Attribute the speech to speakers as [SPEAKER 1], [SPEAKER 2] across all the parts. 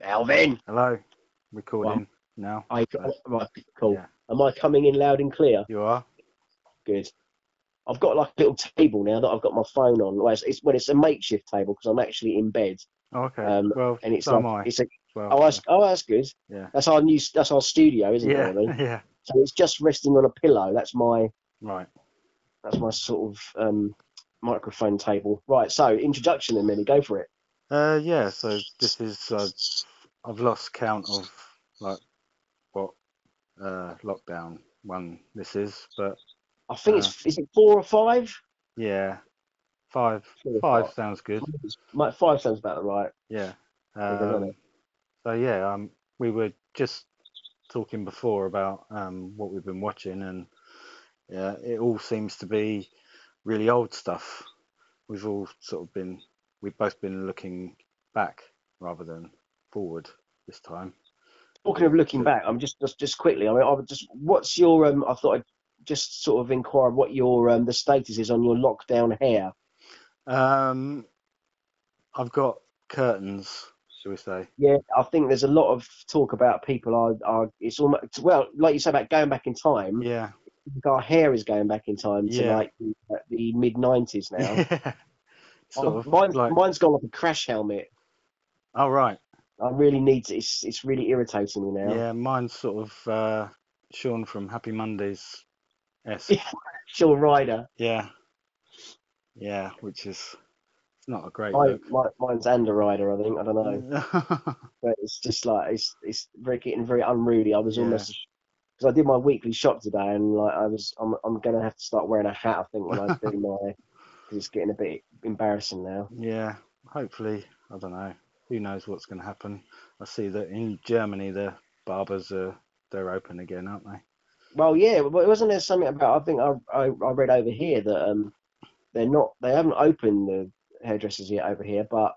[SPEAKER 1] Alvin.
[SPEAKER 2] Hello. Recording now.
[SPEAKER 1] I
[SPEAKER 2] Right.
[SPEAKER 1] right, cool.
[SPEAKER 2] Yeah.
[SPEAKER 1] Am I coming in loud and clear?
[SPEAKER 2] You are?
[SPEAKER 1] Good. I've got like a little table now that I've got my phone on. Well, it's, it's well, it's a makeshift table because I'm actually in bed,
[SPEAKER 2] Oh, okay.
[SPEAKER 1] Um,
[SPEAKER 2] well,
[SPEAKER 1] and it's
[SPEAKER 2] so am I.
[SPEAKER 1] like it's a,
[SPEAKER 2] well,
[SPEAKER 1] oh, that's, oh, that's good.
[SPEAKER 2] Yeah.
[SPEAKER 1] That's our new that's our studio, isn't
[SPEAKER 2] yeah,
[SPEAKER 1] it? Really?
[SPEAKER 2] yeah.
[SPEAKER 1] So it's just resting on a pillow. That's my
[SPEAKER 2] Right.
[SPEAKER 1] that's my sort of um, microphone table. Right. So introduction, then, Millie, go for it.
[SPEAKER 2] Uh, yeah. So this is uh, I've lost count of like what uh, lockdown one this is, but
[SPEAKER 1] I think it's
[SPEAKER 2] Uh.
[SPEAKER 1] is it four or five?
[SPEAKER 2] yeah, five
[SPEAKER 1] Four or
[SPEAKER 2] five sounds good.
[SPEAKER 1] My five sounds about right.
[SPEAKER 2] Yeah.
[SPEAKER 1] Think about
[SPEAKER 2] Um, so yeah, um, we were just talking before about um, what we've been watching, and yeah, it all seems to be really old stuff. We've all sort of been, we've both been looking back rather than forward this time.
[SPEAKER 1] Talking of looking back, I'm just just, just quickly. I mean, I would just what's your um? I thought I'd just sort of inquire what your um the status is on your lockdown hair.
[SPEAKER 2] Um, I've got curtains, shall we say?
[SPEAKER 1] Yeah, I think there's a lot of talk about people are are it's almost well like you say about going back in time.
[SPEAKER 2] Yeah.
[SPEAKER 1] I think Our hair is going back in time to
[SPEAKER 2] Yeah.
[SPEAKER 1] like the, the mid '90s now.
[SPEAKER 2] Yeah.
[SPEAKER 1] Oh,
[SPEAKER 2] Sort of
[SPEAKER 1] mine,
[SPEAKER 2] like,
[SPEAKER 1] mine's gone like a crash helmet.
[SPEAKER 2] oh right.
[SPEAKER 1] I really need to, it's it's really irritating me now.
[SPEAKER 2] Yeah, mine's sort of uh, Sean from Happy Mondays esque.
[SPEAKER 1] Yeah. Sure, Ryder.
[SPEAKER 2] Yeah. Yeah, which is it's not a great
[SPEAKER 1] My,
[SPEAKER 2] look.
[SPEAKER 1] my, mine's and a Ryder, I think. I don't know.
[SPEAKER 2] oh
[SPEAKER 1] but it's just like it's it's very getting very unruly. I was
[SPEAKER 2] Yeah.
[SPEAKER 1] almost because I did my weekly shop today, and like I was, I'm I'm gonna have to start wearing a hat. I think when I do my, because it's getting a bit embarrassing now.
[SPEAKER 2] yeah, hopefully, I don't know. Who knows what's going to happen? I see that in Germany the barbers are they're open again, aren't they?
[SPEAKER 1] Well, yeah, but wasn't there something about? I think I I, I read over here that um they're not they haven't opened the hairdressers yet over here, but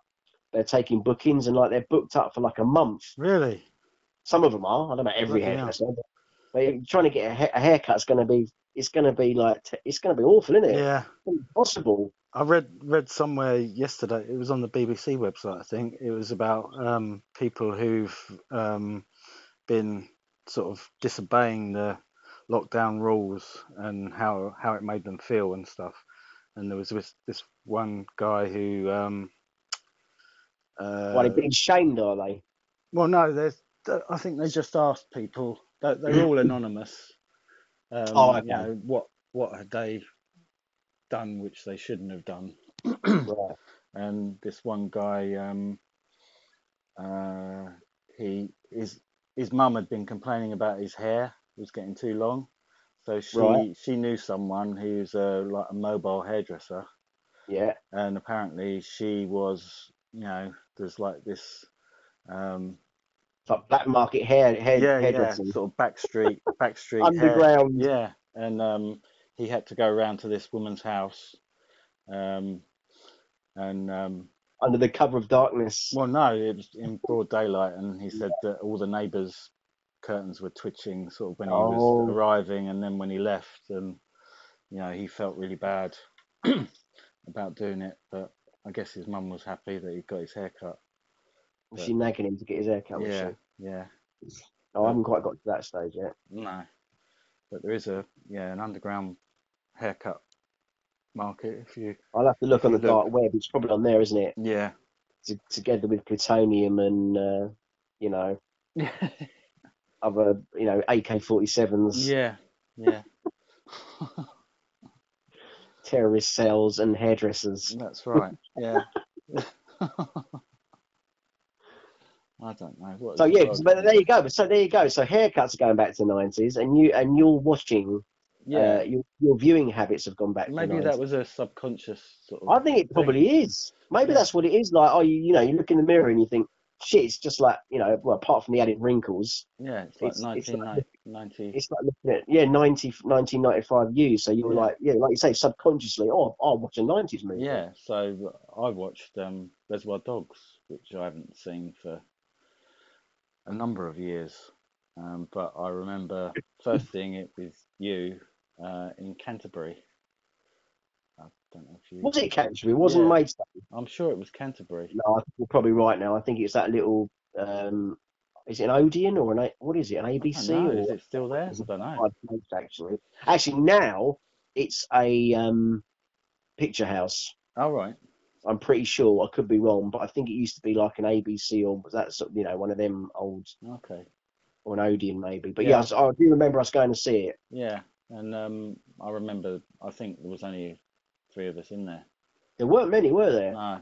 [SPEAKER 1] they're taking bookings and like they're booked up for like a month.
[SPEAKER 2] Really?
[SPEAKER 1] Some of them are. I don't know every
[SPEAKER 2] Bloody hell.
[SPEAKER 1] hairdresser. But but trying to get a, ha- a haircut's going to be it's going to be like t- it's going to be awful, isn't it?
[SPEAKER 2] Yeah.
[SPEAKER 1] impossible.
[SPEAKER 2] I read read somewhere yesterday. It was on the BBC website, I think. It was about um, people who've um, been sort of disobeying the lockdown rules and how how it made them feel and stuff. And there was this, this one guy who um, uh,
[SPEAKER 1] well, they're being shamed, are they?
[SPEAKER 2] well, no, there's. th- I think they just asked people. They're, they're all anonymous. Um,
[SPEAKER 1] Oh, okay.
[SPEAKER 2] you know, what what had they done which they shouldn't have done?
[SPEAKER 1] Right.
[SPEAKER 2] and this one guy um uh he his his mum had been complaining about his hair was getting too long so she
[SPEAKER 1] Right.
[SPEAKER 2] she knew someone who's a like a mobile hairdresser
[SPEAKER 1] Yeah.
[SPEAKER 2] and apparently she was you know there's like this um
[SPEAKER 1] It's like black market hair, hair
[SPEAKER 2] yeah yeah
[SPEAKER 1] hairdressing.
[SPEAKER 2] sort of backstreet backstreet hair
[SPEAKER 1] Underground.
[SPEAKER 2] yeah, and um, he had to go around to this woman's house, um, and um,
[SPEAKER 1] Under the cover of darkness.
[SPEAKER 2] Well, no, it was in broad daylight, and he said that all the neighbours' curtains were twitching sort of when he
[SPEAKER 1] Oh.
[SPEAKER 2] was arriving, and then when he left, and you know he felt really bad about doing it, but I guess his mum was happy that he got his hair cut.
[SPEAKER 1] Was she nagging him to get his hair cut? was
[SPEAKER 2] yeah,
[SPEAKER 1] she?
[SPEAKER 2] yeah,
[SPEAKER 1] No, I haven't quite got to that stage yet.
[SPEAKER 2] no, but there is a yeah an underground haircut market if you
[SPEAKER 1] I'll have to look on the
[SPEAKER 2] Look.
[SPEAKER 1] dark web. It's probably on there, isn't it?
[SPEAKER 2] yeah
[SPEAKER 1] T- together with plutonium and uh, you know other you know AK-47s,
[SPEAKER 2] yeah yeah
[SPEAKER 1] terrorist cells, and hairdressers.
[SPEAKER 2] That's right. Yeah. I don't know. What
[SPEAKER 1] So
[SPEAKER 2] is
[SPEAKER 1] yeah,
[SPEAKER 2] God?
[SPEAKER 1] but there you go. So there you go. So haircuts are going back to the 90s, and you and you're watching.
[SPEAKER 2] yeah.
[SPEAKER 1] Uh, your, your viewing habits have gone back.
[SPEAKER 2] Maybe
[SPEAKER 1] to the 90s.
[SPEAKER 2] that was a subconscious sort of.
[SPEAKER 1] uh, I think it probably is. Maybe
[SPEAKER 2] Yeah.
[SPEAKER 1] that's what it is. Like, oh, you, you know, you look in the mirror and you think, shit, it's just like, you know, well, apart from the added wrinkles,
[SPEAKER 2] Yeah, it's like
[SPEAKER 1] it's- it's like-
[SPEAKER 2] 1990.
[SPEAKER 1] it's like looking at, yeah, 90, 1995 you. So you were
[SPEAKER 2] Yeah.
[SPEAKER 1] like, yeah, like you say, subconsciously, oh, I'll watch a 90s movie.
[SPEAKER 2] Yeah, so I watched um, Reservoir Dogs, which I haven't seen for a number of years. Um, but I remember first seeing it with you uh, in Canterbury. I don't know if you.
[SPEAKER 1] Was it Canterbury? Wasn't
[SPEAKER 2] Yeah.
[SPEAKER 1] Maidstone?
[SPEAKER 2] I'm sure it was Canterbury.
[SPEAKER 1] No, I think you're probably right now. I think it's that little Um, is it an Odeon or an A- what is it? An
[SPEAKER 2] I
[SPEAKER 1] ABC
[SPEAKER 2] don't know,
[SPEAKER 1] or
[SPEAKER 2] is it still there? I don't know.
[SPEAKER 1] I've moved, actually? Actually, now it's a um, picture house.
[SPEAKER 2] All Oh, right.
[SPEAKER 1] I'm pretty sure. I could be wrong, but I think it used to be like an ABC or was that sort- you know one of them old
[SPEAKER 2] Okay.
[SPEAKER 1] or an Odeon maybe. But
[SPEAKER 2] Yeah.
[SPEAKER 1] yeah, I, I do remember us going to see it.
[SPEAKER 2] Yeah. And um, I remember. I think there was only three of us in there.
[SPEAKER 1] There weren't many, were there?
[SPEAKER 2] No.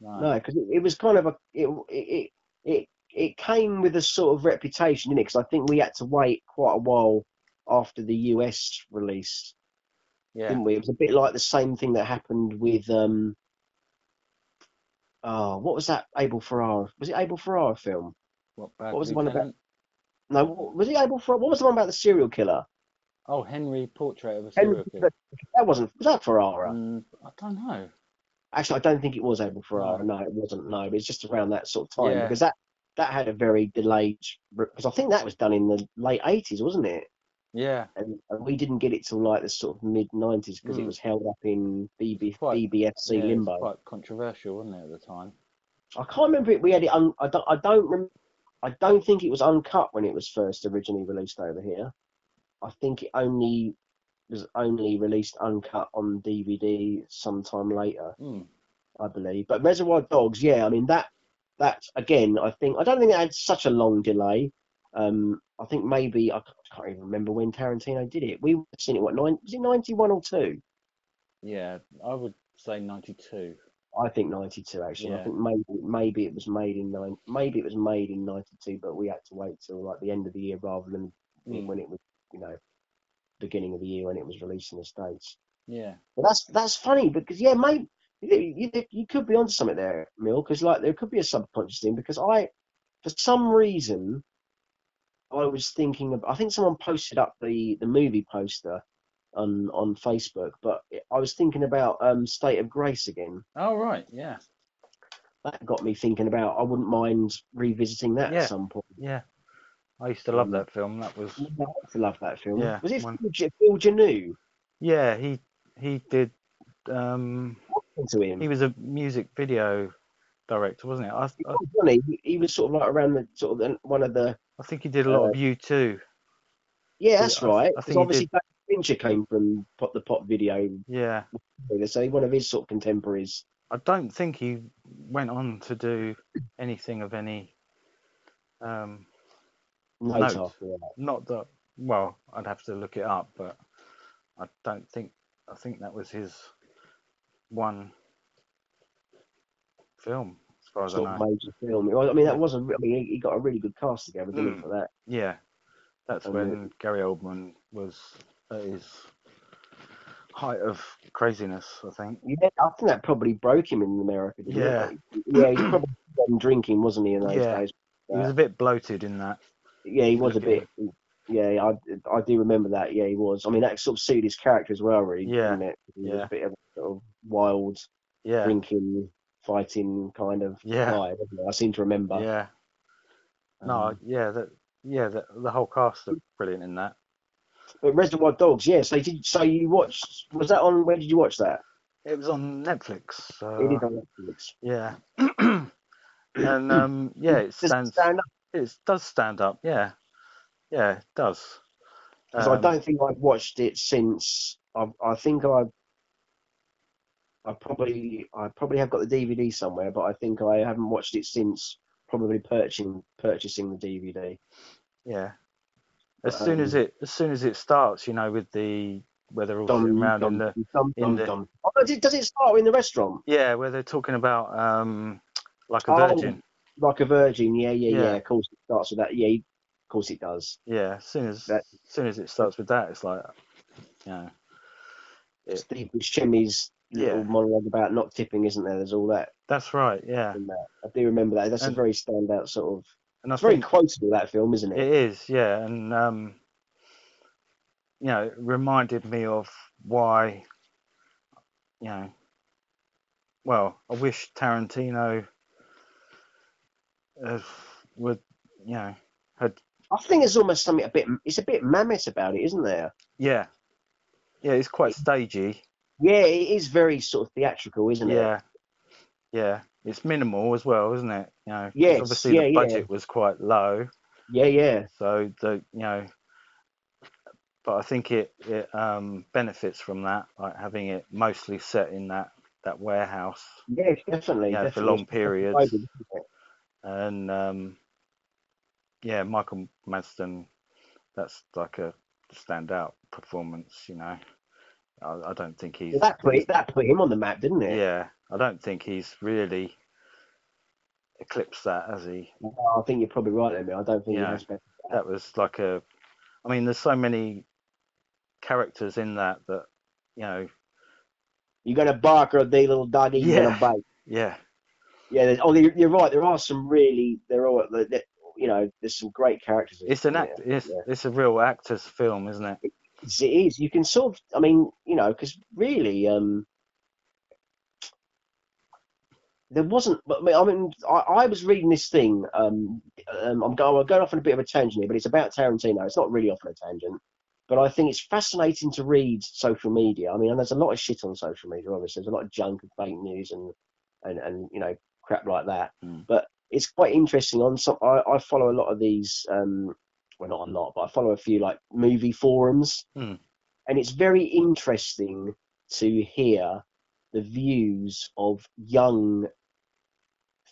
[SPEAKER 2] No.
[SPEAKER 1] No, because it, it was kind of a it it it- it it came with a sort of reputation, didn't it? Because I think we had to wait quite a while after the US release,
[SPEAKER 2] Yeah.
[SPEAKER 1] didn't we? It was a bit like the same thing that happened with um. Oh, what was that Abel Ferrara? Was it Abel Ferrara film?
[SPEAKER 2] What, bad
[SPEAKER 1] what was the one about-
[SPEAKER 2] Lieutenant?
[SPEAKER 1] No, was it Abel Ferrara? What was the one about the serial killer?
[SPEAKER 2] Oh, Henry Portrait of a
[SPEAKER 1] Henry
[SPEAKER 2] Serial Killer.
[SPEAKER 1] That wasn't. Was that Ferrara?
[SPEAKER 2] Mm, I don't know.
[SPEAKER 1] Actually, I don't think it was Abel Ferrara. No, it wasn't. No, but it's just around that sort of time
[SPEAKER 2] Yeah.
[SPEAKER 1] because that that had a very delayed because I think that was done in the late eighties, wasn't it?
[SPEAKER 2] Yeah.
[SPEAKER 1] And, and we didn't get it till like the sort of mid nineties because it
[SPEAKER 2] Mm.
[SPEAKER 1] was held up in BB,
[SPEAKER 2] Quite-
[SPEAKER 1] BBFC
[SPEAKER 2] yeah, it was
[SPEAKER 1] limbo.
[SPEAKER 2] quite controversial, wasn't it, at the time?
[SPEAKER 1] I can't remember it. We had it. Un, I don't. I don't. Rem, I don't think it was uncut when it was first originally released over here. I think it only was only released uncut on DVD sometime later.
[SPEAKER 2] Mm.
[SPEAKER 1] I believe. But Reservoir Dogs, yeah, I mean that that's again, I think I don't think it had such a long delay. Um, I think maybe I c- I can't even remember when Tarantino did it. We seen it what nine was it ninety one or two?
[SPEAKER 2] Yeah. I would say 92.
[SPEAKER 1] I think ninety two actually. I
[SPEAKER 2] Yeah.
[SPEAKER 1] think maybe maybe it was made in nine maybe it was made in ninety two, but we had to wait till like the end of the year rather than
[SPEAKER 2] Mm.
[SPEAKER 1] when it was you know beginning of the year when it was released in the states.
[SPEAKER 2] Yeah.
[SPEAKER 1] Well, that's that's funny because yeah, mate, you, you, you could be onto something there, Mill. Because like there could be a subconscious thing. Because I, for some reason, I was thinking of. I think someone posted up the the movie poster on on Facebook, but I was thinking about um State of Grace again.
[SPEAKER 2] Oh, right. Yeah.
[SPEAKER 1] That got me thinking about. I wouldn't mind revisiting that
[SPEAKER 3] Yeah.
[SPEAKER 1] at some point.
[SPEAKER 3] Yeah. I used to love
[SPEAKER 1] Mm.
[SPEAKER 3] that film. That was
[SPEAKER 1] I used to love that film.
[SPEAKER 3] Yeah,
[SPEAKER 1] was it
[SPEAKER 3] one-
[SPEAKER 1] Phil, J- Phil Janu?
[SPEAKER 3] yeah. He he did. Um,
[SPEAKER 1] Into him.
[SPEAKER 3] he was a music video director, wasn't he? I,
[SPEAKER 1] It
[SPEAKER 3] I,
[SPEAKER 1] was funny. He- He was sort of like around the sort of the, one of the
[SPEAKER 3] I think he did a lot
[SPEAKER 1] Uh,
[SPEAKER 3] of U two.
[SPEAKER 1] Yeah, that's
[SPEAKER 3] I-
[SPEAKER 1] right.
[SPEAKER 3] I think
[SPEAKER 1] 'cause obviously,
[SPEAKER 3] he
[SPEAKER 1] David Fincher came from pop, the pop video,
[SPEAKER 3] Yeah.
[SPEAKER 1] so he's one of his sort of contemporaries.
[SPEAKER 3] I don't think he went on to do anything of any. Um,
[SPEAKER 1] Note
[SPEAKER 3] Note.
[SPEAKER 1] after that.
[SPEAKER 3] not that. Well, I'd have to look it up, but I don't think. I think that was his one film, as far as I
[SPEAKER 1] sort of
[SPEAKER 3] know.
[SPEAKER 1] major film. I mean, that was a. re- I mean, he- he got a really good cast together, didn't he,
[SPEAKER 3] Mm.
[SPEAKER 1] for that?
[SPEAKER 3] Yeah, that's
[SPEAKER 1] And
[SPEAKER 3] when Gary Oldman was at his height of craziness. I think.
[SPEAKER 1] Yeah, I think that probably broke him in America. Didn't
[SPEAKER 3] Yeah.
[SPEAKER 1] it? yeah, he was probably done drinking, wasn't he, in those
[SPEAKER 3] Yeah.
[SPEAKER 1] days?
[SPEAKER 3] He was a bit bloated in that.
[SPEAKER 1] Yeah, he was a bit. Yeah, I I do remember that. Yeah, he was. I mean, that sort of suited his character as well, really.
[SPEAKER 3] Yeah.
[SPEAKER 1] didn't it? He was
[SPEAKER 3] Yeah.
[SPEAKER 1] a bit of a sort of wild,
[SPEAKER 3] Yeah.
[SPEAKER 1] drinking, fighting kind of
[SPEAKER 3] Yeah.
[SPEAKER 1] guy. wasn't he? I seem to remember.
[SPEAKER 3] Yeah. No.
[SPEAKER 1] Um,
[SPEAKER 3] Yeah. That. Yeah. The, the whole cast are brilliant in that.
[SPEAKER 1] But Reservoir Dogs, yeah. So did so you watched? Was that on? Where did you watch that?
[SPEAKER 3] It was on Netflix.
[SPEAKER 1] it is
[SPEAKER 3] So,
[SPEAKER 1] on Netflix.
[SPEAKER 3] yeah. and um, yeah, it
[SPEAKER 1] Does it
[SPEAKER 3] stands.
[SPEAKER 1] stand up?
[SPEAKER 3] It does stand up. Yeah. Yeah. It does.
[SPEAKER 1] 'Cause I
[SPEAKER 3] Um,
[SPEAKER 1] don't think I've watched it since. I I think I. I probably I probably have got the DVD somewhere, but I think I haven't watched it since probably purchasing purchasing the DVD.
[SPEAKER 3] Yeah. As soon as
[SPEAKER 1] Um,
[SPEAKER 3] it as soon as it starts, you know, with the where they're all
[SPEAKER 1] Dum,
[SPEAKER 3] sitting around
[SPEAKER 1] dum,
[SPEAKER 3] in the
[SPEAKER 1] dum,
[SPEAKER 3] in
[SPEAKER 1] dum,
[SPEAKER 3] the-
[SPEAKER 1] dum. Oh, does it, does it start in the restaurant?
[SPEAKER 3] yeah where they're talking about um like a
[SPEAKER 1] Oh.
[SPEAKER 3] virgin.
[SPEAKER 1] Like a virgin, yeah, yeah, yeah.
[SPEAKER 3] Yeah.
[SPEAKER 1] Of course it starts with that. Yeah, of course it does.
[SPEAKER 3] Yeah. As soon as
[SPEAKER 1] That-
[SPEAKER 3] as soon as it starts with that, it's like, you know, Yeah.
[SPEAKER 1] Steve Buscemi's little
[SPEAKER 3] Yeah.
[SPEAKER 1] monologue about not tipping, isn't there? There's all that.
[SPEAKER 3] that's right. Yeah.
[SPEAKER 1] in that. I do remember that. That's
[SPEAKER 3] And-
[SPEAKER 1] a very standout sort of.
[SPEAKER 3] And I
[SPEAKER 1] It's very
[SPEAKER 3] think-
[SPEAKER 1] quotable that film, isn't it?
[SPEAKER 3] It is, yeah, and um, you know, it reminded me of why, you know, well, I wish Tarantino uh, would, you know, had,
[SPEAKER 1] I think there's almost something a bit. It's a bit mammoth about it, isn't there?
[SPEAKER 3] yeah, yeah, it's quite stagey,
[SPEAKER 1] Yeah, it is very sort of theatrical, isn't it?
[SPEAKER 3] yeah, yeah, it's minimal as well, isn't it? You know, 'cause
[SPEAKER 1] Yes,
[SPEAKER 3] obviously
[SPEAKER 1] yeah,
[SPEAKER 3] the
[SPEAKER 1] yeah.
[SPEAKER 3] budget was quite low,
[SPEAKER 1] Yeah, yeah,
[SPEAKER 3] so the you know, but I think it it um, benefits from that, like having it mostly set in that that warehouse
[SPEAKER 1] yeah, definitely.
[SPEAKER 3] Yeah, for
[SPEAKER 1] definitely.
[SPEAKER 3] long periods.
[SPEAKER 1] Covid, isn't it?
[SPEAKER 3] and um, yeah, Michael Madsden, that's like a standout performance. You know, I, I don't think he's
[SPEAKER 1] Well, that put that put him on the map, didn't it?
[SPEAKER 3] yeah, I don't think he's really eclipsed that, has he?
[SPEAKER 1] Well, Oh, I think you're probably right, Emil. I don't think
[SPEAKER 3] Yeah.
[SPEAKER 1] he has better.
[SPEAKER 3] That was like a, I mean, there's so many characters in that that, you know,
[SPEAKER 1] You're gonna bark or the little doggy. You're
[SPEAKER 3] Yeah.
[SPEAKER 1] gonna bite.
[SPEAKER 3] yeah,
[SPEAKER 1] Yeah. there's- Oh, you're, you're right. There are some really. There are. there- there- You know, there's some great characters. in
[SPEAKER 3] it's an
[SPEAKER 1] it.
[SPEAKER 3] act, it's
[SPEAKER 1] yeah.
[SPEAKER 3] it's a real actor's film, isn't it?
[SPEAKER 1] It's- It is. You can sort of. I mean, you know, because really, um, there wasn't. but I mean, I, mean I, I was reading this thing. Um, um, I'm going. I'm going off on a bit of a tangent here, but it's about Tarantino. It's not really off on a tangent, but I think it's fascinating to read social media. I mean, and there's a lot of shit on social media. Obviously, there's a lot of junk and fake news and and and you know crap like that.
[SPEAKER 2] Mm.
[SPEAKER 1] But it's quite interesting. On some, I, I follow a lot of these. Um, well, not a lot, but I follow a few like movie forums,
[SPEAKER 3] Hmm.
[SPEAKER 1] and it's very interesting to hear the views of young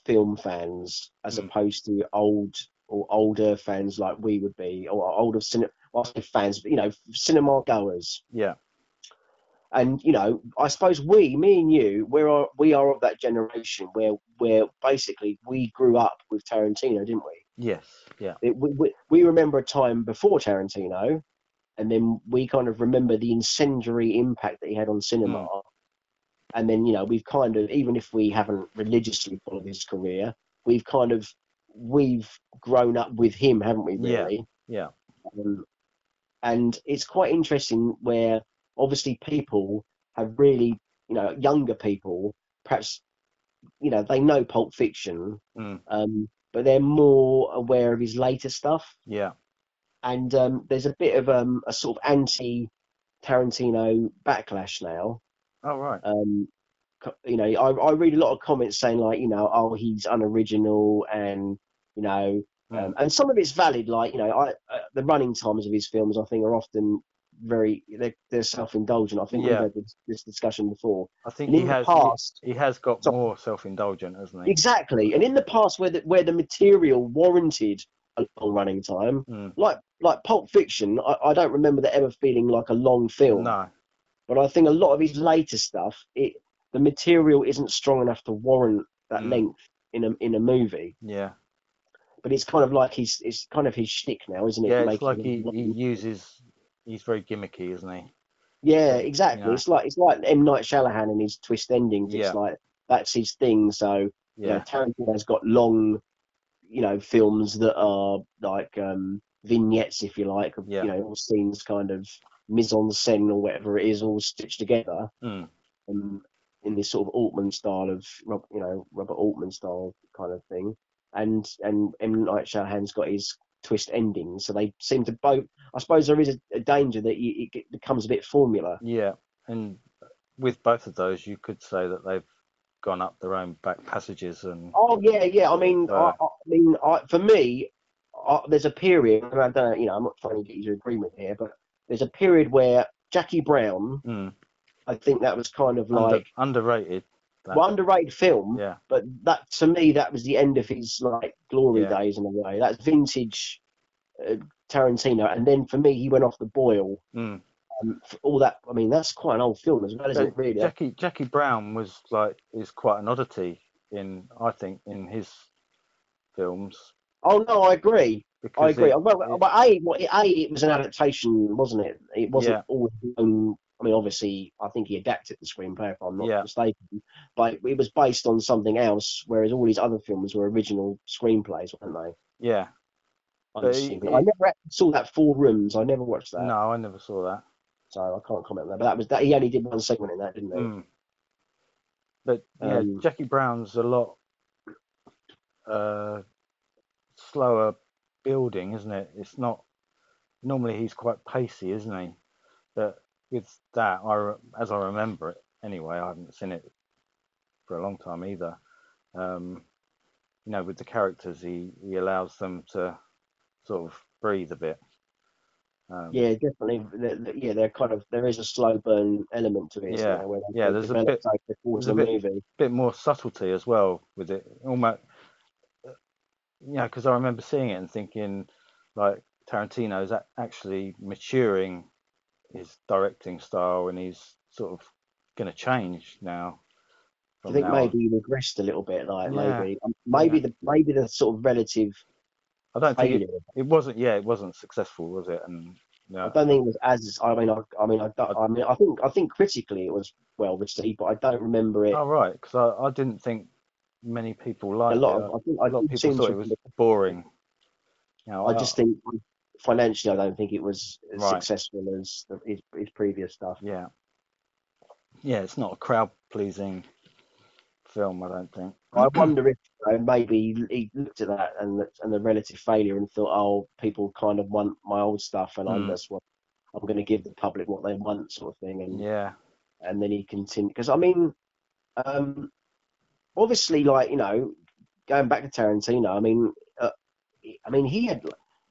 [SPEAKER 1] film fans as
[SPEAKER 3] Hmm.
[SPEAKER 1] opposed to old or older fans like we would be, or older cinema fans, but you know, cinema goers
[SPEAKER 3] Yeah,
[SPEAKER 1] and you know i suppose we me and you we're all- we are of that generation where where basically we grew up with tarantino didn't we
[SPEAKER 3] yes, yeah,
[SPEAKER 1] it, we, we we remember a time before tarantino and then we kind of remember the incendiary impact that he had on cinema
[SPEAKER 3] Hmm.
[SPEAKER 1] and then you know we've kind of even if we haven't religiously followed his career we've kind of we've grown up with him haven't we
[SPEAKER 3] Yeah.
[SPEAKER 1] really
[SPEAKER 3] yeah,
[SPEAKER 1] um, and it's quite interesting where obviously people have really, you know, younger people, perhaps, you know, they know Pulp Fiction,
[SPEAKER 3] Mm.
[SPEAKER 1] um, but they're more aware of his later stuff.
[SPEAKER 3] yeah,
[SPEAKER 1] And um, there's a bit of um, a sort of anti Tarantino backlash now.
[SPEAKER 3] all right,
[SPEAKER 1] Um, co- you know, I, I read a lot of comments saying, like, you know, oh, he's unoriginal and, you know,
[SPEAKER 3] Mm.
[SPEAKER 1] um, and some of it's valid, like you know, I, uh, the running times of his films, I think, are often very they're, they're self-indulgent. I think we've
[SPEAKER 3] Yeah.
[SPEAKER 1] had this, this discussion before.
[SPEAKER 3] I think
[SPEAKER 1] And
[SPEAKER 3] he
[SPEAKER 1] in the
[SPEAKER 3] has
[SPEAKER 1] past,
[SPEAKER 3] he, he has got
[SPEAKER 1] So-
[SPEAKER 3] more self-indulgent, hasn't he?
[SPEAKER 1] exactly, and in the past where the, where the material warranted a long running time,
[SPEAKER 3] Mm.
[SPEAKER 1] like like Pulp Fiction, I, I don't remember that ever feeling like a long film.
[SPEAKER 3] No,
[SPEAKER 1] But I think a lot of his later stuff, it the material isn't strong enough to warrant that
[SPEAKER 3] Mm.
[SPEAKER 1] length in a in a movie.
[SPEAKER 3] yeah,
[SPEAKER 1] But it's kind of like he's it's kind of his shtick now, isn't it?
[SPEAKER 3] yeah, it's
[SPEAKER 1] Making
[SPEAKER 3] like
[SPEAKER 1] them
[SPEAKER 3] he, he
[SPEAKER 1] long.
[SPEAKER 3] uses he's very gimmicky, isn't he?
[SPEAKER 1] Yeah, exactly.
[SPEAKER 3] Yeah.
[SPEAKER 1] It's like it's like M Night Shyamalan and his twist endings.
[SPEAKER 3] Yeah.
[SPEAKER 1] It's like that's his thing. So you know,
[SPEAKER 3] Yeah,
[SPEAKER 1] Tarantino's got long, you know, films that are like um, vignettes, if you like, of,
[SPEAKER 3] Yeah.
[SPEAKER 1] you know, all scenes kind of mise en scène or whatever it is, all stitched together
[SPEAKER 3] Mm.
[SPEAKER 1] um, in this sort of Altman style of Rob- you know Robert Altman style kind of thing, and and M Night Shyamalan's got his twist endings, so they seem to both. I suppose there is a, a danger that you, it get- becomes a bit formula.
[SPEAKER 3] yeah, and with both of those, you could say that they've gone up their own back passages and
[SPEAKER 1] Oh yeah, yeah. I mean, I,
[SPEAKER 3] Uh,
[SPEAKER 1] I mean, I, for me, I, there's a period, and I don't, you know, I'm not trying to get you to agree with here, but there's a period where Jackie Brown,
[SPEAKER 3] Mm.
[SPEAKER 1] I think that was kind of
[SPEAKER 3] Under-
[SPEAKER 1] like
[SPEAKER 3] underrated. that.
[SPEAKER 1] well, underrated film,
[SPEAKER 3] Yeah,
[SPEAKER 1] but that to me, that was the end of his like glory
[SPEAKER 3] Yeah.
[SPEAKER 1] days in a way. That's vintage uh, Tarantino, and then for me, he went off the boil.
[SPEAKER 3] mm.
[SPEAKER 1] Um, for all that, I mean, that's quite an old film as well, isn't it? Really,
[SPEAKER 3] Jackie Jackie Brown was like is quite an oddity in I think in his films.
[SPEAKER 1] Oh no, I agree. I
[SPEAKER 3] because
[SPEAKER 1] agree.
[SPEAKER 3] it-
[SPEAKER 1] well, well,
[SPEAKER 3] it-
[SPEAKER 1] a, well, a, it was an adaptation, wasn't it? It wasn't
[SPEAKER 3] Yeah.
[SPEAKER 1] all his own. I mean, obviously, I think he adapted the screenplay, if I'm not
[SPEAKER 3] Yeah.
[SPEAKER 1] mistaken. But it was based on something else, whereas all his other films were original screenplays, weren't they?
[SPEAKER 3] yeah,
[SPEAKER 1] I'm
[SPEAKER 3] But
[SPEAKER 1] assuming.
[SPEAKER 3] he-
[SPEAKER 1] I never actually saw that Four Rooms. I never watched that,
[SPEAKER 3] no, I never saw that.
[SPEAKER 1] so I can't comment on that. But that was that. He only did one segment in that, didn't he?
[SPEAKER 3] Mm. But yeah,
[SPEAKER 1] Um,
[SPEAKER 3] Jackie Brown's a lot uh, slower building, isn't it? It's not normally he's quite pacey, isn't he? But with that, I re- as I remember it anyway, I haven't seen it for a long time either. um, you know, with the characters, he, he allows them to sort of breathe a bit. Um,
[SPEAKER 1] Yeah, definitely. The- the- Yeah, they're kind of there is a slow burn element to it. isn't
[SPEAKER 3] Yeah,
[SPEAKER 1] there, where they
[SPEAKER 3] yeah,
[SPEAKER 1] sort of
[SPEAKER 3] there's a
[SPEAKER 1] develop
[SPEAKER 3] bit-
[SPEAKER 1] over towards
[SPEAKER 3] there's
[SPEAKER 1] the
[SPEAKER 3] a bit-
[SPEAKER 1] movie.
[SPEAKER 3] bit more subtlety as well with it. Almost, you know, because I remember seeing it and thinking, like, Tarantino's a- actually maturing his directing style and he's sort of going to change now.
[SPEAKER 1] Do
[SPEAKER 3] from
[SPEAKER 1] you think
[SPEAKER 3] now on.
[SPEAKER 1] maybe you regressed a little bit? Like
[SPEAKER 3] Yeah.
[SPEAKER 1] maybe, um, maybe the maybe the sort of relative
[SPEAKER 3] I don't think
[SPEAKER 1] failure.
[SPEAKER 3] it, it wasn't. Yeah, it wasn't successful, was it? And
[SPEAKER 1] I
[SPEAKER 3] no,
[SPEAKER 1] don't think it was as. I mean, I, I mean, I, don't- I mean, I think I think critically it was well received, but I don't remember it.
[SPEAKER 3] oh right, because I, I didn't think many people liked
[SPEAKER 1] a lot
[SPEAKER 3] it.
[SPEAKER 1] of I think I
[SPEAKER 3] a lot of
[SPEAKER 1] think
[SPEAKER 3] people
[SPEAKER 1] scenes
[SPEAKER 3] thought it
[SPEAKER 1] were-
[SPEAKER 3] was boring. You know,
[SPEAKER 1] I just think financially, I don't think it was as
[SPEAKER 3] Right.
[SPEAKER 1] successful as the, his, his previous stuff.
[SPEAKER 3] Yeah. Yeah, it's not a crowd pleasing film, I don't think.
[SPEAKER 1] I wonder if you know, maybe he- he looked at that and the- and the relative failure and thought, oh, people kind of want my old stuff, and I'm
[SPEAKER 3] Mm.
[SPEAKER 1] that's what I'm going to give the public what they want, sort of thing. And
[SPEAKER 3] Yeah,
[SPEAKER 1] and then he continued because I mean, um, obviously, like you know, going back to Tarantino, I mean, uh, I mean he had,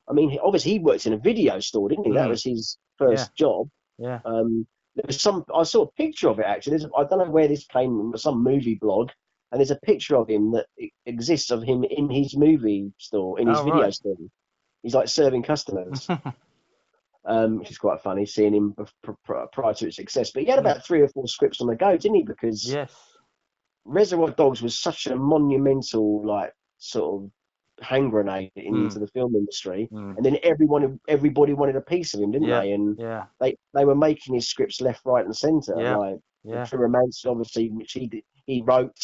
[SPEAKER 1] I mean, obviously he worked in a video store, didn't he? That
[SPEAKER 3] Mm.
[SPEAKER 1] was his first job.
[SPEAKER 3] yeah.
[SPEAKER 1] Um, there was some. I saw a picture of it actually. There's, I don't know where this came from, but some movie blog, and there's a picture of him that e- exists of him in his movie store, in his
[SPEAKER 3] Oh,
[SPEAKER 1] video
[SPEAKER 3] right.
[SPEAKER 1] store. He's like serving customers, um, which is quite funny seeing him bef- pr- pr- prior to its success. But he had
[SPEAKER 3] Mm.
[SPEAKER 1] about three or four scripts on the go, didn't he? Because
[SPEAKER 3] Yes.
[SPEAKER 1] Reservoir Dogs was such a monumental, like, sort of hand grenade into the film industry.
[SPEAKER 3] Mm.
[SPEAKER 1] And then everyone, everybody wanted a piece of him, didn't
[SPEAKER 3] Yeah.
[SPEAKER 1] they? And
[SPEAKER 3] Yeah,
[SPEAKER 1] they they were making his scripts left, right, and centre.
[SPEAKER 3] Yeah,
[SPEAKER 1] Like The
[SPEAKER 3] yeah,
[SPEAKER 1] True Romance, obviously, which he d- he wrote,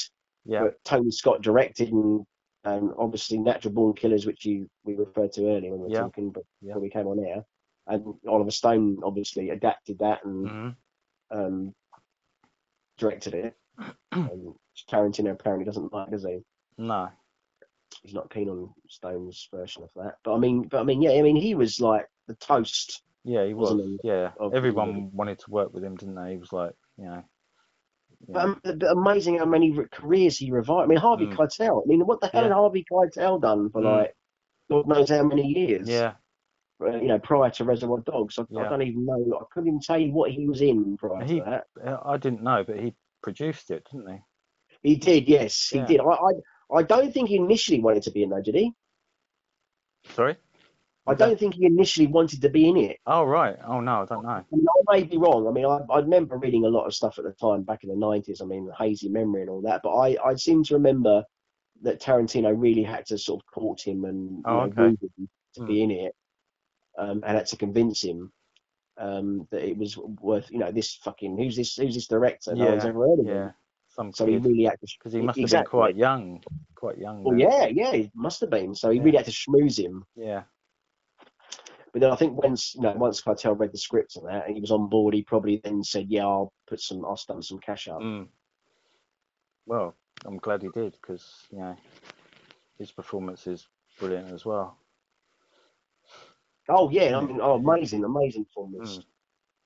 [SPEAKER 3] yeah.
[SPEAKER 1] but Tony Scott directed, and and obviously Natural Born Killers, which you we referred to earlier when we were
[SPEAKER 3] Yeah.
[SPEAKER 1] talking, but
[SPEAKER 3] Yeah.
[SPEAKER 1] when we came on air, and Oliver Stone obviously adapted that and
[SPEAKER 3] Mhm.
[SPEAKER 1] um, directed it. and Tarantino apparently doesn't like, does he?
[SPEAKER 3] No.
[SPEAKER 1] He's not keen on Stone's version of that. But I mean, but I mean, yeah, I mean, he was like the toast.
[SPEAKER 3] Yeah, he
[SPEAKER 1] Wasn't
[SPEAKER 3] was.
[SPEAKER 1] it?
[SPEAKER 3] Yeah.
[SPEAKER 1] Of-
[SPEAKER 3] Everyone wanted to work with him, didn't they? He was like, you know.
[SPEAKER 1] But,
[SPEAKER 3] Yeah.
[SPEAKER 1] um, but amazing how many re- careers he revived. I mean, Harvey
[SPEAKER 3] Mm.
[SPEAKER 1] Keitel. I mean, what the hell
[SPEAKER 3] Yeah.
[SPEAKER 1] had Harvey Keitel done for
[SPEAKER 3] Mm.
[SPEAKER 1] like God knows how many years?
[SPEAKER 3] Yeah.
[SPEAKER 1] uh, You know, prior to Reservoir Dogs, I, I
[SPEAKER 3] Yeah.
[SPEAKER 1] don't even know. I couldn't even tell you what he was in prior
[SPEAKER 3] He-
[SPEAKER 1] to that.
[SPEAKER 3] Uh, I didn't know, but he produced it, didn't he?
[SPEAKER 1] He did, yes, he
[SPEAKER 3] Yeah.
[SPEAKER 1] did. I, I, I don't think he initially wanted to be in though, did he?
[SPEAKER 3] Sorry?
[SPEAKER 1] I
[SPEAKER 3] Okay.
[SPEAKER 1] don't think he initially wanted to be in it.
[SPEAKER 3] Oh, right. Oh, no, I don't know.
[SPEAKER 1] I, mean, I may be wrong. I mean, I, I remember reading a lot of stuff at the time back in the 90s. I mean, hazy memory and all that. But I, I seem to remember that Tarantino really had to sort of court him and
[SPEAKER 3] Oh,
[SPEAKER 1] you
[SPEAKER 3] okay. Hmm.
[SPEAKER 1] know, woo him to be in it um, and had to convince him um, that it was worth, you know, this fucking, who's this Who's this director? No one's
[SPEAKER 3] Yeah,
[SPEAKER 1] ever heard of him.
[SPEAKER 3] Yeah. Some
[SPEAKER 1] Oh. So he
[SPEAKER 3] because
[SPEAKER 1] really had to.
[SPEAKER 3] he must have
[SPEAKER 1] Exactly.
[SPEAKER 3] been quite young. Quite young.
[SPEAKER 1] Well,
[SPEAKER 3] then.
[SPEAKER 1] yeah, yeah, he must have been. So he
[SPEAKER 3] Yeah.
[SPEAKER 1] really had to schmooze him.
[SPEAKER 3] Yeah.
[SPEAKER 1] But then I think once you know, once Cartel read the script and that, and he was on board, he probably then said, "Yeah, I'll put some, I'll stump some cash up."
[SPEAKER 3] Mm. Well, I'm glad he did because you know his performance is brilliant as well.
[SPEAKER 1] Oh yeah, I mean, oh, amazing, amazing performance.
[SPEAKER 3] Mm.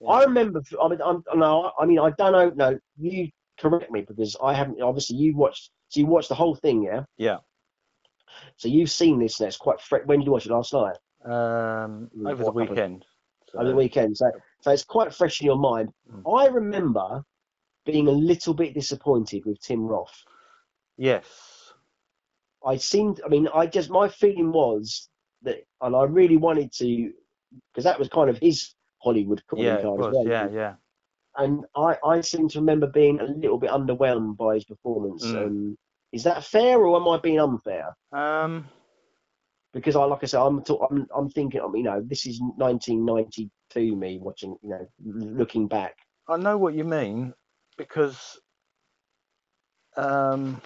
[SPEAKER 3] Yeah.
[SPEAKER 1] I remember. I mean, I'm, no, I mean, I don't know. No, you correct me because I haven't. Obviously, you watched. So you watched the whole thing, yeah.
[SPEAKER 3] Yeah.
[SPEAKER 1] So you've seen this. That's quite. Fre- when did you watch it last night?
[SPEAKER 3] Um,
[SPEAKER 1] Mm,
[SPEAKER 3] over the
[SPEAKER 1] what happened?
[SPEAKER 3] weekend.
[SPEAKER 1] Over the
[SPEAKER 3] so-
[SPEAKER 1] weekend. So, so it's quite fresh in your mind.
[SPEAKER 3] Uh, Mm.
[SPEAKER 1] I remember being a little bit disappointed with Tim Roth.
[SPEAKER 3] Yes.
[SPEAKER 1] I seemed, I mean, I just, my feeling was that, and I really wanted to, because that was kind of his Hollywood calling
[SPEAKER 3] Yeah. It
[SPEAKER 1] card as
[SPEAKER 3] was.
[SPEAKER 1] well.
[SPEAKER 3] Yeah. Yeah.
[SPEAKER 1] And I, I seem to remember being a little bit underwhelmed by his performance.
[SPEAKER 3] Mm.
[SPEAKER 1] Um, is that fair or am I being unfair?
[SPEAKER 3] Um.
[SPEAKER 1] Because I, like I said, I'm, ta- I'm, I'm thinking, um, you know, this is 1992 me watching, you know, looking back.
[SPEAKER 3] I know what you mean because. Um.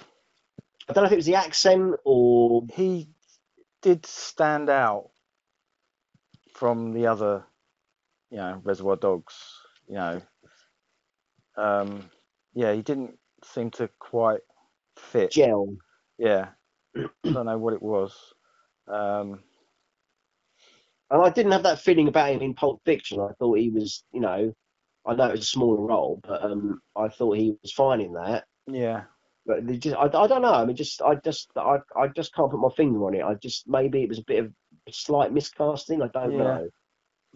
[SPEAKER 1] I don't know if it was the accent or
[SPEAKER 3] he did stand out from the other, you know, Reservoir Dogs. You know, um, yeah, he didn't seem to quite fit.
[SPEAKER 1] gel.
[SPEAKER 3] Yeah, I don't know what it was. Um,
[SPEAKER 1] And I didn't have that feeling about him in Pulp Fiction. I thought he was, you know, I know it was a smaller role, but um, I thought he was fine in that.
[SPEAKER 3] yeah,
[SPEAKER 1] But they just, I, I don't know. I mean, just I just I, I just can't put my finger on it. I just maybe it was a bit of slight miscasting. I don't
[SPEAKER 3] Yeah.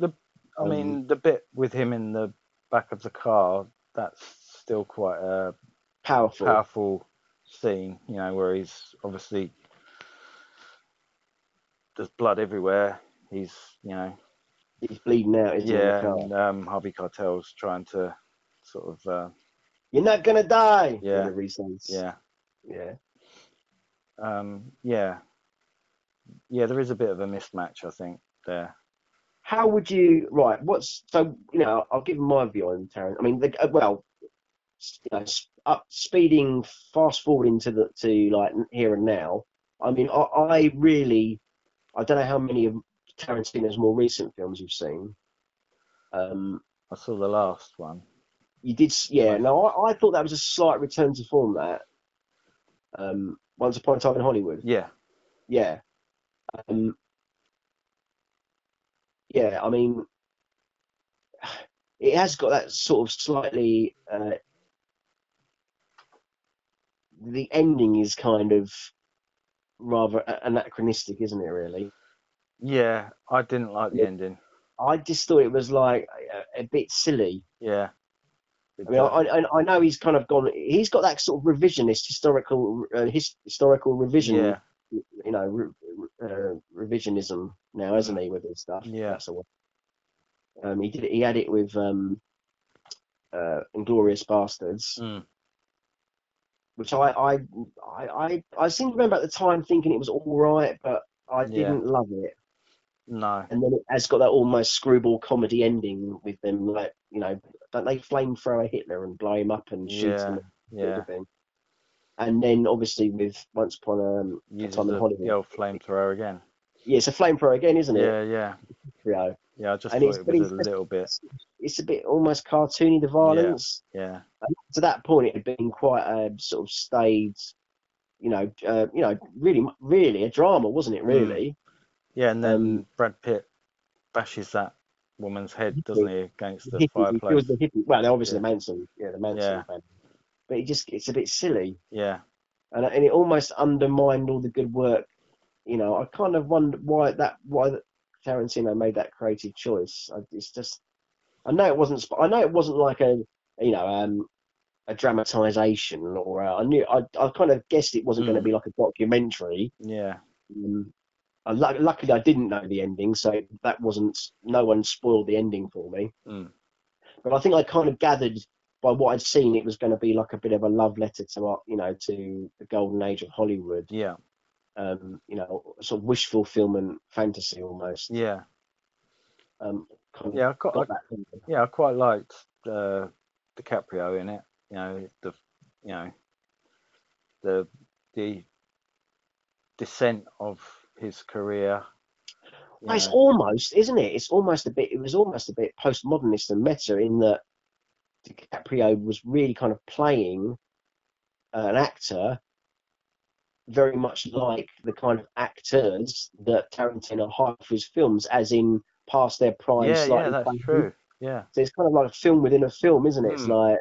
[SPEAKER 1] know.
[SPEAKER 3] I mean, the bit with him in the back of the car, that's still quite a
[SPEAKER 1] Powerful.
[SPEAKER 3] powerful scene, you know, where he's obviously there's blood everywhere. He's, you know,
[SPEAKER 1] He's bleeding out. Isn't yeah.
[SPEAKER 3] yeah, and um, Harvey Cartel's trying to sort of, uh,
[SPEAKER 1] You're not gonna die.
[SPEAKER 3] Yeah.
[SPEAKER 1] whatever he says.
[SPEAKER 3] yeah,
[SPEAKER 1] Yeah.
[SPEAKER 3] um, yeah, yeah, there is a bit of a mismatch, I think, there.
[SPEAKER 1] How would you right? What's so you know? I'll give my view on Tarrant. I mean, the, uh, well, s- you know, s- up speeding, fast forwarding to the to like n- here and now. I mean, I, I really, I don't know how many of Tarantino's more recent films you've seen. Um,
[SPEAKER 3] I saw the last one.
[SPEAKER 1] you did, s- yeah. No, I, I thought that was a slight return to form. That um, Once Upon a Time in Hollywood.
[SPEAKER 3] Yeah,
[SPEAKER 1] Yeah. Um, yeah, I mean, it has got that sort of slightly. Uh, the ending is kind of rather a- anachronistic, isn't it, really?
[SPEAKER 3] yeah, I didn't like the
[SPEAKER 1] Yeah.
[SPEAKER 3] ending.
[SPEAKER 1] I just thought it was like uh, a, a bit silly.
[SPEAKER 3] Yeah.
[SPEAKER 1] I mean, I, I, I know he's kind of gone. He's got that sort of revisionist historical, uh, his, historical revision
[SPEAKER 3] yeah.
[SPEAKER 1] you know re, re- uh, revisionism now, hasn't he, with his stuff?
[SPEAKER 3] Yeah.
[SPEAKER 1] That's the one. Um, he did. He had it with um, uh, Inglorious Bastards,
[SPEAKER 3] Mm.
[SPEAKER 1] which I I, I I I seem to remember at the time thinking it was all right, but I
[SPEAKER 3] Yeah.
[SPEAKER 1] didn't love it.
[SPEAKER 3] No.
[SPEAKER 1] And then it has got that almost screwball comedy ending with them, like you know, don't they flamethrower Hitler and blow him up and shoot
[SPEAKER 3] Yeah.
[SPEAKER 1] him? and
[SPEAKER 3] Yeah.
[SPEAKER 1] everything? And then obviously with Once Upon a, um, a
[SPEAKER 3] Uses
[SPEAKER 1] Time in
[SPEAKER 3] the,
[SPEAKER 1] Hollywood,
[SPEAKER 3] the old flamethrower again.
[SPEAKER 1] yeah, it's a flamethrower again, isn't it?
[SPEAKER 3] Yeah, yeah.
[SPEAKER 1] Rio?
[SPEAKER 3] Yeah, I just
[SPEAKER 1] And
[SPEAKER 3] thought
[SPEAKER 1] it's
[SPEAKER 3] it
[SPEAKER 1] pretty
[SPEAKER 3] was a little bit.
[SPEAKER 1] it's a bit almost cartoony the violence.
[SPEAKER 3] Yeah.
[SPEAKER 1] To that point, it had been quite a sort of staged, you know, uh, you know, really, really a drama, wasn't it?
[SPEAKER 3] Mm.
[SPEAKER 1] Really,
[SPEAKER 3] Yeah, and then
[SPEAKER 1] Um,
[SPEAKER 3] Brad Pitt bashes that woman's head, doesn't he, against the
[SPEAKER 1] Hippie- it
[SPEAKER 3] fireplace?
[SPEAKER 1] was the hippie. Well, they're obviously
[SPEAKER 3] Yeah.
[SPEAKER 1] the Manson, yeah, the Manson
[SPEAKER 3] Yeah.
[SPEAKER 1] family. But it just, it's a bit silly,
[SPEAKER 3] Yeah.
[SPEAKER 1] and and it almost undermined all the good work. You know, I kind of wonder why that, why that Tarantino made that creative choice. I, it's just, I know it wasn't, sp- I know it wasn't like a, you know, um, a dramatization or a, I knew I, I kind of guessed it wasn't going
[SPEAKER 3] Mm.
[SPEAKER 1] to be like a documentary.
[SPEAKER 3] Yeah.
[SPEAKER 1] Um, I, lu- luckily, I didn't know the ending, so that wasn't no one spoiled the ending for me.
[SPEAKER 3] Mm.
[SPEAKER 1] But I think I kind of gathered by what I'd seen it was going to be like a bit of a love letter to our, you know to the golden age of Hollywood.
[SPEAKER 3] Yeah.
[SPEAKER 1] Um, you know, sort of wish fulfillment fantasy almost.
[SPEAKER 3] Yeah.
[SPEAKER 1] Um, kind of
[SPEAKER 3] Yeah, I quite,
[SPEAKER 1] got
[SPEAKER 3] I,
[SPEAKER 1] that. feeling.
[SPEAKER 3] yeah, I quite liked uh, DiCaprio in it. You know, the you know the the descent of his career. you
[SPEAKER 1] Well, it's
[SPEAKER 3] know.
[SPEAKER 1] almost, isn't it? It's almost a bit. It was almost a bit postmodernist and meta in that DiCaprio was really kind of playing uh, an actor very much like the kind of actors that Tarantino hired for his films, as in past their prime.
[SPEAKER 3] yeah, yeah,
[SPEAKER 1] slightly
[SPEAKER 3] that's
[SPEAKER 1] faded.
[SPEAKER 3] true. Yeah,
[SPEAKER 1] So it's kind of like a film within a film, isn't it? It's
[SPEAKER 3] Hmm.
[SPEAKER 1] like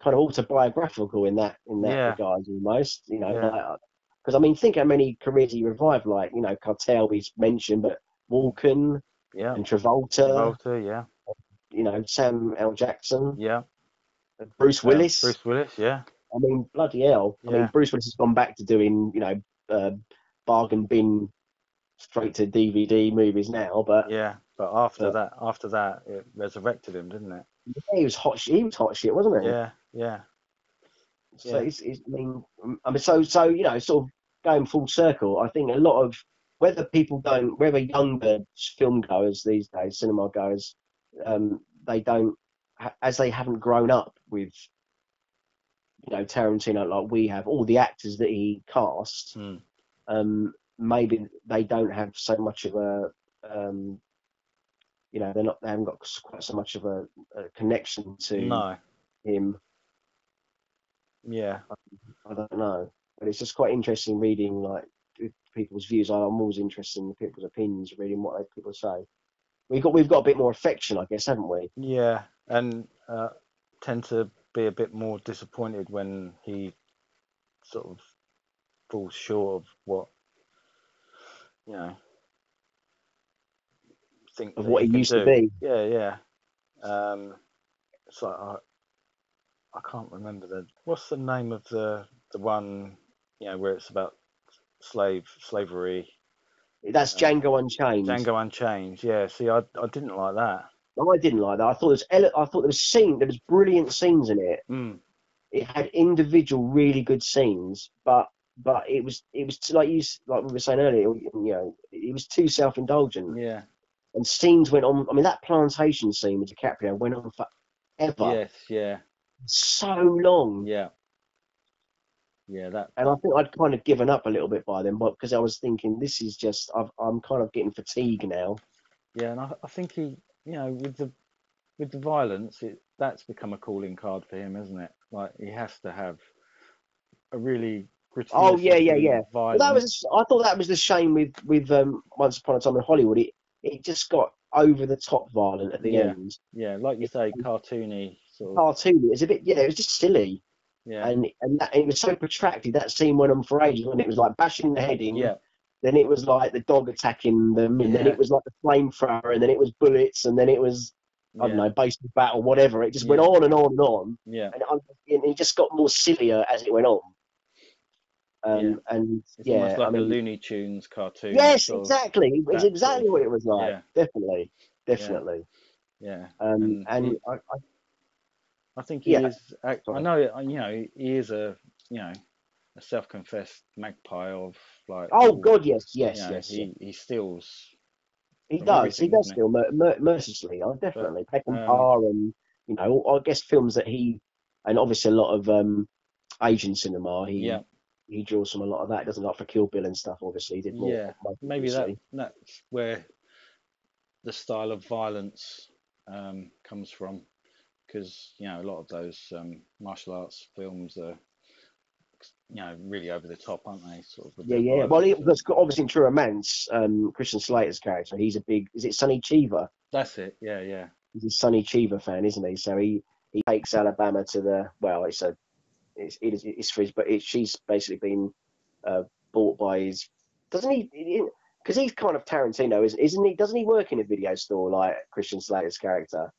[SPEAKER 1] kind of autobiographical in that in that
[SPEAKER 3] Yeah.
[SPEAKER 1] regard almost. You know,
[SPEAKER 3] Yeah.
[SPEAKER 1] because I mean, think how many careers he revived. Like you know, Cartel we've mentioned, but Walken
[SPEAKER 3] yeah.
[SPEAKER 1] and uh, Travolta,
[SPEAKER 3] Travolta, yeah,
[SPEAKER 1] you know, Sam L. Jackson,
[SPEAKER 3] yeah.
[SPEAKER 1] Bruce
[SPEAKER 3] Um,
[SPEAKER 1] Willis.
[SPEAKER 3] Bruce Willis, yeah,
[SPEAKER 1] I mean, bloody hell. I
[SPEAKER 3] Yeah.
[SPEAKER 1] mean, Bruce Willis has gone back to doing, you know, uh, bargain bin straight to DVD movies now, but
[SPEAKER 3] yeah. But after
[SPEAKER 1] Yeah.
[SPEAKER 3] that, after that, it resurrected him, didn't it?
[SPEAKER 1] yeah, he was hot. sh- He was hot shit, wasn't he?
[SPEAKER 3] Yeah, yeah,
[SPEAKER 1] So
[SPEAKER 3] yeah.
[SPEAKER 1] it's, it's, I mean, I mean, so so you know, sort of going full circle. I think a lot of whether people don't, whether younger film goers these days, cinema goers, um, they don't, ha- as they haven't grown up with, you know, Tarantino like we have, all the actors that he cast,
[SPEAKER 3] Hmm.
[SPEAKER 1] um, maybe they don't have so much of a, um, you know, they're not, they haven't got quite so much of a, a connection to
[SPEAKER 3] No,
[SPEAKER 1] him.
[SPEAKER 3] yeah,
[SPEAKER 1] I don't know, but it's just quite interesting reading like p- people's views. I'm always interested in people's opinions, reading what they- people say. We've got we've got a bit more affection, I guess, haven't we?
[SPEAKER 3] yeah. And uh, tend to be a bit more disappointed when he sort of falls short of what you know think
[SPEAKER 1] of
[SPEAKER 3] that
[SPEAKER 1] what
[SPEAKER 3] you
[SPEAKER 1] it
[SPEAKER 3] can
[SPEAKER 1] used to
[SPEAKER 3] do.
[SPEAKER 1] be.
[SPEAKER 3] Yeah, yeah. Um, it's like I, I can't remember the what's the name of the the one you know where it's about slave slavery
[SPEAKER 1] That's Django Unchained.
[SPEAKER 3] Django Unchained. Yeah, see, I I didn't like that.
[SPEAKER 1] I didn't like that. I thought there was ele- I thought there was scene there was brilliant scenes in it.
[SPEAKER 3] Mm.
[SPEAKER 1] It had individual really good scenes, but but it was it was t- like you s- like we were saying earlier. You know, it was too self indulgent,
[SPEAKER 2] Yeah.
[SPEAKER 1] and scenes went on. I mean, that plantation scene with DiCaprio went on for ever,
[SPEAKER 2] Yes. Yeah.
[SPEAKER 1] so long.
[SPEAKER 2] Yeah. Yeah. That.
[SPEAKER 1] And I think I'd kind of given up a little bit by then, but because I was thinking this is just I've, I'm kind of getting fatigued now.
[SPEAKER 2] Yeah. And I, I think he, you know, with the with the violence, it that's become a calling card for him, isn't it? Like he has to have a really
[SPEAKER 1] Oh, yeah, yeah,
[SPEAKER 2] gratuitously
[SPEAKER 1] yeah. Well,
[SPEAKER 2] Violent.
[SPEAKER 1] that was I thought that was the shame with with um, Once Upon a Time in Hollywood. It it just got over the top violent at the
[SPEAKER 2] Yeah.
[SPEAKER 1] end.
[SPEAKER 2] yeah, like you say, cartoony sort of.
[SPEAKER 1] Cartoon. It was a bit yeah. It was just silly,
[SPEAKER 2] Yeah.
[SPEAKER 1] and and, that, it was so protracted. That scene went on for ages, and it was like bashing the head in.
[SPEAKER 2] yeah.
[SPEAKER 1] Then it was like the dog attacking them, and then
[SPEAKER 2] Yeah.
[SPEAKER 1] it was like the flamethrower, and then it was bullets, and then it was I
[SPEAKER 2] yeah,
[SPEAKER 1] don't know baseball bat or whatever. It just went
[SPEAKER 2] Yeah.
[SPEAKER 1] on and on and on.
[SPEAKER 2] Yeah.
[SPEAKER 1] and I- and it just got more sillier as it went on. Um, And
[SPEAKER 2] It's
[SPEAKER 1] yeah,
[SPEAKER 2] almost like
[SPEAKER 1] I mean,
[SPEAKER 2] a Looney Tunes cartoon.
[SPEAKER 1] yes,
[SPEAKER 2] sort of-
[SPEAKER 1] exactly. It's
[SPEAKER 2] that
[SPEAKER 1] exactly
[SPEAKER 2] sort
[SPEAKER 1] what it was like.
[SPEAKER 2] Yeah.
[SPEAKER 1] Definitely, definitely.
[SPEAKER 2] Yeah.
[SPEAKER 1] Um,
[SPEAKER 2] And
[SPEAKER 1] and
[SPEAKER 2] it-
[SPEAKER 1] I, I,
[SPEAKER 2] I think he
[SPEAKER 1] Yeah.
[SPEAKER 2] is. I, I
[SPEAKER 1] Sorry.
[SPEAKER 2] know. I- You know, he is a you know a self-confessed magpie of like.
[SPEAKER 1] oh
[SPEAKER 2] all-
[SPEAKER 1] God, yes,
[SPEAKER 2] you
[SPEAKER 1] yes,
[SPEAKER 2] know,
[SPEAKER 1] yes. He,
[SPEAKER 2] He he steals. from
[SPEAKER 1] does. He
[SPEAKER 2] everything,
[SPEAKER 1] does
[SPEAKER 2] doesn't he?
[SPEAKER 1] still mer- mer- mercilessly. I definitely Peck and
[SPEAKER 2] um,
[SPEAKER 1] Parr, and you know, I guess films that he, and obviously a lot of um, Asian cinema. He
[SPEAKER 2] Yeah.
[SPEAKER 1] he draws from a lot of that. Doesn't like for Kill Bill and stuff. Obviously, he did more.
[SPEAKER 2] Yeah, Maybe that
[SPEAKER 1] obviously.
[SPEAKER 2] that's where the style of violence um, comes from, because you know a lot of those um, martial arts films are you know really over the top, aren't they? Sort of. with
[SPEAKER 1] Yeah,
[SPEAKER 2] their
[SPEAKER 1] yeah. Well, he,
[SPEAKER 2] violence and-
[SPEAKER 1] that's got- obviously in True Romance, um, Christian Slater's character, he's a big, is it Sonny Cheever?
[SPEAKER 2] That's it. Yeah, yeah,
[SPEAKER 1] He's a Sonny Cheever fan, isn't he? So he, he takes Alabama to the, well, it's a, it's, it is, it's for his, but it, she's basically been uh, bought by his, doesn't he, because he's kind of Tarantino, isn't, isn't he? Doesn't he work in a video store like Christian Slater's character?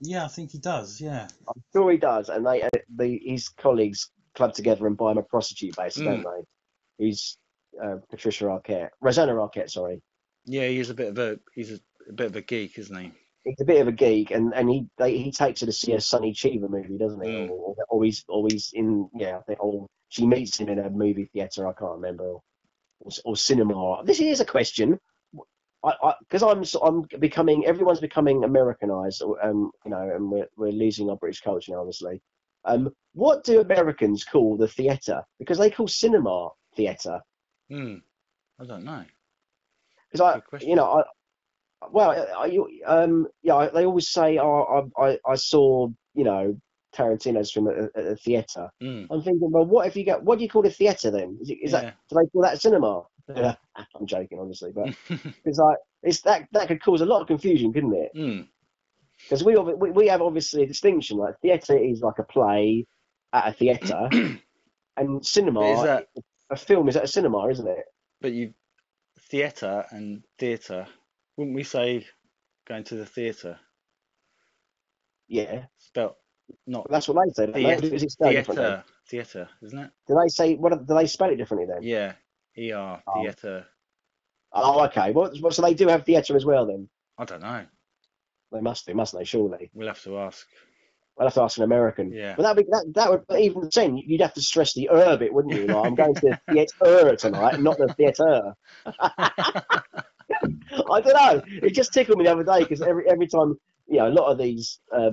[SPEAKER 3] Yeah, I think he does. Yeah.
[SPEAKER 1] Sure he does. And they, uh, the, his colleagues club together and buy him a prostitute base, don't
[SPEAKER 2] Mm.
[SPEAKER 1] they? Who's uh, Patricia Arquette, Rosanna Arquette, sorry.
[SPEAKER 2] yeah. He's a bit of a he's a, a bit of a geek, isn't he?
[SPEAKER 1] he's a bit of a geek, and, and he they, he takes her to see a Sonny Cheever movie, doesn't he?
[SPEAKER 2] Mm.
[SPEAKER 1] Or, or he's or he's in yeah, I think, or she meets him in a movie theater. I can't remember, or, or cinema. This is a question. I because I, am so, I'm becoming everyone's becoming Americanized, or, um, you know, and we're we're losing our British culture now, obviously. Um, what do Americans call the theater? Because they call cinema theater.
[SPEAKER 2] Hmm. I don't know.
[SPEAKER 1] Because I,
[SPEAKER 2] Good question.
[SPEAKER 1] you know, I well, I- I, you, um, yeah, I, they always say, oh, I, I, I saw, you know, Tarantino's film at, a- at a theater.
[SPEAKER 2] Mm.
[SPEAKER 1] I'm thinking, well, what if you get, what do you call a theater then? Is, it, is that do they call that cinema?
[SPEAKER 2] Yeah.
[SPEAKER 1] I'm joking, obviously, but
[SPEAKER 2] yeah.
[SPEAKER 1] it's like it's that that could cause a lot of confusion, couldn't it?
[SPEAKER 2] Hmm.
[SPEAKER 1] Because we, obvi- we we have obviously a distinction. Like theater is like a play at a theater, and cinema
[SPEAKER 2] But is that
[SPEAKER 1] a film is at a cinema, isn't it?
[SPEAKER 2] but you theatre and theatre wouldn't we say going to the theatre
[SPEAKER 1] Yeah,
[SPEAKER 2] spelt not
[SPEAKER 1] But that's what they say. don't they?
[SPEAKER 2] Theatre-
[SPEAKER 1] Or does it spell differently?
[SPEAKER 2] theatre theatre isn't it
[SPEAKER 1] Do they say what? Do they spell it differently then?
[SPEAKER 2] yeah er
[SPEAKER 1] Oh.
[SPEAKER 2] theatre
[SPEAKER 1] Oh, okay. What, what? So they do have theatre as well then?
[SPEAKER 2] i don't know
[SPEAKER 1] They must do, mustn't they? Surely.
[SPEAKER 2] we'll have to ask
[SPEAKER 1] I'll have to ask an American.
[SPEAKER 2] Yeah.
[SPEAKER 1] But that would that that would but even then you'd have to stress the er a bit, wouldn't you? Like I'm going to the theatre tonight, not the theatre. I don't know. It just tickled me the other day because every every time you know a lot of these uh,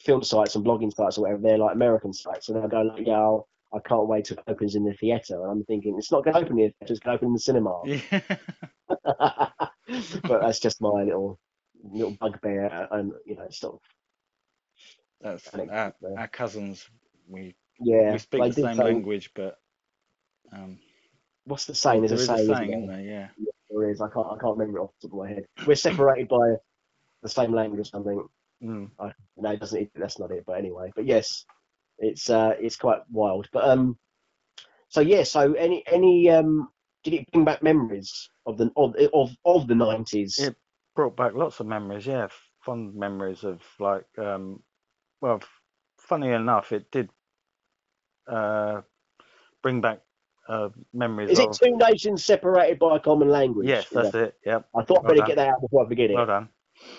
[SPEAKER 1] film sites and blogging sites or whatever they're like American sites and they'll go like, yeah, I'll, I can't wait till it opens in the theatre, and I'm thinking it's not going to open in the theatre, it's going to open in the cinema.
[SPEAKER 2] yeah
[SPEAKER 1] but that's just my little little bugbear, and you know, sort of
[SPEAKER 2] that's
[SPEAKER 1] Alex,
[SPEAKER 2] our,
[SPEAKER 1] uh,
[SPEAKER 2] our cousins we
[SPEAKER 1] yeah.
[SPEAKER 2] we speak
[SPEAKER 1] they
[SPEAKER 2] the
[SPEAKER 1] did
[SPEAKER 2] same
[SPEAKER 1] say-
[SPEAKER 2] language but um
[SPEAKER 1] What's the saying?
[SPEAKER 2] there
[SPEAKER 1] There's
[SPEAKER 2] is
[SPEAKER 1] a
[SPEAKER 2] a
[SPEAKER 1] saying,
[SPEAKER 2] saying
[SPEAKER 1] isn't
[SPEAKER 2] isn't
[SPEAKER 1] there?
[SPEAKER 2] there yeah
[SPEAKER 1] there is. I can't I can't remember it off the top of my head. We're separated by the same language or something.
[SPEAKER 3] Hmm.
[SPEAKER 2] mm.
[SPEAKER 1] No, it doesn't. That's not it. But anyway, but yes, it's uh, it's quite wild. But um, So yeah, so any any um, did it bring back memories of the of of, of the nineties?
[SPEAKER 3] It- brought back lots of memories. Yeah, f- fond memories of like, um, well, f- funny enough, it did uh, bring back uh, memories
[SPEAKER 1] Is it
[SPEAKER 3] of.
[SPEAKER 1] two nations separated by a common language?
[SPEAKER 3] yes,
[SPEAKER 1] Is
[SPEAKER 3] that's it. Yep,
[SPEAKER 1] I thought I'd
[SPEAKER 3] Well
[SPEAKER 1] better get that out before I forget it.
[SPEAKER 3] well done.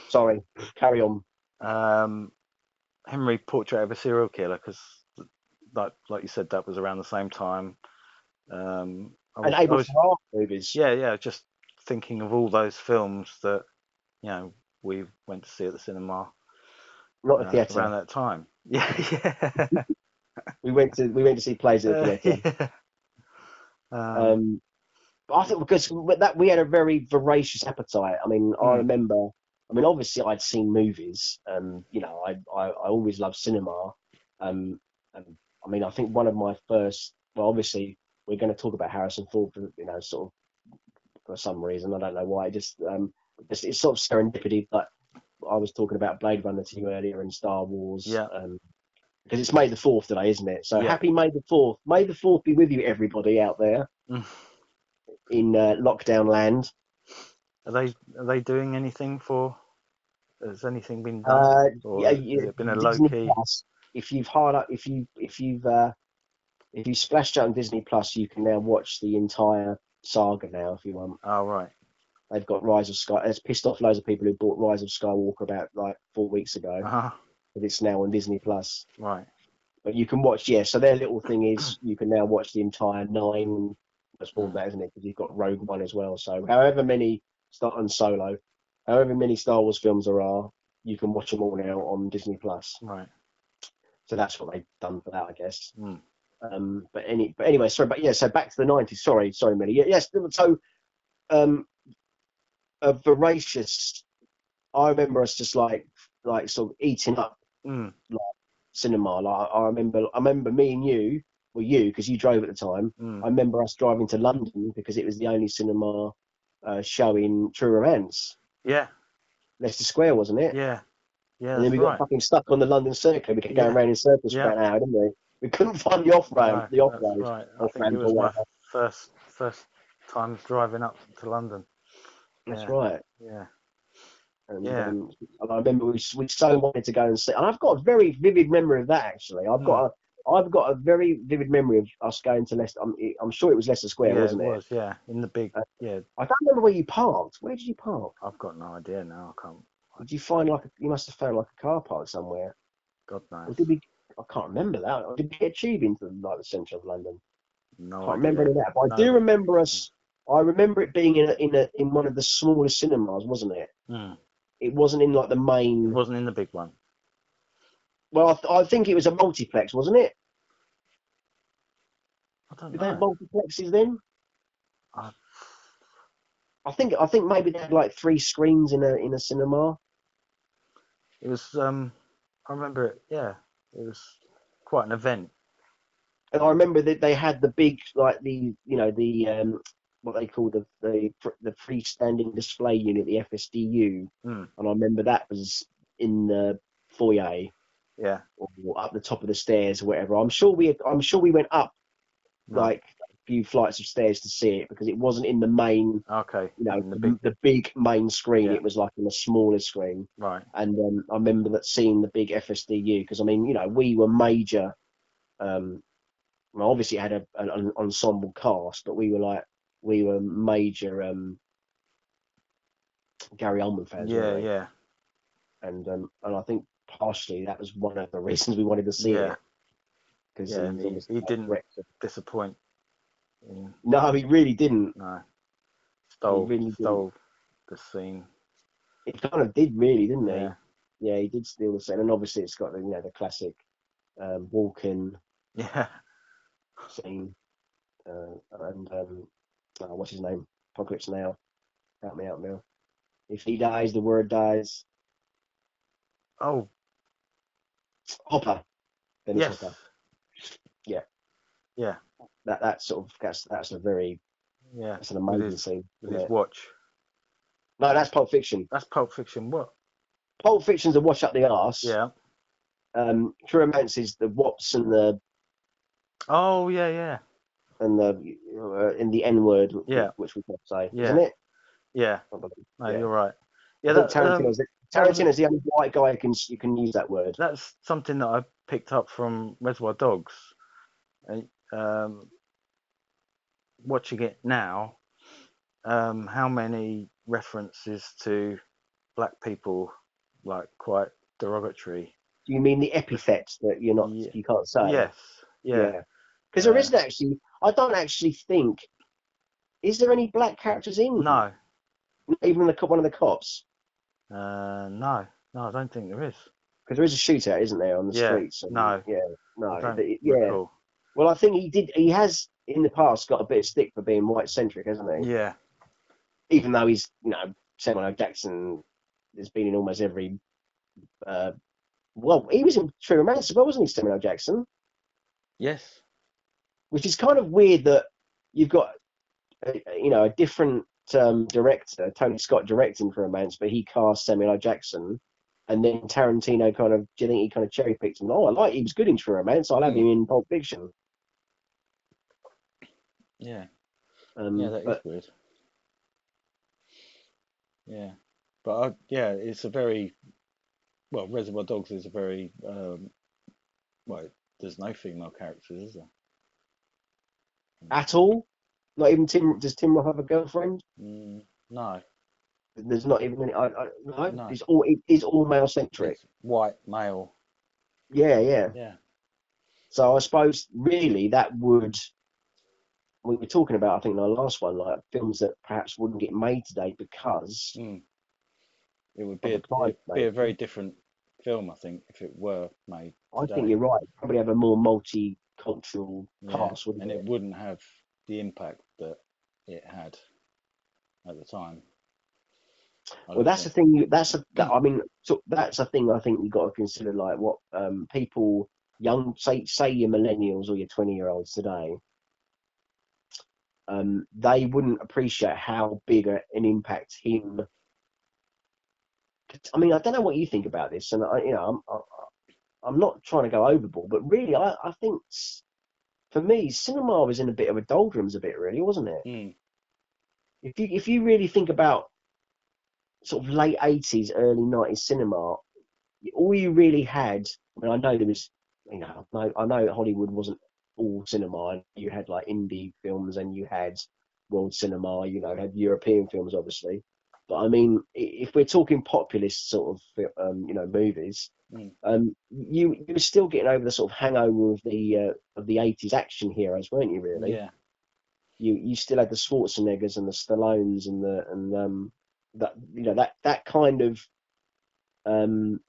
[SPEAKER 1] Sorry, carry on.
[SPEAKER 3] Um, Henry Portrait of a Serial Killer, because like like you said, that was around the same time. Um, I
[SPEAKER 1] And
[SPEAKER 3] was- I
[SPEAKER 1] Abel
[SPEAKER 3] was-
[SPEAKER 1] Ferrara movies.
[SPEAKER 3] yeah, yeah, just thinking of all those films that you know we went to see at the cinema
[SPEAKER 1] not
[SPEAKER 3] uh,
[SPEAKER 1] the theatre.
[SPEAKER 3] around that time. Yeah, yeah.
[SPEAKER 1] We went to we went to see plays at the
[SPEAKER 3] Uh,
[SPEAKER 1] theatre.
[SPEAKER 3] yeah. Um,
[SPEAKER 1] Um, but I think because with that we had a very voracious appetite. I mean, I
[SPEAKER 3] Mm.
[SPEAKER 1] remember. I mean, obviously I'd seen movies, and you know, I I, I always loved cinema. Um, and I mean, I think one of my first. Well, obviously we're going to talk about Harrison Ford, for, you know, sort of for some reason I don't know why. It just um, it's, it's sort of serendipity. Like I was talking about Blade Runner to you earlier and Star Wars.
[SPEAKER 3] Yeah.
[SPEAKER 1] Um, because it's May the fourth today, isn't it? So
[SPEAKER 3] Yeah.
[SPEAKER 1] happy May the fourth. May the fourth be with you, everybody out there
[SPEAKER 3] Mm.
[SPEAKER 1] in uh, lockdown land.
[SPEAKER 3] are they are they doing anything for? Has anything been done?
[SPEAKER 1] Uh,
[SPEAKER 3] or
[SPEAKER 1] yeah,
[SPEAKER 3] has
[SPEAKER 1] yeah,
[SPEAKER 3] it been a low
[SPEAKER 1] Disney
[SPEAKER 3] key?
[SPEAKER 1] Plus, if you've hard up, if you if you've uh, if you splashed out on Disney Plus, you can now watch the entire saga now if you want.
[SPEAKER 3] Oh right.
[SPEAKER 1] They've got Rise of Sky. It's pissed off loads of people who bought Rise of Skywalker about like four weeks ago,
[SPEAKER 3] Uh-huh.
[SPEAKER 1] but it's now on Disney Plus.
[SPEAKER 3] Right.
[SPEAKER 1] But you can watch, yeah. So their little thing is you can now watch the entire nine. That's all that, isn't it? Because you've got Rogue One as well. So however many Star and Solo, however many Star Wars films there are, you can watch them all now on Disney Plus.
[SPEAKER 3] Right.
[SPEAKER 1] So that's what they've done for that, I guess.
[SPEAKER 3] Hmm.
[SPEAKER 1] Um, but any, but anyway, sorry, but yeah. So back to the nineties. Sorry, sorry, Millie. Yeah, Yes. So, um, a voracious. I remember us just like, like sort of eating up
[SPEAKER 3] Mm.
[SPEAKER 1] cinema. Like I I remember, I remember me and you, well, you because you drove at the time.
[SPEAKER 3] Mm.
[SPEAKER 1] I remember us driving to London because it was the only cinema uh, showing True Romance,
[SPEAKER 3] Yeah.
[SPEAKER 1] Leicester Square, wasn't it?
[SPEAKER 3] Yeah. Yeah.
[SPEAKER 1] and then
[SPEAKER 3] That's
[SPEAKER 1] we got
[SPEAKER 3] right.
[SPEAKER 1] fucking stuck on the London circuit. We kept going
[SPEAKER 3] Yeah.
[SPEAKER 1] around in circles
[SPEAKER 3] Yeah.
[SPEAKER 1] for an hour, didn't we? We couldn't find the off road,
[SPEAKER 3] No,
[SPEAKER 1] the off
[SPEAKER 3] that's
[SPEAKER 1] road.
[SPEAKER 3] right. I
[SPEAKER 1] off
[SPEAKER 3] think
[SPEAKER 1] ramp
[SPEAKER 3] it
[SPEAKER 1] or
[SPEAKER 3] was my
[SPEAKER 1] whatever.
[SPEAKER 3] first first time driving up to London.
[SPEAKER 1] That's
[SPEAKER 3] yeah.
[SPEAKER 1] right.
[SPEAKER 3] Yeah.
[SPEAKER 1] And,
[SPEAKER 3] Yeah.
[SPEAKER 1] um, and I remember we, we so wanted to go and see. And I've got a very vivid memory of that actually. I've
[SPEAKER 3] Hmm.
[SPEAKER 1] got a I've got a very vivid memory of us going to Leicester. I'm, I'm sure it was Leicester Square,
[SPEAKER 3] yeah,
[SPEAKER 1] wasn't it?
[SPEAKER 3] was. Yeah. In the big.
[SPEAKER 1] Uh,
[SPEAKER 3] yeah.
[SPEAKER 1] I don't remember where you parked. Where did you park?
[SPEAKER 3] I've got no idea now. I can't.
[SPEAKER 1] Did you find like a, you must have found like a car park somewhere?
[SPEAKER 3] God
[SPEAKER 1] Or
[SPEAKER 3] knows.
[SPEAKER 1] did we? I can't remember that. Or did we get a tube into like the centre of London?
[SPEAKER 3] No.
[SPEAKER 1] I can't
[SPEAKER 3] idea.
[SPEAKER 1] remember any of that, but I
[SPEAKER 3] No.
[SPEAKER 1] do remember us. I remember it being in a, in a, in one of the smaller cinemas, wasn't it?
[SPEAKER 3] Mm.
[SPEAKER 1] It wasn't in like the
[SPEAKER 3] It
[SPEAKER 1] main.
[SPEAKER 3] wasn't in the big one.
[SPEAKER 1] Well, I, th- I think it was a multiplex, wasn't it?
[SPEAKER 3] I don't
[SPEAKER 1] Did they have
[SPEAKER 3] know.
[SPEAKER 1] multiplexes then?
[SPEAKER 3] I-
[SPEAKER 1] I think I think maybe they had like three screens in a in a cinema.
[SPEAKER 3] It was. Um. I remember it. Yeah. It was quite an event.
[SPEAKER 1] And I remember that they had the big like the you know the um what they call the the fr- the freestanding display unit, the FSDU.
[SPEAKER 3] Mm.
[SPEAKER 1] And I remember that was in the foyer.
[SPEAKER 3] Yeah.
[SPEAKER 1] or up the top of the stairs or whatever. I'm sure we I'm sure we went up
[SPEAKER 3] Mm.
[SPEAKER 1] like a few flights of stairs to see it because it wasn't in the main,
[SPEAKER 3] Okay.
[SPEAKER 1] you know,
[SPEAKER 3] in
[SPEAKER 1] the
[SPEAKER 3] Mm, the big.
[SPEAKER 1] big, main screen.
[SPEAKER 3] Yeah.
[SPEAKER 1] It was like on a smaller screen.
[SPEAKER 3] Right.
[SPEAKER 1] And um, I remember that seeing the big FSDU because I mean, you know, we were major. Um, well, obviously it had a, an, an ensemble cast, but we were like we were major um, Gary Oldman fans. weren't
[SPEAKER 3] Yeah.
[SPEAKER 1] we?
[SPEAKER 3] Yeah.
[SPEAKER 1] and um, and I think partially that was one of the reasons we wanted to see
[SPEAKER 3] Yeah.
[SPEAKER 1] it. Because
[SPEAKER 3] Yeah, and he- he didn't- Disappoint. Mm,
[SPEAKER 1] No, he really didn't.
[SPEAKER 3] No. Stole.
[SPEAKER 1] really didn't.
[SPEAKER 3] stole the scene.
[SPEAKER 1] It kind of did really, didn't he?
[SPEAKER 3] Yeah.
[SPEAKER 1] Yeah, he did steal the scene, and obviously it's got the you know the classic um, walk-in
[SPEAKER 3] Yeah.
[SPEAKER 1] scene, uh, and um, oh, what's his name? Apocalypse Now. Help me out, Mel. If he dies, the word dies.
[SPEAKER 3] Oh.
[SPEAKER 1] Hopper. Dennis
[SPEAKER 3] Yes.
[SPEAKER 1] Hopper. Yeah.
[SPEAKER 3] Yeah.
[SPEAKER 1] That that sort of that's that's a very
[SPEAKER 3] Yeah.
[SPEAKER 1] that's an amazing
[SPEAKER 3] his-
[SPEAKER 1] scene.
[SPEAKER 3] With
[SPEAKER 1] isn't
[SPEAKER 3] his
[SPEAKER 1] it?
[SPEAKER 3] watch.
[SPEAKER 1] No, that's Pulp Fiction.
[SPEAKER 3] That's Pulp Fiction. What?
[SPEAKER 1] Pulp Fiction's a wash up the arse.
[SPEAKER 3] Yeah.
[SPEAKER 1] Um, True Romance is the Watts and the
[SPEAKER 3] Oh yeah yeah.
[SPEAKER 1] and the uh, in the N word,
[SPEAKER 3] Yeah.
[SPEAKER 1] which we could say,
[SPEAKER 3] Yeah.
[SPEAKER 1] isn't it?
[SPEAKER 3] yeah. No,
[SPEAKER 1] Yeah.
[SPEAKER 3] you're
[SPEAKER 1] I
[SPEAKER 3] right. Yeah,
[SPEAKER 1] think
[SPEAKER 3] that, um,
[SPEAKER 1] Tarantino's, Tarantino's the only white guy who can you can use that word.
[SPEAKER 3] that's something that I picked up from Reservoir Dogs. And, Um, watching it now, um, how many references to black people, like quite derogatory?
[SPEAKER 1] You mean the epithet that you're not
[SPEAKER 3] Yeah.
[SPEAKER 1] you can't say?
[SPEAKER 3] yes, yeah, Uh,
[SPEAKER 1] Because there
[SPEAKER 3] Yeah.
[SPEAKER 1] isn't actually. I don't actually think. Is there any black characters in?
[SPEAKER 3] no,
[SPEAKER 1] Not Even the co- one of the cops,
[SPEAKER 3] uh, no, no, I don't think there is.
[SPEAKER 1] because there is a shootout, isn't there, on the
[SPEAKER 3] Yeah,
[SPEAKER 1] streets? and-
[SPEAKER 3] no.
[SPEAKER 1] Yeah. No.
[SPEAKER 3] I don't
[SPEAKER 1] but it- yeah.
[SPEAKER 3] recall.
[SPEAKER 1] Well, I think he did. He has in the past got a bit of stick for being white centric, hasn't he?
[SPEAKER 3] yeah,
[SPEAKER 1] Even though he's you know Samuel L. Jackson has been in almost every. Uh, well, he was in True Romance, as well, wasn't he, Samuel L. Jackson?
[SPEAKER 2] Yes.
[SPEAKER 1] which is kind of weird that you've got a, you know a different um, director, Tony Scott directing for Romance, but he cast Samuel L. Jackson, and then Tarantino kind of do you think he kind of cherry picked him? Oh, I like he was good in True Romance. I'll have
[SPEAKER 2] Hmm.
[SPEAKER 1] him in Pulp Fiction.
[SPEAKER 2] Yeah.
[SPEAKER 1] Um,
[SPEAKER 2] Yeah, that is
[SPEAKER 1] but
[SPEAKER 2] weird. Yeah, but I, yeah, it's a very well. Reservoir Dogs is a very um, well. There's no female characters, is there?
[SPEAKER 1] at all, not even Tim. Does Tim Roth have a girlfriend?
[SPEAKER 2] Mm, no,
[SPEAKER 1] There's not even any. I, I, no,
[SPEAKER 2] No.
[SPEAKER 1] it's all it is all male centric.
[SPEAKER 2] it's white male.
[SPEAKER 1] Yeah, yeah.
[SPEAKER 2] Yeah,
[SPEAKER 1] So I suppose really that would we were talking about I think in our last one like films that perhaps wouldn't get made today because
[SPEAKER 2] mm. it would be a,
[SPEAKER 1] the climate,
[SPEAKER 2] it'd be a very different film, I think, if it were made.
[SPEAKER 1] I
[SPEAKER 2] Today.
[SPEAKER 1] think you're right probably have a more multicultural
[SPEAKER 2] Yeah,
[SPEAKER 1] cast wouldn't
[SPEAKER 2] and it
[SPEAKER 1] it?
[SPEAKER 2] wouldn't have the impact that it had at the time. I
[SPEAKER 1] Well,
[SPEAKER 2] don't
[SPEAKER 1] that's the
[SPEAKER 2] think.
[SPEAKER 1] thing. you- That's a that, I mean so that's a thing I think you got to consider like what um people young say say your millennials or your twenty year olds today. Um, they wouldn't appreciate how big a, an impact him I mean, I don't know what you think about this, and I, you know, I'm, I- I'm not trying to go overboard, but really, I, I think s- for me, cinema was in a bit of a doldrums, a bit really, wasn't it?
[SPEAKER 2] Mm,
[SPEAKER 1] If you if you really think about sort of late '80s, early '90s cinema, all you really had, I mean, I know there was, you know, I know, I know Hollywood wasn't all cinema. You had like indie films, and you had world cinema. You know, had European films, obviously. But I mean, i- if we're talking populist sort of, fi- um, you know, movies,
[SPEAKER 2] Mm.
[SPEAKER 1] um, you you were still getting over the sort of hangover of the uh, of the '80s action heroes, weren't you? Really,
[SPEAKER 2] Yeah.
[SPEAKER 1] you you still had the Schwarzeneggers and the Stallones and the and um that you know that that kind of um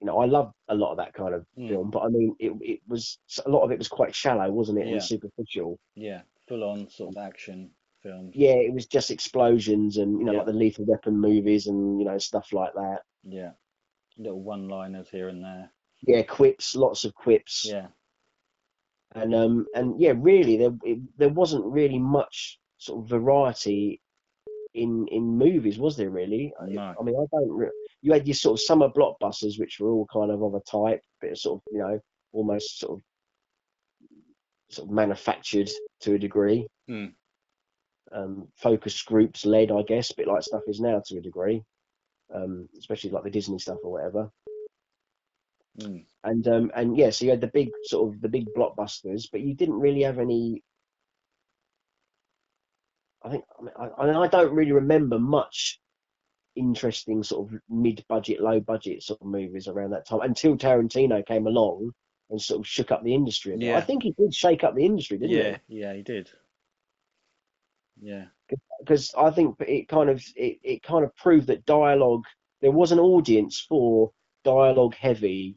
[SPEAKER 1] you know I love a lot of that kind of
[SPEAKER 2] Mm.
[SPEAKER 1] film, but I mean it it was a lot of it was quite shallow, wasn't it? It
[SPEAKER 2] Yeah.
[SPEAKER 1] was superficial.
[SPEAKER 2] Yeah, full on sort of action films.
[SPEAKER 1] Yeah, it was just explosions and you know
[SPEAKER 2] Yeah.
[SPEAKER 1] like the Lethal Weapon movies and you know stuff like that.
[SPEAKER 2] Yeah. Little one liners here and there.
[SPEAKER 1] Yeah, quips, lots of quips.
[SPEAKER 2] Yeah.
[SPEAKER 1] and um and yeah really there it, there wasn't really much sort of variety in in movies was there really I-
[SPEAKER 2] No.
[SPEAKER 1] i mean i don't re- you had your sort of summer blockbusters which were all kind of of a type bit of sort of you know almost sort of sort of manufactured to a degree
[SPEAKER 2] Hmm.
[SPEAKER 1] um focus groups led i guess a bit like stuff is now to a degree um especially like the disney stuff or whatever
[SPEAKER 2] Mm.
[SPEAKER 1] and um and yeah, so you had the big sort of the big blockbusters, but you didn't really have any. I think I mean, I, I mean, I don't really remember much interesting sort of mid-budget, low-budget sort of movies around that time until Tarantino came along and sort of shook up the industry. a bit. I
[SPEAKER 2] Yeah.
[SPEAKER 1] think he did shake up the industry, didn't he?
[SPEAKER 2] Yeah. Yeah, he did. Yeah.
[SPEAKER 1] because I think it kind of it, it kind of proved that dialogue there was an audience for dialogue heavy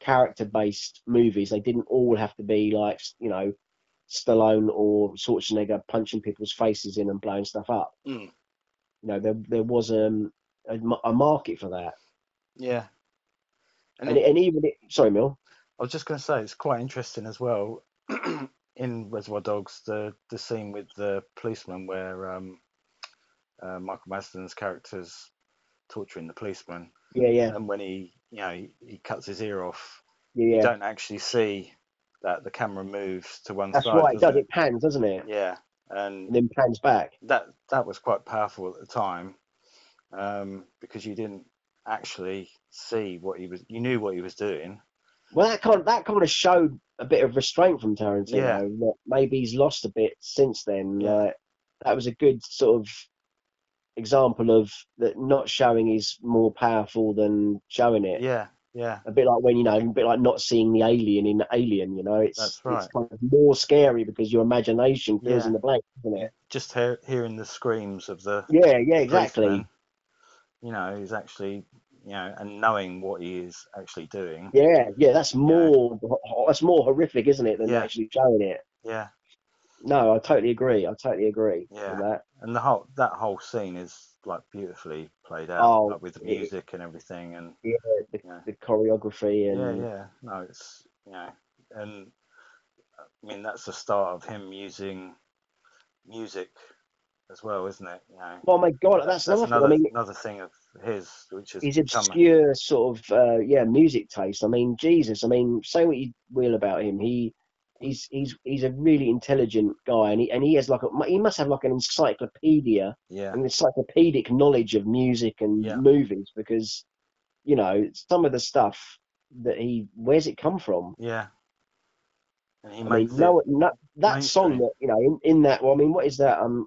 [SPEAKER 1] character based movies. They didn't all have to be like you know Stallone or Schwarzenegger punching people's faces in and blowing stuff up.
[SPEAKER 3] Mm.
[SPEAKER 1] You know there there was um, a ma- a market for that,
[SPEAKER 3] yeah. And
[SPEAKER 1] and,
[SPEAKER 3] it-
[SPEAKER 1] and even it, sorry, Mill.
[SPEAKER 3] I was just going to say it's quite interesting as well in Reservoir Dogs the the scene with the policeman where um, uh, Michael Madsen's character's torturing the policeman,
[SPEAKER 1] Yeah, yeah,
[SPEAKER 3] and when he you know he, he cuts his ear off, you
[SPEAKER 1] yeah,
[SPEAKER 3] don't actually see that the camera moves to one
[SPEAKER 1] That's
[SPEAKER 3] side.
[SPEAKER 1] right. It does.
[SPEAKER 3] doesn't
[SPEAKER 1] It pans, doesn't it?
[SPEAKER 3] it? Yeah, and
[SPEAKER 1] And then pans back.
[SPEAKER 3] that that was quite powerful at the time um, because you didn't actually see what he was. You knew what he was doing.
[SPEAKER 1] Well, that kind that kind of showed a bit of restraint from Tarantino.
[SPEAKER 3] Yeah.
[SPEAKER 1] that maybe he's lost a bit since then.
[SPEAKER 3] Yeah.
[SPEAKER 1] Like, that was a good sort of example of that not showing is more powerful than showing it.
[SPEAKER 3] Yeah, yeah,
[SPEAKER 1] A bit like when you know, a bit like not seeing the alien in Alien. You know, it's
[SPEAKER 3] That's
[SPEAKER 1] it's
[SPEAKER 3] right.
[SPEAKER 1] kind of more scary because your imagination fills
[SPEAKER 3] Yeah.
[SPEAKER 1] in the blank, isn't
[SPEAKER 3] Yeah.
[SPEAKER 1] it?
[SPEAKER 3] just hear, hearing the screams of the
[SPEAKER 1] Yeah, yeah, exactly.
[SPEAKER 3] policeman, You know, he's actually you know and knowing what he is actually doing.
[SPEAKER 1] Yeah, yeah, that's more that's more horrific, isn't it, than
[SPEAKER 3] Yeah.
[SPEAKER 1] actually showing it.
[SPEAKER 3] Yeah,
[SPEAKER 1] No, I totally agree. I totally agree
[SPEAKER 3] Yeah.
[SPEAKER 1] with that.
[SPEAKER 3] and the whole that whole scene is like beautifully played out
[SPEAKER 1] Oh,
[SPEAKER 3] like, with the
[SPEAKER 1] it-
[SPEAKER 3] music and everything and
[SPEAKER 1] Yeah, the,
[SPEAKER 3] Yeah.
[SPEAKER 1] the choreography and
[SPEAKER 3] yeah yeah no it's you know and i mean that's the start of him using music as well isn't it you know
[SPEAKER 1] Oh my god, that's, another,
[SPEAKER 3] another,
[SPEAKER 1] thing. I mean,
[SPEAKER 3] another thing of his which is
[SPEAKER 1] his
[SPEAKER 3] become-
[SPEAKER 1] obscure sort of uh, yeah music taste. I mean, Jesus. I mean, say what you will about him, he he's he's he's a really intelligent guy, and he and he has like a, he must have like an encyclopedia,
[SPEAKER 3] yeah
[SPEAKER 1] an encyclopedic knowledge of music and
[SPEAKER 3] Yeah.
[SPEAKER 1] movies because you know some of the stuff that he where's it come from?
[SPEAKER 3] yeah and he
[SPEAKER 1] I mean,
[SPEAKER 3] makes it,
[SPEAKER 1] no, no, that
[SPEAKER 3] mainstream.
[SPEAKER 1] song that you know in, in that. Well, I mean, what is that? Um,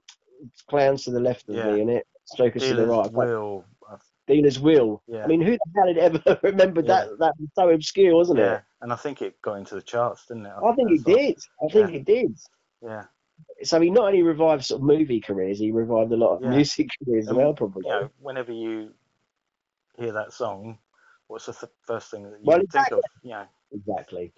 [SPEAKER 1] clowns to the left of
[SPEAKER 3] Yeah.
[SPEAKER 1] me, and it strokers to the
[SPEAKER 3] dealer's
[SPEAKER 1] right. I can't-
[SPEAKER 3] will I
[SPEAKER 1] Dealer's will.
[SPEAKER 3] uh, Yeah.
[SPEAKER 1] I mean, who the hell had ever remembered
[SPEAKER 3] Yeah.
[SPEAKER 1] that? That was so obscure, wasn't
[SPEAKER 3] yeah
[SPEAKER 1] it?
[SPEAKER 3] and i think it got into the charts didn't it
[SPEAKER 1] I think it
[SPEAKER 3] that's like-
[SPEAKER 1] did. I think it did.
[SPEAKER 3] yeah
[SPEAKER 1] So he not only revived sort of movie careers, he revived a lot of
[SPEAKER 3] Yeah.
[SPEAKER 1] music careers as
[SPEAKER 3] And,
[SPEAKER 1] well, probably.
[SPEAKER 3] you know whenever you hear that song what's the th- first thing that you
[SPEAKER 1] Well,
[SPEAKER 3] think
[SPEAKER 1] exactly.
[SPEAKER 3] of you know
[SPEAKER 1] Exactly.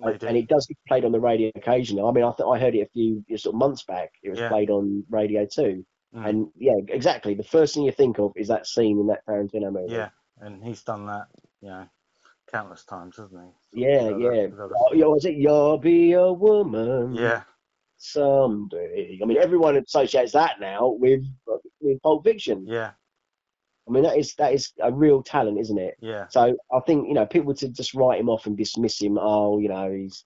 [SPEAKER 3] made
[SPEAKER 1] and
[SPEAKER 3] it-
[SPEAKER 1] it does get played on the radio occasionally. I mean, I, th- I heard it a few sort of months back. It was
[SPEAKER 3] Yeah.
[SPEAKER 1] played on radio too.
[SPEAKER 3] Mm.
[SPEAKER 1] And yeah, exactly. The first thing you think of is that scene in that Tarantino movie.
[SPEAKER 3] Yeah, and he's done that, you know, countless times, hasn't he?
[SPEAKER 1] Yeah,
[SPEAKER 3] With other-
[SPEAKER 1] yeah.
[SPEAKER 3] with other-
[SPEAKER 1] Oh, yeah, was it You'll Be a Woman?
[SPEAKER 3] yeah,
[SPEAKER 1] Someday. I mean, everyone associates that now with with Pulp Fiction.
[SPEAKER 3] yeah,
[SPEAKER 1] I mean, that is that is a real talent, isn't it?
[SPEAKER 3] yeah,
[SPEAKER 1] So I think you know people to just write him off and dismiss him. Oh, you know, he's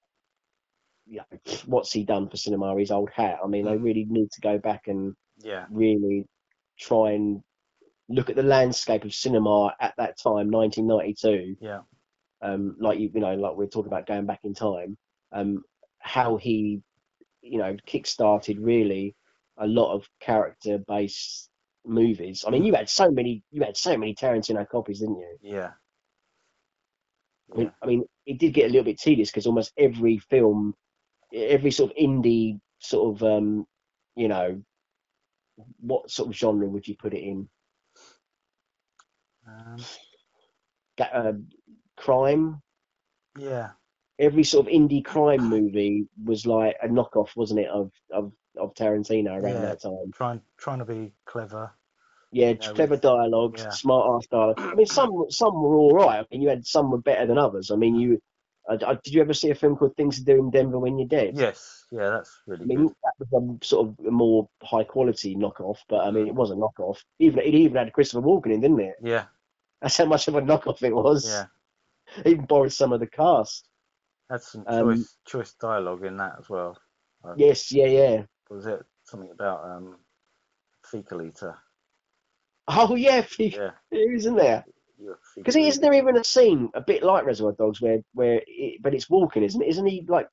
[SPEAKER 1] you know, what's he done for cinema? His old hat. I mean, they
[SPEAKER 3] Mm.
[SPEAKER 1] really need to go back and
[SPEAKER 3] yeah,
[SPEAKER 1] really try and look at the landscape of cinema at that time, 1992.
[SPEAKER 3] yeah,
[SPEAKER 1] Um, like you, you know, like we're talking about going back in time. Um, how he, you know, kick-started really a lot of character-based movies. I mean, you had so many, you had so many Tarantino copies, didn't you?
[SPEAKER 3] yeah.
[SPEAKER 1] I mean,
[SPEAKER 3] Yeah.
[SPEAKER 1] I mean, it did get a little bit tedious because almost every film, every sort of indie sort of, um, you know, what sort of genre would you put it in?
[SPEAKER 3] Um,
[SPEAKER 1] Ga- Uh, crime.
[SPEAKER 3] yeah,
[SPEAKER 1] Every sort of indie crime movie was like a knockoff, wasn't it, of of of Tarantino around
[SPEAKER 3] Yeah.
[SPEAKER 1] that time?
[SPEAKER 3] trying trying to be clever.
[SPEAKER 1] Yeah,
[SPEAKER 3] Yeah,
[SPEAKER 1] clever
[SPEAKER 3] with-
[SPEAKER 1] dialogue,
[SPEAKER 3] yeah.
[SPEAKER 1] smart ass dialogue. I mean, some some were all right. I mean, you had some were better than others. I mean, you. I, I, did you ever see a film called Things to Do in Denver When You're Dead?
[SPEAKER 3] Yes, yeah, that's
[SPEAKER 1] I
[SPEAKER 3] really
[SPEAKER 1] mean,
[SPEAKER 3] good.
[SPEAKER 1] that was a sort of more high quality knockoff, but I mean, it was a knockoff. Even it even had Christopher Walken in, didn't it?
[SPEAKER 3] Yeah,
[SPEAKER 1] That's how much of a knockoff it was.
[SPEAKER 3] yeah,
[SPEAKER 1] It even borrowed some of the cast.
[SPEAKER 3] had some
[SPEAKER 1] Um,
[SPEAKER 3] choice choice dialogue in that as well. Like,
[SPEAKER 1] Yes, yeah, yeah.
[SPEAKER 3] Was it something about um, fecal eater?
[SPEAKER 1] Oh yeah, he,
[SPEAKER 3] Yeah,
[SPEAKER 1] he was in there.
[SPEAKER 3] you're a fecal
[SPEAKER 1] Because isn't
[SPEAKER 3] eater.
[SPEAKER 1] there even a scene a bit like Reservoir Dogs where where it, but it's Walken, isn't it? Isn't he like?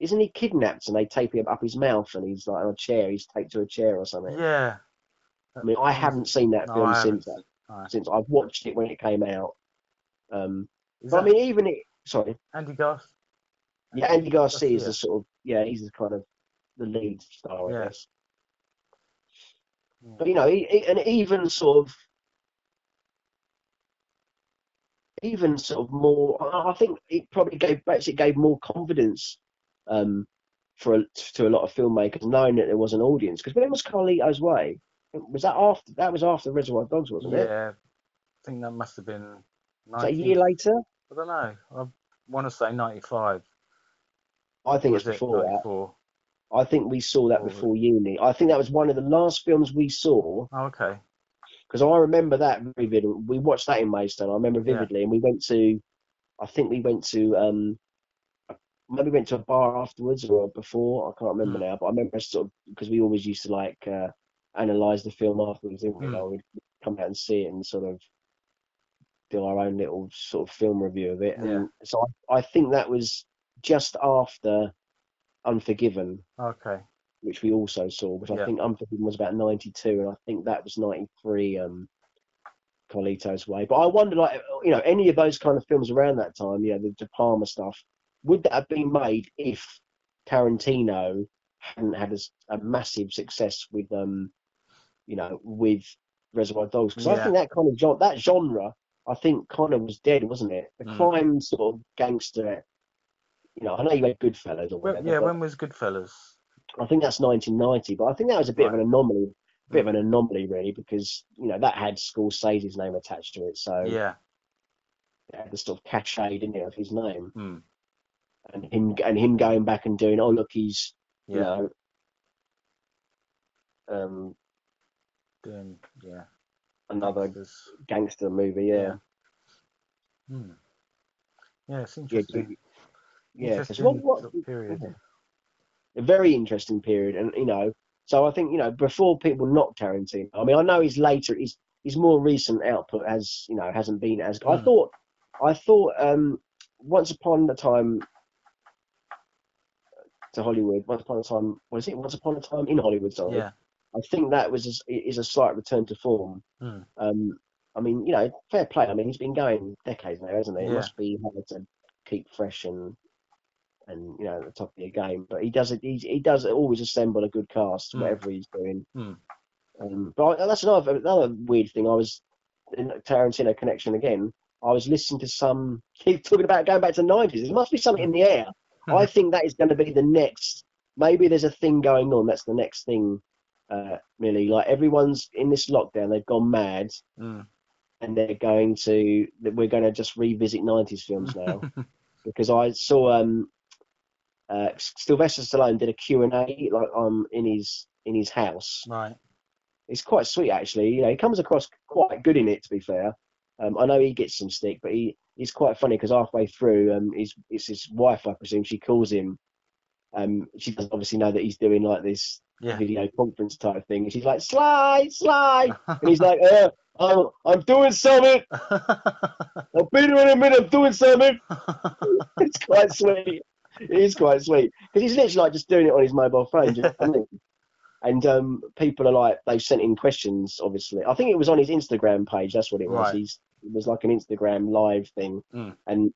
[SPEAKER 1] Isn't he kidnapped and they tape him up his mouth and he's like on a chair? He's taped to a chair or something.
[SPEAKER 3] Yeah,
[SPEAKER 1] I mean, I haven't seen that
[SPEAKER 3] No,
[SPEAKER 1] film
[SPEAKER 3] I haven't
[SPEAKER 1] since
[SPEAKER 3] seen- no.
[SPEAKER 1] since I've watched it when it came out. Um,
[SPEAKER 3] Is
[SPEAKER 1] but I
[SPEAKER 3] that
[SPEAKER 1] mean, even it. Sorry.
[SPEAKER 3] Andy Garth?
[SPEAKER 1] Yeah, Andy Garcia is
[SPEAKER 3] Garcia.
[SPEAKER 1] the sort of yeah, he's the kind of the lead star, I
[SPEAKER 3] Yeah.
[SPEAKER 1] guess.
[SPEAKER 3] Yeah.
[SPEAKER 1] But you know, he, he- and even sort of, even sort of more. I I think it probably gave Brexit gave more confidence um, for a, to a lot of filmmakers knowing that there was an audience. Because when was Carlito's Way? Was that after? That was after Reservoir Dogs, wasn't it?
[SPEAKER 3] Yeah, I think that must have been.
[SPEAKER 1] Was that a
[SPEAKER 3] 19
[SPEAKER 1] year later?
[SPEAKER 3] I don't know. I want to say 95.
[SPEAKER 1] I think
[SPEAKER 3] was
[SPEAKER 1] it's before that.
[SPEAKER 3] 94?
[SPEAKER 1] I think we saw that
[SPEAKER 3] Or was-
[SPEAKER 1] before uni. I think that was one of the last films we saw
[SPEAKER 3] Oh, okay.
[SPEAKER 1] because I remember that very vividly. We watched that in Maidstone. I remember
[SPEAKER 3] Yeah.
[SPEAKER 1] vividly, and we went to, I think we went to um, maybe went to a bar afterwards or before. I can't remember now, but I remember us sort of because we always used to like uh, analyze the film afterwards. Didn't we?
[SPEAKER 3] Mm.
[SPEAKER 1] Like, we'd come out and see it and sort of do our own little sort of film review of it.
[SPEAKER 3] Yeah.
[SPEAKER 1] And so I, I think that was just after Unforgiven,
[SPEAKER 3] Okay.
[SPEAKER 1] which we also saw, which
[SPEAKER 3] Yeah.
[SPEAKER 1] I think Unforgiven was about '92, and I think that was '93. Um, Carlito's Way, but I wonder, like you know, any of those kind of films around that time, you know, the De Palma stuff, would that have been made if Tarantino hadn't had a, s- a massive success with, um, you know, with Reservoir Dogs? Because
[SPEAKER 3] Yeah.
[SPEAKER 1] I think that kind of genre, that genre, I think kind of was dead, wasn't it? The
[SPEAKER 3] Mm.
[SPEAKER 1] crime sort of gangster. You know, I know you had Goodfellas or
[SPEAKER 3] Well,
[SPEAKER 1] whatever.
[SPEAKER 3] yeah.
[SPEAKER 1] but
[SPEAKER 3] When was Goodfellas?
[SPEAKER 1] I think that's 1990, but I think that was a bit of an anomaly, bit
[SPEAKER 3] Mm.
[SPEAKER 1] of an anomaly really, because you know that had Scorsese's name attached to it, so
[SPEAKER 3] Yeah.
[SPEAKER 1] it had the sort of cachet, didn't it, of his name,
[SPEAKER 3] Hmm.
[SPEAKER 1] and him and him going back and doing, oh look, he's you
[SPEAKER 3] Yeah.
[SPEAKER 1] know, um,
[SPEAKER 3] Doing, yeah.
[SPEAKER 1] another
[SPEAKER 3] Gangsters.
[SPEAKER 1] gangster movie, yeah,
[SPEAKER 3] Hmm. Yeah, it's
[SPEAKER 1] yeah,
[SPEAKER 3] interesting.
[SPEAKER 1] yeah. 'cause
[SPEAKER 3] Interesting
[SPEAKER 1] what- what-
[SPEAKER 3] sort of period.
[SPEAKER 1] yeah. a very interesting period, and you know, so I think you know before people knocked Tarantino. I mean, I know his later, his his more recent output has you know hasn't been as. I
[SPEAKER 3] Mm.
[SPEAKER 1] thought, I thought, um, once upon a time to Hollywood, once upon a time, what is it? Once upon a time in Hollywood, sorry.
[SPEAKER 3] Yeah.
[SPEAKER 1] I think that was a, is a slight return to form.
[SPEAKER 3] Mm.
[SPEAKER 1] Um, I mean, you know, fair play. I mean, he's been going decades now, hasn't he? It
[SPEAKER 3] Yeah.
[SPEAKER 1] must be hard to keep fresh and and you know at the top of your game. But he does it. He, he does always assemble a good cast,
[SPEAKER 3] Mm.
[SPEAKER 1] whatever he's doing.
[SPEAKER 3] Mm.
[SPEAKER 1] Um, but I, that's another another weird thing. I was in Tarantino connection again. I was listening to some. Keep talking about going back to nineties. There must be something in the air. I think that is going to be the next. Maybe there's a thing going on. That's the next thing. Uh, really, like everyone's in this lockdown, they've gone mad,
[SPEAKER 3] Mm.
[SPEAKER 1] and they're going to. that We're going to just revisit '90s films now because I saw um, uh, Sylvester Stallone did a Q and A like um in his in his house.
[SPEAKER 3] Right.
[SPEAKER 1] It's quite sweet actually. You know, he comes across quite good in it. To be fair, um, I know he gets some stick, but he he's quite funny because halfway through, um, his it's his wife, I presume, she calls him. Um, she doesn't obviously know that he's doing like this
[SPEAKER 3] Yeah.
[SPEAKER 1] video conference type thing, and she's like, "Sly, Sly," and he's like, uh, "I'm I'm doing something. I'll be there in a minute. I'm doing something." it's quite sweet. It is quite sweet because he's literally like just doing it on his mobile phone. do you know what I mean? And um, people are like they sent in questions. Obviously, I think it was on his Instagram page. That's what it was.
[SPEAKER 3] Right.
[SPEAKER 1] He's it was like an Instagram live thing,
[SPEAKER 3] Mm.
[SPEAKER 1] and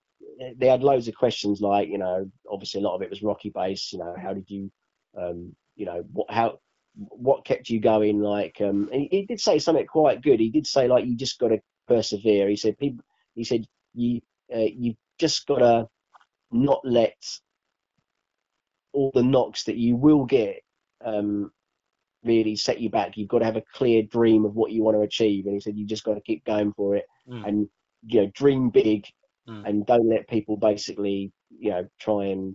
[SPEAKER 1] they had loads of questions. Like you know, obviously a lot of it was Rocky based. You know, how did you, um, you know, what how what kept you going? Like um, and he, he did say something quite good. He did say like you just got to persevere. He said people. He said you uh, you just got to not let all the knocks that you will get um, really set you back. You've got to have a clear dream of what you want to achieve, and he said you just got to keep going for it
[SPEAKER 3] Mm.
[SPEAKER 1] and you know dream big
[SPEAKER 3] Mm.
[SPEAKER 1] and don't let people basically you know try and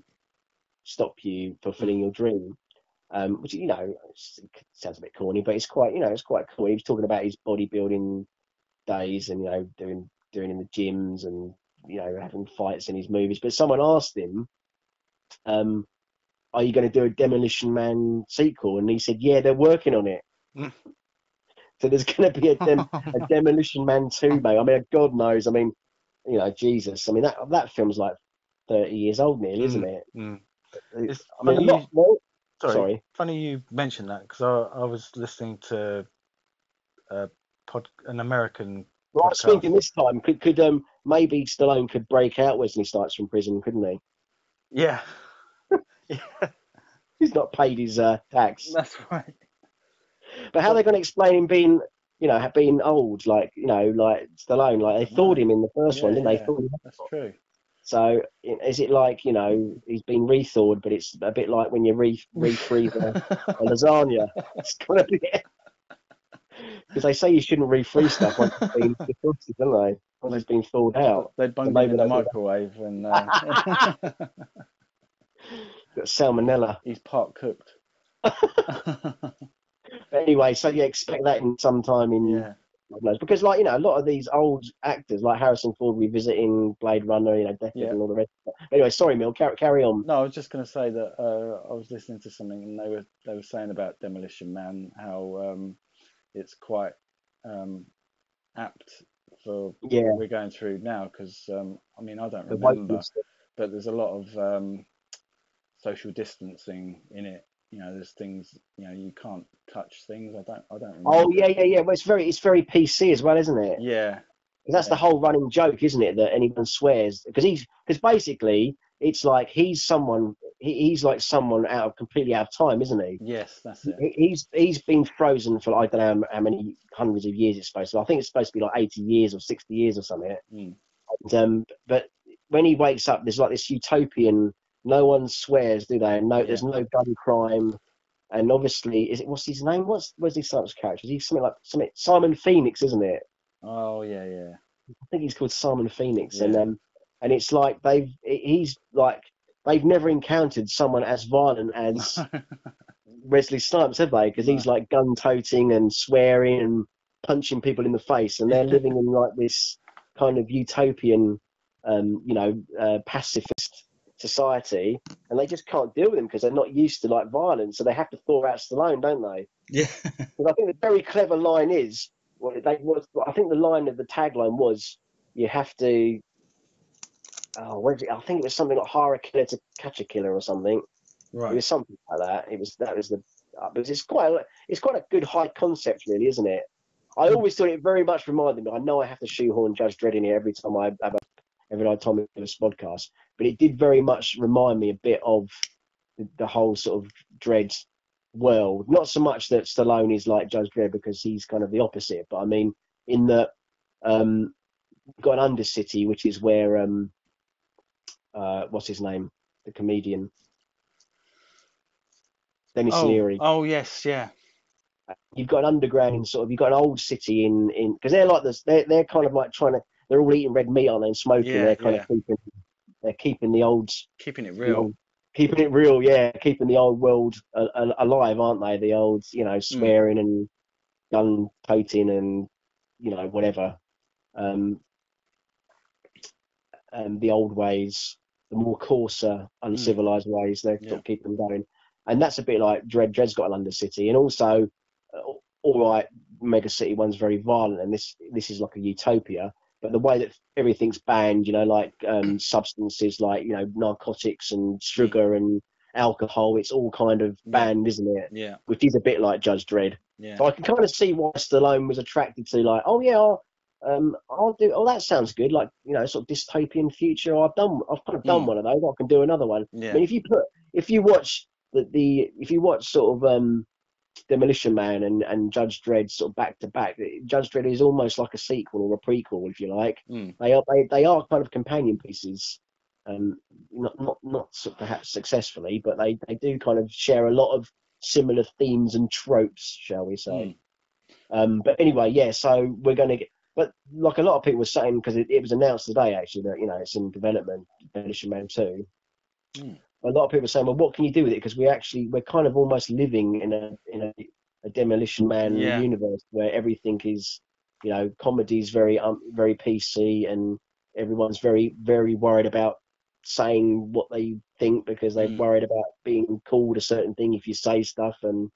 [SPEAKER 1] stop you
[SPEAKER 3] Mm.
[SPEAKER 1] fulfilling your dream. Um, which you know it's- it sounds a bit corny, but it's quite you know it's quite cool. He was talking about his bodybuilding days and you know doing doing in the gyms and you know having fights in his movies. But someone asked him, um, "Are you going to do a Demolition Man sequel?" And he said, "Yeah, they're working on it."
[SPEAKER 3] Mm.
[SPEAKER 1] so there's going to be a, dem- a Demolition Man two, mate. I mean, God knows. I mean, you know, Jesus. I mean, that that film's like thirty years old nearly, isn't it?
[SPEAKER 3] Mm.
[SPEAKER 1] It's-
[SPEAKER 3] It's
[SPEAKER 1] I mean,
[SPEAKER 3] funny
[SPEAKER 1] a lot more-
[SPEAKER 3] Sorry.
[SPEAKER 1] sorry.
[SPEAKER 3] Funny you mentioned that because I, I was listening to a pod, an American.
[SPEAKER 1] Well, I was
[SPEAKER 3] podcast.
[SPEAKER 1] thinking this time could could um maybe Stallone could break out when he starts from prison, couldn't he?
[SPEAKER 3] Yeah,
[SPEAKER 1] He's not paid his uh, tax.
[SPEAKER 3] that's right.
[SPEAKER 1] But how are they going to explain him being, you know, ha- being old like you know like Stallone? Like they thawed him in the first one,
[SPEAKER 3] Yeah,
[SPEAKER 1] didn't they?
[SPEAKER 3] yeah.
[SPEAKER 1] Thawed him.
[SPEAKER 3] That's true.
[SPEAKER 1] So i- is it like you know he's been thawed, but it's a bit like when you re refreeze a, a lasagna? It's gonna be because they say you shouldn't refreeze stuff once it's been defrosted, don't they? Once it's been thawed out.
[SPEAKER 2] They bunged
[SPEAKER 1] maybe
[SPEAKER 2] him in the
[SPEAKER 1] that's what-
[SPEAKER 2] microwave and uh,
[SPEAKER 1] Got salmonella.
[SPEAKER 2] he's part cooked.
[SPEAKER 1] But anyway, so you expect that in sometime in
[SPEAKER 3] Yeah.
[SPEAKER 1] God knows. Because, like, you know, a lot of these old actors, like Harrison Ford revisiting Blade Runner, you know, Death Wish
[SPEAKER 2] Yeah.
[SPEAKER 1] and all the rest, of it, Anyway, sorry, Mill. Carry, carry on.
[SPEAKER 2] No, I was just going to say that uh, I was listening to something and they were they were saying about Demolition Man how um, it's quite um, apt for
[SPEAKER 1] Yeah.
[SPEAKER 2] what we're going through now because um, I mean I don't
[SPEAKER 1] The
[SPEAKER 2] remember,
[SPEAKER 1] wokeness.
[SPEAKER 2] but there's a lot of um, social distancing in it. You know, there's things you know you can't touch things. I don't I don't remember.
[SPEAKER 1] Oh yeah, yeah, yeah. Well, it's very, it's very PC as well, isn't it?
[SPEAKER 2] yeah,
[SPEAKER 1] 'Cause that's the
[SPEAKER 2] Yeah.
[SPEAKER 1] whole running joke, isn't it? That anyone swears because he's because basically it's like he's someone he, he's like someone out of completely out of time, isn't he?
[SPEAKER 2] yes, that's it.
[SPEAKER 1] He- He's he's been frozen for I don't know how, how many hundreds of years it's supposed to. I think it's supposed to be like eighty years or sixty years or something.
[SPEAKER 2] Mm.
[SPEAKER 1] And, um, but when he wakes up, there's like this utopian. No one swears, do they? No, there's no gun crime. And obviously, is it what's his name? What's Wesley Snipes' character? Is he something like something, Simon Phoenix, isn't it?
[SPEAKER 2] Oh yeah, yeah.
[SPEAKER 1] I think he's called Simon Phoenix, and
[SPEAKER 2] Yeah.
[SPEAKER 1] um, and it's like they've he's like they've never encountered someone as violent as Wesley Snipes, have they? Because he's like gun toting and swearing and punching people in the face, and they're living in like this kind of utopian, um, you know, uh, pacifist society, and they just can't deal with them because they're not used to like violence, so they have to thaw out Stallone, don't they?
[SPEAKER 2] yeah.
[SPEAKER 1] But I think the very clever line is well, they was. I think the line of the tagline was, "You have to." Oh, what is it? I think it was something like "Hire a killer to catch a killer" or something. It
[SPEAKER 2] Right.
[SPEAKER 1] was something like that. It was that was the. Uh, because it's quite a, it's quite a good high concept, really, isn't it? I always thought it very much reminded me. I know I have to shoehorn Judge Dredd in here every time I have a, every time I do this podcast, but it did very much remind me a bit of the, the whole sort of Dredd world. Not so much that Stallone is like Judge Dredd because he's kind of the opposite, but I mean in that um, we've got an Undercity, which is where um, uh, what's his name, the comedian Dennis
[SPEAKER 2] Oh,
[SPEAKER 1] Leary.
[SPEAKER 2] oh yes, yeah.
[SPEAKER 1] You've got an underground sort of you've got an old city in in because they're like this they're they're kind of like trying to they're all eating red meat aren't they and smoking
[SPEAKER 2] Yeah,
[SPEAKER 1] they're kind
[SPEAKER 2] yeah.
[SPEAKER 1] of keeping they're keeping the old
[SPEAKER 2] Keeping it
[SPEAKER 1] the
[SPEAKER 2] real.
[SPEAKER 1] old- Mm. keeping it real, yeah, keeping the old world a- a- alive, aren't they? The old, you
[SPEAKER 2] Mm.
[SPEAKER 1] know, swearing and gun toting and you know whatever, um, and the old ways, the more coarser, uncivilized ways. They
[SPEAKER 2] Mm. Yeah.
[SPEAKER 1] sort of keep them going, and that's a bit like Dread. Dread's got an undercity, and also, uh, all right, mega city one's very violent, and this this is like a utopia but the way that everything's banned, you know, like um, substances like you know narcotics and sugar and alcohol, it's all kind of
[SPEAKER 2] Yeah.
[SPEAKER 1] banned, isn't it?
[SPEAKER 2] Yeah,
[SPEAKER 1] Which is a bit like Judge Dredd.
[SPEAKER 2] yeah.
[SPEAKER 1] So I can kind of see why Stallone was attracted to like, oh yeah, I'll, um, I'll do. Oh, that sounds good. Like you know, sort of dystopian future. I've done. I've kind of done
[SPEAKER 2] Hmm.
[SPEAKER 1] one of those. I can do another one. I
[SPEAKER 2] Yeah.
[SPEAKER 1] mean, if you put, if you watch the, the if you watch sort of um, Demolition Man and, and Judge Dredd sort of back to back, Judge Dredd is almost like a sequel or a prequel, if you like.
[SPEAKER 2] Mm.
[SPEAKER 1] They are they, they are kind of companion pieces, um, not not not sort of perhaps successfully, but they they do kind of share a lot of similar themes and tropes, shall we say.
[SPEAKER 2] Mm.
[SPEAKER 1] Um, but anyway, yeah. So we're going to get. But like a lot of people were saying, because it, it was announced today actually that you know it's in development, Demolition Man Two.
[SPEAKER 2] Mm.
[SPEAKER 1] A lot of people are saying, well, what can you do with it? Because we actually we're kind of almost living in a in a, a Demolition Man
[SPEAKER 2] Yeah.
[SPEAKER 1] universe where everything is, you know, comedy's very um very PC and everyone's very very worried about saying what they think because they're
[SPEAKER 2] Mm.
[SPEAKER 1] worried about being called a certain thing if you say stuff and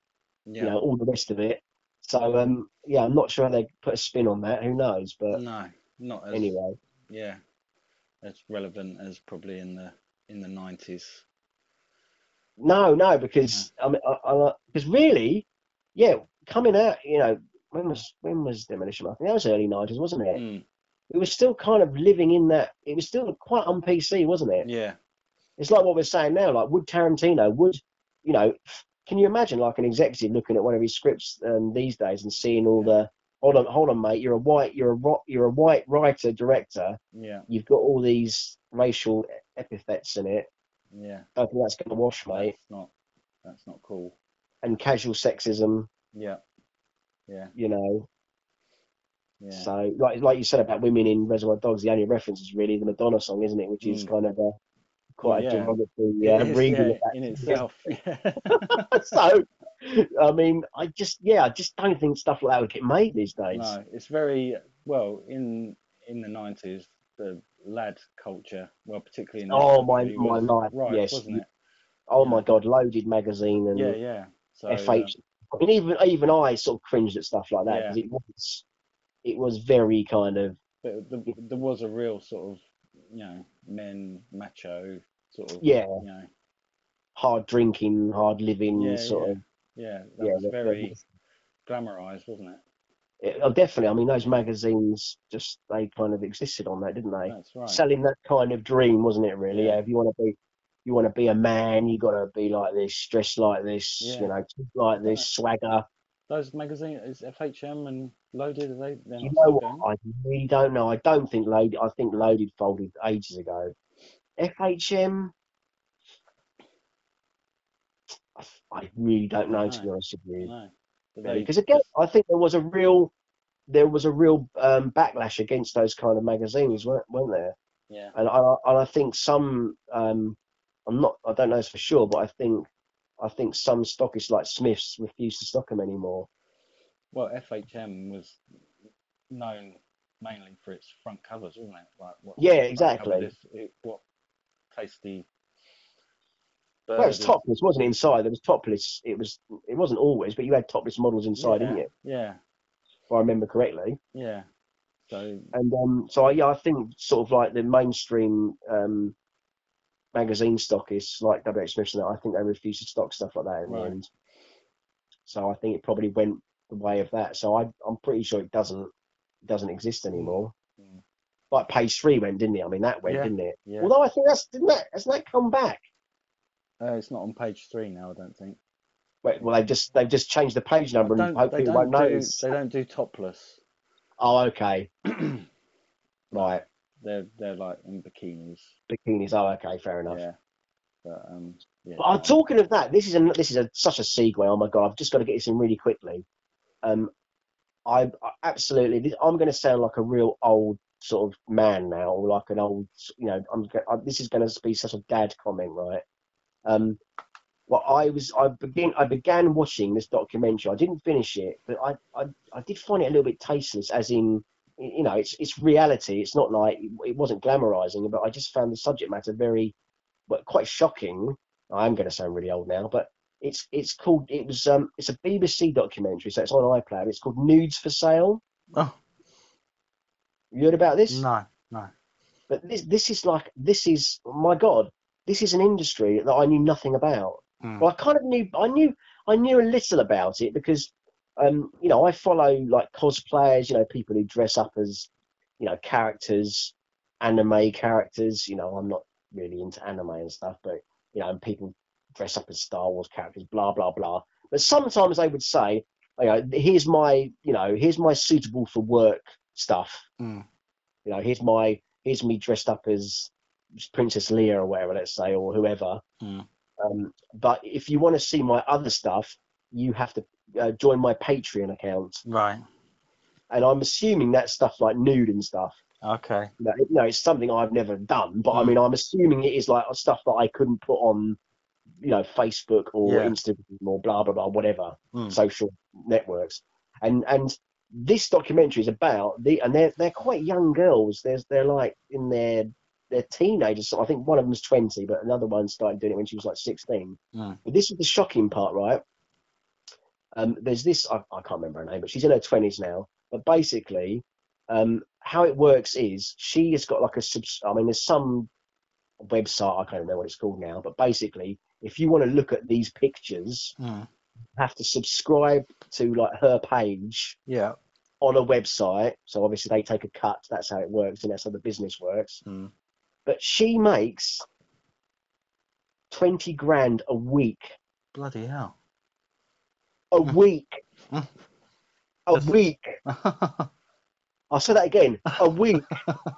[SPEAKER 2] Yeah.
[SPEAKER 1] you know, all the rest of it. So um, yeah, I'm not sure how they put a spin on that. Who knows? But
[SPEAKER 2] No, not as
[SPEAKER 1] uh, anyway,
[SPEAKER 2] yeah, as relevant as probably in the in the nineties.
[SPEAKER 1] no, no, because I mean, I, I, because really, yeah, coming out, you know, when was when was Demolition? Man? I think that was early '90s, wasn't it?
[SPEAKER 2] Mm.
[SPEAKER 1] It was still kind of living in that. It was still quite on PC, wasn't it?
[SPEAKER 2] Yeah,
[SPEAKER 1] It's like what we're saying now. Like, would Tarantino? Would you know? Can you imagine like an executive looking at one of his scripts um, these days and seeing all the hold on, hold on, mate, you're a white, you're a ro- you're a white writer director.
[SPEAKER 2] yeah,
[SPEAKER 1] you've got all these racial e-, epithets in it.
[SPEAKER 2] yeah.
[SPEAKER 1] I think that's going to wash, mate.
[SPEAKER 2] That's not that's not cool.
[SPEAKER 1] And casual sexism,
[SPEAKER 2] Yeah, yeah,
[SPEAKER 1] you know.
[SPEAKER 2] yeah.
[SPEAKER 1] So, like like you said about women in Reservoir Dogs, the only reference is really the Madonna song, isn't it? Which is
[SPEAKER 2] Mm.
[SPEAKER 1] kind of a quite
[SPEAKER 2] Well,
[SPEAKER 1] a
[SPEAKER 2] yeah.
[SPEAKER 1] derogatory
[SPEAKER 2] It
[SPEAKER 1] yeah,
[SPEAKER 2] is,
[SPEAKER 1] reading
[SPEAKER 2] yeah, in itself. Yeah.
[SPEAKER 1] of that. so, I mean, I just yeah, I just don't think stuff like that would get made these days.
[SPEAKER 2] No, it's very well in in the nineties. The lad culture. Well, particularly in
[SPEAKER 1] Oh,
[SPEAKER 2] Africa,
[SPEAKER 1] my-
[SPEAKER 2] it
[SPEAKER 1] my
[SPEAKER 2] was
[SPEAKER 1] life,
[SPEAKER 2] right,
[SPEAKER 1] yes.
[SPEAKER 2] wasn't it?
[SPEAKER 1] Oh
[SPEAKER 2] Yeah.
[SPEAKER 1] my God, Loaded magazine and
[SPEAKER 2] Yeah, yeah. So, uh,
[SPEAKER 1] FH. I mean, even even I sort of cringed at stuff like that because it was it was very kind of
[SPEAKER 2] but the, there was a real sort of, you know, men macho sort of,
[SPEAKER 1] yeah
[SPEAKER 2] you know,
[SPEAKER 1] hard drinking, hard living
[SPEAKER 2] yeah,
[SPEAKER 1] sort
[SPEAKER 2] yeah,
[SPEAKER 1] of
[SPEAKER 2] yeah. That
[SPEAKER 1] yeah.
[SPEAKER 2] was
[SPEAKER 1] that- that
[SPEAKER 2] very
[SPEAKER 1] was-
[SPEAKER 2] glamorized, wasn't it?
[SPEAKER 1] it- oh, definitely. I mean, those magazines just they kind of existed on that, didn't they?
[SPEAKER 2] That's right.
[SPEAKER 1] Selling that kind of dream, wasn't it? Really,
[SPEAKER 2] Yeah.
[SPEAKER 1] yeah. If you want to be you want to be a man, you got to be like this, dressed like this,
[SPEAKER 2] Yeah.
[SPEAKER 1] you know, talk like this, swagger.
[SPEAKER 2] Those magazines, is FHM and Loaded, are they? They're
[SPEAKER 1] You
[SPEAKER 2] not
[SPEAKER 1] know
[SPEAKER 2] still going?
[SPEAKER 1] what? I really don't know. I don't think Loaded. I think Loaded folded ages ago. FHM. I, I really don't know to be
[SPEAKER 2] No.
[SPEAKER 1] honest with you.
[SPEAKER 2] No. But they
[SPEAKER 1] Because again,
[SPEAKER 2] just-
[SPEAKER 1] I think there was a real, there was a real um, backlash against those kind of magazines, weren't, weren't there?
[SPEAKER 2] yeah,
[SPEAKER 1] And I and I think some, um, I'm not, I don't know this for sure, but I think, I think some stockists like Smiths refuse to stock them anymore.
[SPEAKER 2] well, FHM was known mainly for its front covers, wasn't it? Like what?
[SPEAKER 1] Yeah,
[SPEAKER 2] front cover
[SPEAKER 1] exactly.
[SPEAKER 2] this- it- what tasty.
[SPEAKER 1] Well, it was
[SPEAKER 2] burgers.
[SPEAKER 1] topless, wasn't it? Inside there was topless. It was, it wasn't always, but you had topless models inside,
[SPEAKER 2] yeah,
[SPEAKER 1] didn't you? If
[SPEAKER 2] Yeah,
[SPEAKER 1] I remember correctly.
[SPEAKER 2] yeah. So
[SPEAKER 1] And um, so I, yeah, I think sort of like the mainstream um, magazine stock is like WH Smith's and that. I think they refused to stock stuff like that in
[SPEAKER 2] Right.
[SPEAKER 1] the end. So I think it probably went the way of that. So I, I'm pretty sure it doesn't it doesn't exist anymore.
[SPEAKER 2] Mm.
[SPEAKER 1] Like page three went, didn't it? I mean that went,
[SPEAKER 2] Yeah.
[SPEAKER 1] didn't it?
[SPEAKER 2] yeah,
[SPEAKER 1] Although I think that's didn't that hasn't that come back?
[SPEAKER 2] uh, it's not on page three now. I don't think.
[SPEAKER 1] Wait, well they've just they've just changed the page number
[SPEAKER 2] They
[SPEAKER 1] and
[SPEAKER 2] don't,
[SPEAKER 1] hope
[SPEAKER 2] they
[SPEAKER 1] people won't
[SPEAKER 2] don't do.
[SPEAKER 1] notice.
[SPEAKER 2] They don't do topless.
[SPEAKER 1] Oh okay. right.
[SPEAKER 2] They're they're like in bikinis.
[SPEAKER 1] Bikinis, oh okay, fair enough.
[SPEAKER 2] Yeah. But um. Yeah.
[SPEAKER 1] But I'm talking of that. This is a, this is a, such a segue. Oh my god, I've just got to get this in really quickly. Um, I, I absolutely. This, I'm going to sound like a real old sort of man now, or like an old, you know. I'm. go- I, this is going to be such a dad comment, right? Um, well, I was. I begin. I began watching this documentary. I didn't finish it, but I. I, I did find it a little bit tasteless, as in. y- You know, it's it's reality. It's not like it wasn't glamorizing, but I just found the subject matter very, but quite shocking. I am going to sound really old now, but it's it's called it was um it's a BBC documentary, so it's on iPlayer. It's called Nudes for Sale.
[SPEAKER 3] Oh,
[SPEAKER 1] You heard about this?
[SPEAKER 3] no, no.
[SPEAKER 1] But this this is like this is my God, this is an industry that I knew nothing about.
[SPEAKER 3] Hmm.
[SPEAKER 1] Well, I kind of knew I knew I knew a little about it because um you know I follow like cosplayers, you know people who dress up as you know characters, anime characters. You know I'm not really into anime and stuff, but you know and people dress up as Star Wars characters, blah blah blah. But sometimes they would say, you know, here's my you know here's my suitable for work stuff
[SPEAKER 3] Mm.
[SPEAKER 1] you know, here's my here's me dressed up as Princess Leia or whatever, let's say, or whoever.
[SPEAKER 3] Mm.
[SPEAKER 1] Um, but if you want to see my other stuff, you have to uh, join my Patreon account,
[SPEAKER 3] Right.
[SPEAKER 1] and I'm assuming that's stuff like nude and stuff.
[SPEAKER 3] Okay.
[SPEAKER 1] No, it- no, it's something I've never done, but I
[SPEAKER 3] Mm.
[SPEAKER 1] mean, I'm assuming it is like stuff that I couldn't put on, you know, Facebook or
[SPEAKER 3] Yeah.
[SPEAKER 1] Instagram or blah blah blah, whatever
[SPEAKER 3] Mm.
[SPEAKER 1] social networks. And and this documentary is about the and they're they're quite young girls. There's they're like in their they're teenagers. So I think one of them's 20, but another one started doing it when she was like 16.
[SPEAKER 3] Mm.
[SPEAKER 1] But this is the shocking part, right? Um, there's this, I, I can't remember her name, but she's in her 20s now. But basically, um, how it works is she has got like a subs. I mean, there's some website, I can't remember what it's called now, but basically, if you want to look at these pictures,
[SPEAKER 3] Mm.
[SPEAKER 1] you have to subscribe to like her page
[SPEAKER 3] Yeah.
[SPEAKER 1] on a website. So obviously they take a cut. That's how it works, and that's how the business works.
[SPEAKER 3] Mm.
[SPEAKER 1] But she makes twenty grand a week.
[SPEAKER 3] Bloody hell.
[SPEAKER 1] A week.
[SPEAKER 3] Mm.
[SPEAKER 1] a
[SPEAKER 3] That's-
[SPEAKER 1] week. I'll say that again. A week. and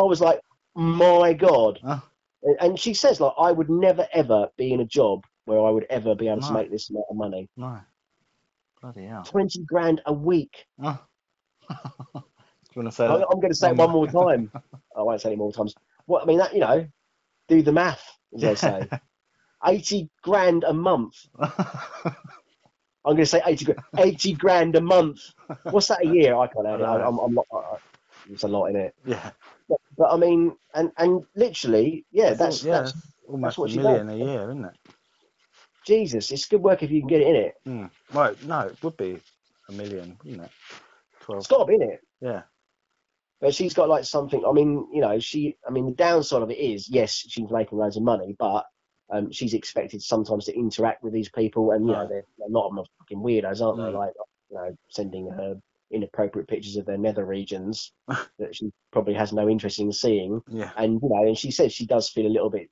[SPEAKER 1] I was like, my God.
[SPEAKER 3] Oh.
[SPEAKER 1] And- And she says, like, I would never ever be in a job where I would ever be able to
[SPEAKER 3] No.
[SPEAKER 1] make this amount of money.
[SPEAKER 3] no. Bloody hell.
[SPEAKER 1] Twenty grand a week.
[SPEAKER 3] Oh. Do you want to say
[SPEAKER 1] I'm,
[SPEAKER 3] that?
[SPEAKER 1] going to say it
[SPEAKER 3] one
[SPEAKER 1] one more time. I won't say any more times. What I mean, that you know, do the math, as they say. Eighty grand a month.
[SPEAKER 3] Oh,
[SPEAKER 1] I'm going to say eighty grand. Eighty grand a month. What's that a year? I can't. I,
[SPEAKER 3] I know.
[SPEAKER 1] I'm, I'm not. I, I- it's a lot in it.
[SPEAKER 3] yeah.
[SPEAKER 1] But I mean, and and literally, yeah, that's
[SPEAKER 3] yeah,
[SPEAKER 1] that's
[SPEAKER 3] almost
[SPEAKER 1] what
[SPEAKER 3] a
[SPEAKER 1] she
[SPEAKER 3] million a year, isn't it?
[SPEAKER 1] Jesus. It's good work if you can get it in it.
[SPEAKER 3] Well, no, it would be a million, wouldn't it? Twelve.
[SPEAKER 1] It's got to be in it.
[SPEAKER 3] Yeah.
[SPEAKER 1] But she's got like something. I mean, you know, she. I mean, the downside of it is, yes, she's making loads of money, but um, she's expected sometimes to interact with these people, and you know,
[SPEAKER 3] Right.
[SPEAKER 1] they're, a lot of them are fucking weirdos, aren't they?
[SPEAKER 3] Mm.
[SPEAKER 1] Like, you know, sending her inappropriate pictures of their nether regions that she probably has no interest in seeing,
[SPEAKER 3] Yeah.
[SPEAKER 1] and you know, and she says she does feel a little bit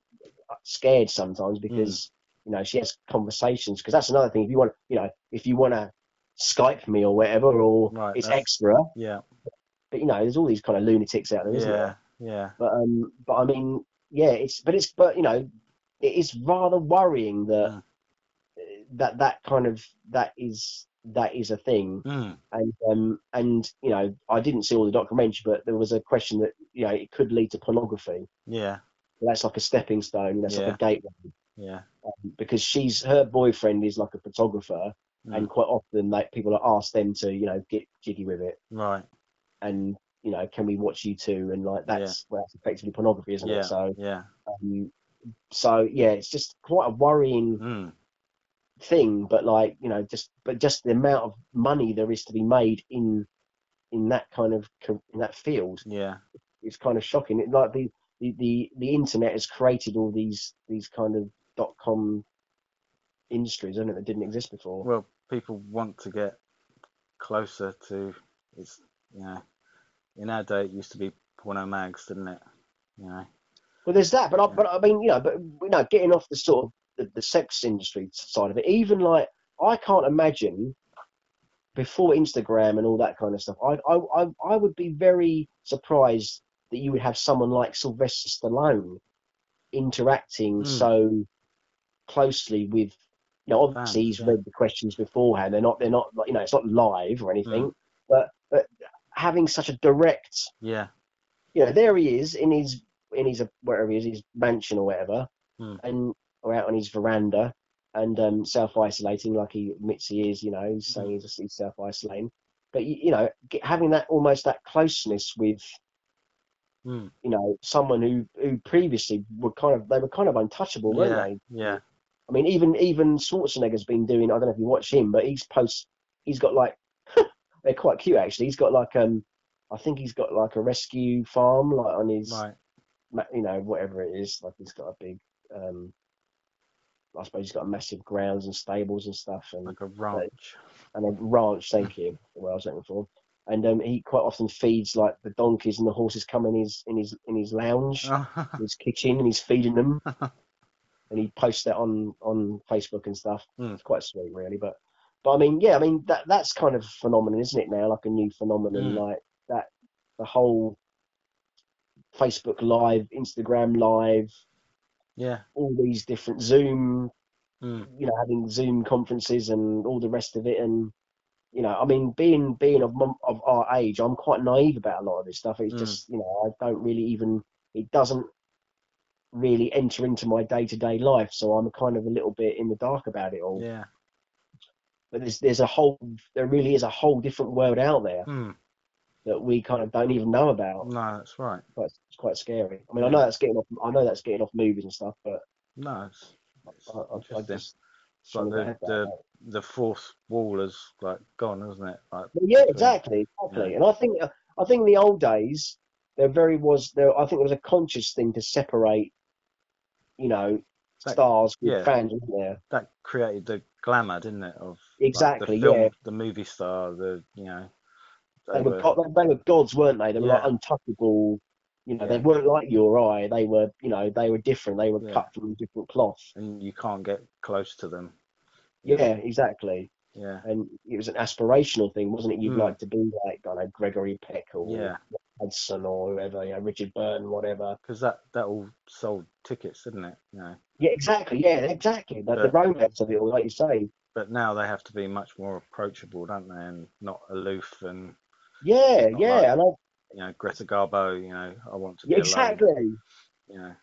[SPEAKER 1] scared
[SPEAKER 3] Mm.
[SPEAKER 1] sometimes because you know she has conversations because that's another thing. If you want, you know, if you want to Skype me or whatever, or
[SPEAKER 3] Right,
[SPEAKER 1] it's
[SPEAKER 3] that's-
[SPEAKER 1] extra
[SPEAKER 3] Yeah.
[SPEAKER 1] but you know, there's all these kind of lunatics out there, isn't
[SPEAKER 3] Yeah.
[SPEAKER 1] there?
[SPEAKER 3] Yeah.
[SPEAKER 1] But um, but I mean, yeah, it's but it's but you know, it is rather worrying
[SPEAKER 3] Mm.
[SPEAKER 1] that that that kind of that is that is a thing,
[SPEAKER 3] Mm.
[SPEAKER 1] and um, and you know, I didn't see all the documentary, but there was a question that you know it could lead to pornography.
[SPEAKER 3] Yeah.
[SPEAKER 1] That's like a stepping stone. That's like
[SPEAKER 3] Yeah.
[SPEAKER 1] a gateway
[SPEAKER 3] Yeah.
[SPEAKER 1] because she's her boyfriend is like a photographer, and
[SPEAKER 3] Mm.
[SPEAKER 1] quite often like people are asked them to you know get jiggy with it
[SPEAKER 3] Right.
[SPEAKER 1] and you know can we watch you too and like
[SPEAKER 3] Yeah.
[SPEAKER 1] that's well, that's effectively pornography isn't
[SPEAKER 3] Yeah.
[SPEAKER 1] it so
[SPEAKER 3] Yeah.
[SPEAKER 1] um, so yeah it's just quite a worrying
[SPEAKER 3] Mm.
[SPEAKER 1] thing but like you know just but just the amount of money there is to be made in in that kind of ca- in that field
[SPEAKER 3] Yeah.
[SPEAKER 1] it's kind of shocking it, like the, the the the internet has created all these these kind of dot com industries isn't it that didn't exist before
[SPEAKER 3] Well, people want to get closer to it's. You know, in our day it used to be porno mags, didn't it? You know.
[SPEAKER 1] Well, there's that, but I,
[SPEAKER 3] Yeah.
[SPEAKER 1] but I mean, you know, but you know, getting off the sort of the, the sex industry side of it, even like I can't imagine before Instagram and all that kind of stuff. I I I, I would be very surprised that you would have someone like Sylvester Stallone interacting
[SPEAKER 3] Mm.
[SPEAKER 1] so closely with. You know, obviously
[SPEAKER 3] Fans,
[SPEAKER 1] he's
[SPEAKER 3] yeah.
[SPEAKER 1] read the questions beforehand. They're not. They're not. like, You know, it's not live or anything.
[SPEAKER 3] Hmm.
[SPEAKER 1] But but having such a direct
[SPEAKER 3] Yeah.
[SPEAKER 1] you know, there he is in his in his wherever he is, his mansion or whatever,
[SPEAKER 3] Hmm.
[SPEAKER 1] and or out on his veranda and um, self isolating like he admits he is. You know, he's
[SPEAKER 3] Hmm.
[SPEAKER 1] saying he's, he's self isolating, but you, you know, get, having that almost that closeness with
[SPEAKER 3] Mm.
[SPEAKER 1] you know someone who who previously were kind of they were kind of untouchable, weren't
[SPEAKER 3] Yeah.
[SPEAKER 1] they?
[SPEAKER 3] Yeah.
[SPEAKER 1] I mean, even even Schwarzenegger's been doing. I don't know if you watch him, but he's post. He's got like they're quite cute actually. He's got like um. I think he's got like a rescue farm, like on his
[SPEAKER 3] Right.
[SPEAKER 1] ma- you know, whatever it is, like he's got a big, um, I suppose he's got massive grounds and stables and stuff, and,
[SPEAKER 3] Like a ranch.
[SPEAKER 1] and a ranch. Thank you, where I was looking for. And um, he quite often feeds like the donkeys and the horses come in his in his in his lounge, in his kitchen, and he's feeding them. and he posts that on on Facebook and stuff.
[SPEAKER 3] Hmm.
[SPEAKER 1] It's quite sweet, really. But but I mean, yeah, I mean that that's kind of a phenomenon, isn't it? Now, like a new phenomenon,
[SPEAKER 3] Hmm.
[SPEAKER 1] like that the whole Facebook Live, Instagram Live,
[SPEAKER 3] yeah.
[SPEAKER 1] all these different Zoom,
[SPEAKER 3] Mm.
[SPEAKER 1] you know, having Zoom conferences and all the rest of it. And you know, I mean, being being of mum- of our age, I'm quite naive about a lot of this stuff. It's
[SPEAKER 3] Mm.
[SPEAKER 1] just you know, I don't really even it doesn't really enter into my day to day life, so I'm kind of a little bit in the dark about it all.
[SPEAKER 3] Yeah.
[SPEAKER 1] But there's there's a whole there really is a whole different world out there
[SPEAKER 3] Mm.
[SPEAKER 1] that we kind of don't even know about.
[SPEAKER 3] No, that's right.
[SPEAKER 1] But it's it's quite scary. I mean, I know that's getting off. I know that's getting off movies and stuff, but
[SPEAKER 3] No, it's, it's
[SPEAKER 1] I, I, I
[SPEAKER 3] interesting.
[SPEAKER 1] just
[SPEAKER 3] It's like
[SPEAKER 1] struggle
[SPEAKER 3] the,
[SPEAKER 1] with that.
[SPEAKER 3] the the fourth wall is like gone, isn't it? Like
[SPEAKER 1] Well, yeah,
[SPEAKER 3] between-
[SPEAKER 1] exactly, exactly. And I think I think in the old days there very was there. I think there was a conscious thing to separate, you know,
[SPEAKER 3] That-
[SPEAKER 1] stars with
[SPEAKER 3] yeah.
[SPEAKER 1] fans, wasn't there?
[SPEAKER 3] that created the glamour, didn't it? Of like,
[SPEAKER 1] Exactly,
[SPEAKER 3] the film,
[SPEAKER 1] yeah.
[SPEAKER 3] the movie star, the you know,
[SPEAKER 1] They were, co- they, they were gods, weren't they? They were like
[SPEAKER 3] Yeah.
[SPEAKER 1] untouchable. You know, they
[SPEAKER 3] Yeah.
[SPEAKER 1] weren't like you or I. They were, you know, they were different. They were
[SPEAKER 3] Yeah.
[SPEAKER 1] cut from a different cloth.
[SPEAKER 3] and you can't get close to them.
[SPEAKER 1] Yeah, exactly.
[SPEAKER 3] Yeah,
[SPEAKER 1] And it was an aspirational thing, wasn't it? You'd
[SPEAKER 3] Hmm.
[SPEAKER 1] like to be like, I don't know, Gregory Peck or
[SPEAKER 3] yeah,
[SPEAKER 1] Hudson or whoever, you know, Richard Burton, whatever.
[SPEAKER 3] because that that all sold tickets, didn't it? You know,
[SPEAKER 1] Yeah, exactly. Yeah, exactly. The, the
[SPEAKER 3] But-
[SPEAKER 1] romance of it all, like you say.
[SPEAKER 3] but now they have to be much more approachable, don't they? And not aloof and
[SPEAKER 1] Yeah,
[SPEAKER 3] Not
[SPEAKER 1] yeah,
[SPEAKER 3] like-
[SPEAKER 1] and I,
[SPEAKER 3] you know, Greta Garbo. You know, I want to be
[SPEAKER 1] yeah, exactly.
[SPEAKER 3] alone. You know,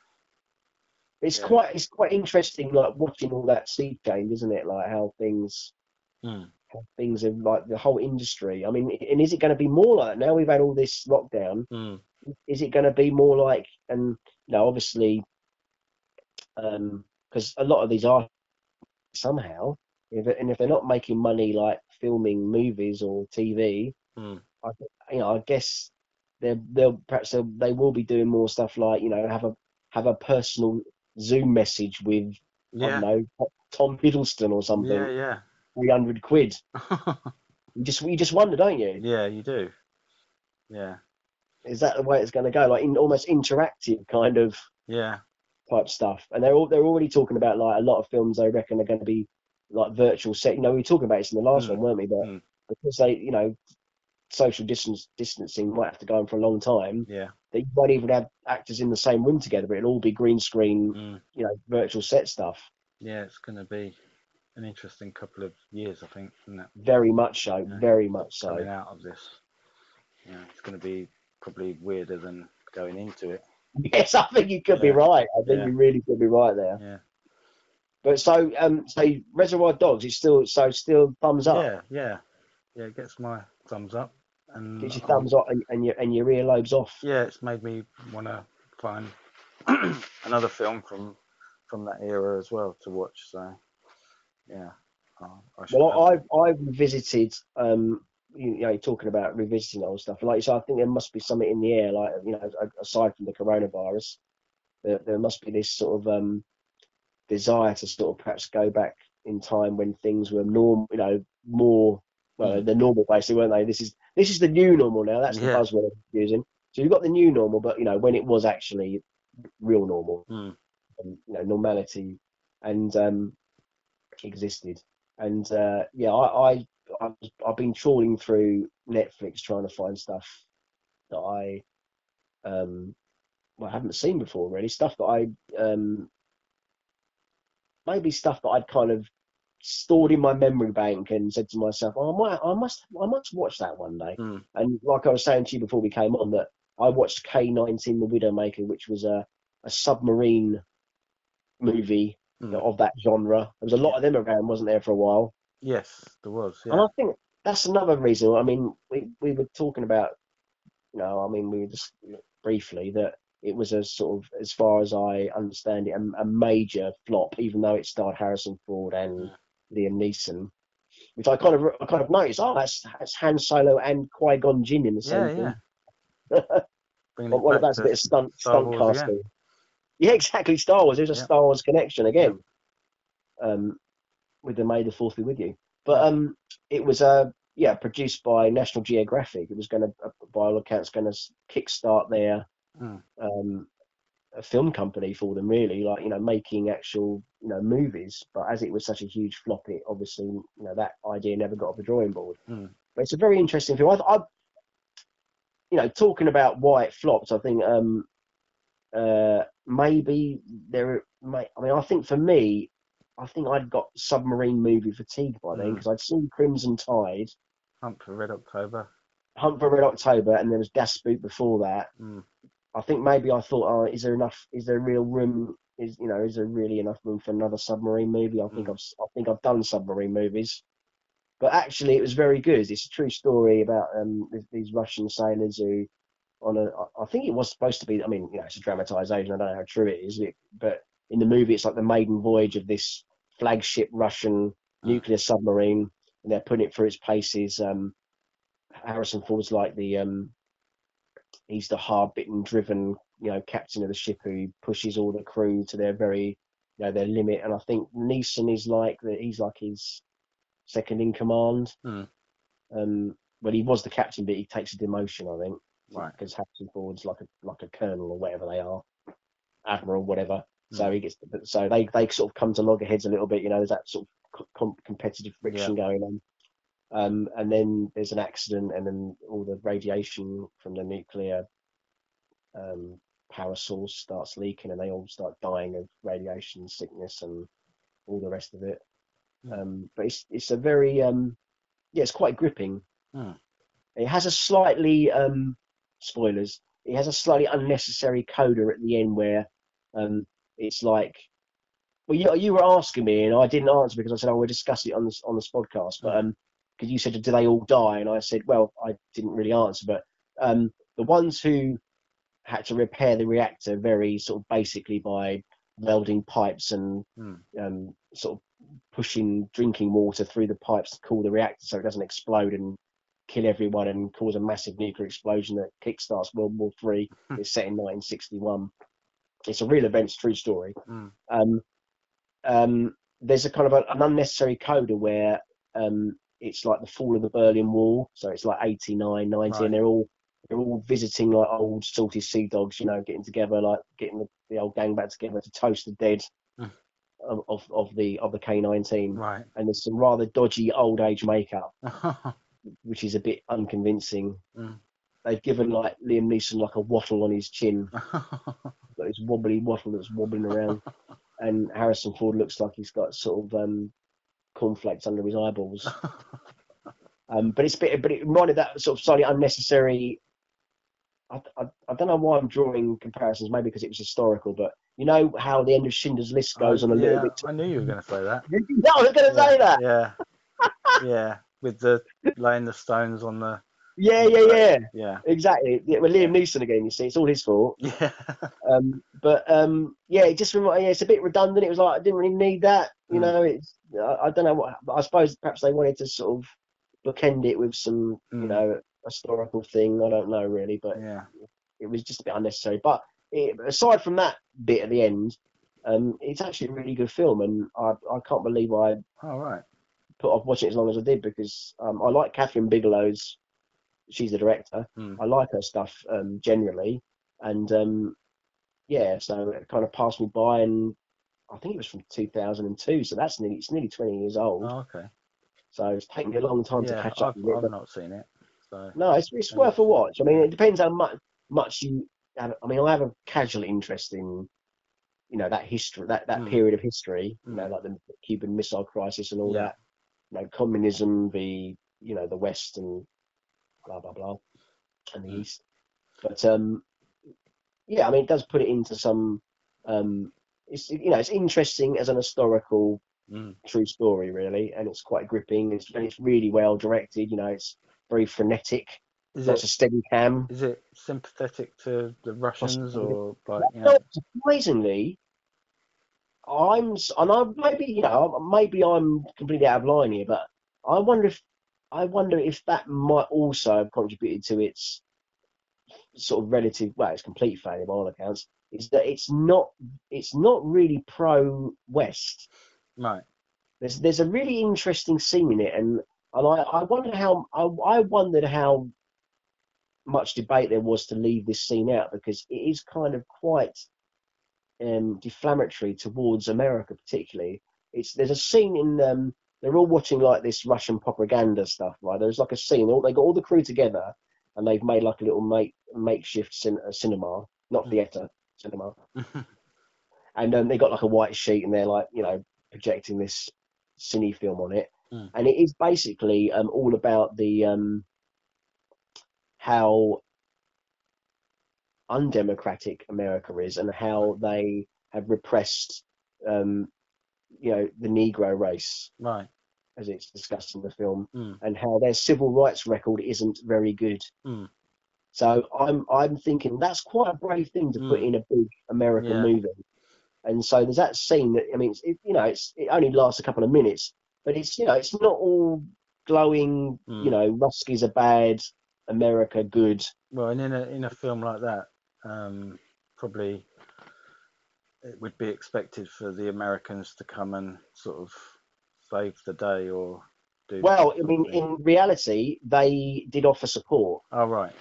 [SPEAKER 1] It's
[SPEAKER 3] Yeah.
[SPEAKER 1] quite it's quite interesting, like watching all that sea change, isn't it? Like how things
[SPEAKER 3] Mm.
[SPEAKER 1] how things are like the whole industry. I mean, and is it going to be more like that now? We've had all this lockdown.
[SPEAKER 3] Mm.
[SPEAKER 1] is it going to be more like and you know obviously um because a lot of these are somehow if, and if they're not making money like filming movies or tv
[SPEAKER 3] Hmm.
[SPEAKER 1] I, th- you know i guess they're they'll perhaps they'll, they will be doing more stuff like you know have a have a personal zoom message with i don't
[SPEAKER 3] Yeah,
[SPEAKER 1] know tom hiddleston or something
[SPEAKER 3] yeah, yeah.
[SPEAKER 1] 300 quid you just you just wonder don't you
[SPEAKER 3] yeah, you do. Yeah,
[SPEAKER 1] is that the way it's going to go like in almost interactive kind of
[SPEAKER 3] yeah,
[SPEAKER 1] type stuff. And they're all, they're already talking about like a lot of films they reckon are going to be like virtual set. You know, we were talking about this in the last
[SPEAKER 3] Mm.
[SPEAKER 1] one, weren't we? But
[SPEAKER 3] Mm.
[SPEAKER 1] because they, you know, social distance distancing might have to go on for a long time.
[SPEAKER 3] yeah.
[SPEAKER 1] They won't even have actors in the same room together. But it'll all be green screen,
[SPEAKER 3] Mm.
[SPEAKER 1] you know, virtual set stuff.
[SPEAKER 3] Yeah, it's going to be an interesting couple of years, I think, isn't it?
[SPEAKER 1] Very much so.
[SPEAKER 3] Yeah.
[SPEAKER 1] Very much so.
[SPEAKER 3] Coming out of this. Yeah, it's going to be probably weirder than going into it.
[SPEAKER 1] Yes, I think you could be
[SPEAKER 3] Yeah.
[SPEAKER 1] right. I think
[SPEAKER 3] Yeah.
[SPEAKER 1] you really could be right there.
[SPEAKER 3] Yeah.
[SPEAKER 1] But so, um, so Reservoir Dogs is still so still thumbs up.
[SPEAKER 3] Yeah, yeah, yeah. It gets my thumbs up, and
[SPEAKER 1] Gets your
[SPEAKER 3] I'm-
[SPEAKER 1] thumbs up and, and your and your earlobes off.
[SPEAKER 3] yeah, it's made me want to find another film from from that era as well to watch. So, yeah, I, I should
[SPEAKER 1] Well,
[SPEAKER 3] have-
[SPEAKER 1] I've I've revisited, um, you you know, talking about revisiting old stuff. Like you said, I think there must be something in the air, like you know, a- aside from the coronavirus, there, there must be this sort of um, desire to sort of perhaps go back in time when things were normal, you know, more well,
[SPEAKER 3] Mm.
[SPEAKER 1] they're normal basically, weren't they? This is this is the new normal now. That's the
[SPEAKER 3] Yeah.
[SPEAKER 1] buzzword I'm using. So you've got the new normal, but you know, when it was actually real normal
[SPEAKER 3] Mm,
[SPEAKER 1] um, you know normality and um, existed. And uh, yeah, I, I I've, I've been trawling through Netflix trying to find stuff that I um well, haven't seen before really stuff that I um maybe stuff that I'd kind of stored in my memory bank and said to myself, oh, I might I must I must watch that one day.
[SPEAKER 3] mm,
[SPEAKER 1] And like I was saying to you before we came on, that I watched K19 The Widowmaker, which was a, a submarine movie
[SPEAKER 3] mm.
[SPEAKER 1] of that genre. There was a lot of them around, wasn't there, for a while?
[SPEAKER 3] Yes, there was.
[SPEAKER 1] And
[SPEAKER 3] Yeah,
[SPEAKER 1] I think that's another reason. I mean, we, we were talking about, you know, I mean, we were just briefly that it was a sort of, as far as I understand it, a, a major flop, even though it starred Harrison Ford and Liam Neeson. Which I kind of I kind of noticed. Oh, that's, that's Han Solo and Qui Gon Jinn in the same
[SPEAKER 3] yeah,
[SPEAKER 1] film.
[SPEAKER 3] yeah. Bringing
[SPEAKER 1] Well,
[SPEAKER 3] it
[SPEAKER 1] what
[SPEAKER 3] back
[SPEAKER 1] about a
[SPEAKER 3] to
[SPEAKER 1] bit of stunt,
[SPEAKER 3] Star
[SPEAKER 1] stunt
[SPEAKER 3] Wars again.
[SPEAKER 1] casting? Yeah, exactly. Star Wars. There's a
[SPEAKER 3] Yeah.
[SPEAKER 1] Star Wars connection again. Um, with the May the Fourth be with you. But um, it was uh, yeah, produced by National Geographic. It was going to, by all accounts, going to kickstart their
[SPEAKER 3] Mm.
[SPEAKER 1] um, a film company for them. Really, like you know, making actual you know movies. But as it was such a huge flop, it obviously you know that idea never got off the drawing board.
[SPEAKER 3] Mm.
[SPEAKER 1] But it's a very interesting film. I, I, you know, talking about why it flopped, I think um, uh, maybe there. May, I mean, I think for me, I think I'd got submarine movie fatigue by then
[SPEAKER 3] Mm.
[SPEAKER 1] because I'd seen Crimson Tide,
[SPEAKER 3] Hunt for Red October.
[SPEAKER 1] Hunt for Red October, and there was Dasboot before that.
[SPEAKER 3] Mm.
[SPEAKER 1] I think maybe I thought, oh, is there enough? Is there real room? Is you know, is there really enough room for another submarine movie? I think
[SPEAKER 3] Mm.
[SPEAKER 1] I've s- I think I've done submarine movies, but actually it was very good. It's a true story about um th- these Russian sailors who, on a I- I think it was supposed to be. I mean, you know, it's a dramatization. I don't know how true it is, it, but in the movie it's like the maiden voyage of this flagship Russian nuclear submarine, and they're putting it through its paces. Um, Harrison Ford's like the um he's the hard bitten driven you know captain of the ship who pushes all the crew to their very you know their limit and i think neeson is like the, he's like his second in command
[SPEAKER 3] Hmm.
[SPEAKER 1] um well he was the captain but he takes a demotion i think
[SPEAKER 3] Right.
[SPEAKER 1] because Harrison Ford's like a like a colonel or whatever they are, admiral, whatever. So
[SPEAKER 3] Mm.
[SPEAKER 1] he gets so they they sort of come to loggerheads a little bit. You know, there's that sort of co- com- competitive friction going on. Um, and then there's an accident, and then all the radiation from the nuclear um, power source starts leaking, and they all start dying of radiation sickness and all the rest of it.
[SPEAKER 3] Mm.
[SPEAKER 1] Um, but it's it's a very um, yeah, it's quite gripping.
[SPEAKER 3] Mm.
[SPEAKER 1] It has a slightly um, spoilers. It has a slightly unnecessary coda at the end where um, it's like, well, you, you were asking me and I didn't answer because I said, oh, we'll discuss it on this on this podcast. But
[SPEAKER 3] Mm.
[SPEAKER 1] um, because you said, do they all die? And I said, well, I didn't really answer, but um, the ones who had to repair the reactor very sort of basically by welding pipes and
[SPEAKER 3] Hmm.
[SPEAKER 1] um, sort of pushing drinking water through the pipes to cool the reactor so it doesn't explode and kill everyone and cause a massive nuclear explosion that kickstarts World War Three. it's set in 1961. It's a real events, true story.
[SPEAKER 3] Hmm.
[SPEAKER 1] Um, um, there's a kind of a, an unnecessary coda where um, it's like the fall of the Berlin Wall, so it's like 89, 90,
[SPEAKER 3] Right.
[SPEAKER 1] and they're all they're all visiting like old salty sea dogs, you know, getting together, like getting the, the old gang back together to toast the dead
[SPEAKER 3] Mm.
[SPEAKER 1] of, of of the of the K9 team.
[SPEAKER 3] Right.
[SPEAKER 1] And there's some rather dodgy old age makeup
[SPEAKER 3] right.
[SPEAKER 1] which is a bit unconvincing.
[SPEAKER 3] Mm.
[SPEAKER 1] They've given like Liam Neeson like a wattle on his chin, like his wobbly wattle that's wobbling around, and Harrison Ford looks like he's got sort of um, cornflakes under his eyeballs. um, but it's a bit, but it reminded that sort of slightly unnecessary. I, I, I don't know why I'm drawing comparisons, maybe because it was historical, but you know how the end of Schindler's List goes on a
[SPEAKER 3] Oh, Yeah,
[SPEAKER 1] little bit.
[SPEAKER 3] I knew you were going to say that.
[SPEAKER 1] no, I was going to say that.
[SPEAKER 3] Yeah. yeah. With the laying the stones on the.
[SPEAKER 1] Yeah, yeah, yeah,
[SPEAKER 3] Yeah.
[SPEAKER 1] exactly. Yeah, well, Liam Neeson again. You see, it's all his fault.
[SPEAKER 3] Yeah.
[SPEAKER 1] Um, but um, yeah, it just remi- yeah, it's a bit redundant. It was like I didn't really need that, you
[SPEAKER 3] Mm.
[SPEAKER 1] know. It's I, I don't know what I suppose perhaps they wanted to sort of bookend it with some you
[SPEAKER 3] Mm.
[SPEAKER 1] know historical thing. I don't know really, but
[SPEAKER 3] Yeah.
[SPEAKER 1] it was just a bit unnecessary. But it, aside from that bit at the end, um, it's actually a really good film, and I I can't believe I
[SPEAKER 3] All right.
[SPEAKER 1] put off watching it as long as I did because um, I like Catherine Bigelow's. She's the director.
[SPEAKER 3] Mm.
[SPEAKER 1] I like her stuff um, generally, and um, yeah, so it kind of passed me by. And I think it was from 2002, so that's nearly it's nearly 20 years old.
[SPEAKER 3] Oh, okay.
[SPEAKER 1] So it's taken me a long time to
[SPEAKER 3] Yeah,
[SPEAKER 1] catch up
[SPEAKER 3] I've,
[SPEAKER 1] with it.
[SPEAKER 3] I've
[SPEAKER 1] But
[SPEAKER 3] not seen it. So.
[SPEAKER 1] no, it's, it's
[SPEAKER 3] Yeah.
[SPEAKER 1] worth a watch. I mean, it depends how much much you. Have, I mean, I have a casual interest in, you know, that history, that that
[SPEAKER 3] Mm.
[SPEAKER 1] period of history. You know,
[SPEAKER 3] Mm.
[SPEAKER 1] like the Cuban Missile Crisis and all
[SPEAKER 3] Yeah.
[SPEAKER 1] that. You know, communism, the you know the West and blah blah blah, and the
[SPEAKER 3] Mm.
[SPEAKER 1] East. But um, yeah, I mean, it does put it into some. Um, it's you know, it's interesting as an historical
[SPEAKER 3] Mm.
[SPEAKER 1] true story really and it's quite gripping it's, and it's really well directed you know it's very frenetic
[SPEAKER 3] Is
[SPEAKER 1] lots
[SPEAKER 3] it
[SPEAKER 1] of steady cam
[SPEAKER 3] is it sympathetic to the Russians
[SPEAKER 1] Possibly.
[SPEAKER 3] or like you know,
[SPEAKER 1] No, surprisingly i'm s- and i maybe you know maybe i'm completely out of line here but i wonder if i wonder if that might also have contributed to its sort of relative well it's complete failure by all accounts is that it's not it's not really pro west
[SPEAKER 3] right?
[SPEAKER 1] there's there's a really interesting scene in it, and and I I wondered how I I wondered how much debate there was to leave this scene out because it is kind of quite um, deflammatory towards America, particularly. It's there's a scene in um they're all watching like this Russian propaganda stuff, right? There's like a scene. All, they got all the crew together, and they've made like a little make makeshift cin- uh, cinema, not theatre, cinema and um, they got like a white sheet and they're like you know projecting this cine film on it
[SPEAKER 3] Mm.
[SPEAKER 1] and it is basically um, all about the um, how undemocratic america is and how they have repressed um, you know the negro race
[SPEAKER 3] right.
[SPEAKER 1] as it's discussed in the film,
[SPEAKER 3] Mm.
[SPEAKER 1] and how their civil rights record isn't very good.
[SPEAKER 3] Mm.
[SPEAKER 1] So I'm I'm thinking that's quite a brave thing to put
[SPEAKER 3] Mm.
[SPEAKER 1] in a big American
[SPEAKER 3] Yeah.
[SPEAKER 1] movie. And so there's that scene that I mean, it's, it, you know, it's it only lasts a couple of minutes, but it's you know, it's not all glowing.
[SPEAKER 3] Mm.
[SPEAKER 1] You know, Ruskies are bad, America good.
[SPEAKER 3] Well, and in a in a film like that, um, probably it would be expected for the Americans to come and sort of save the day or do.
[SPEAKER 1] Well, I
[SPEAKER 3] something.
[SPEAKER 1] mean, in reality, they did offer support.
[SPEAKER 3] oh right,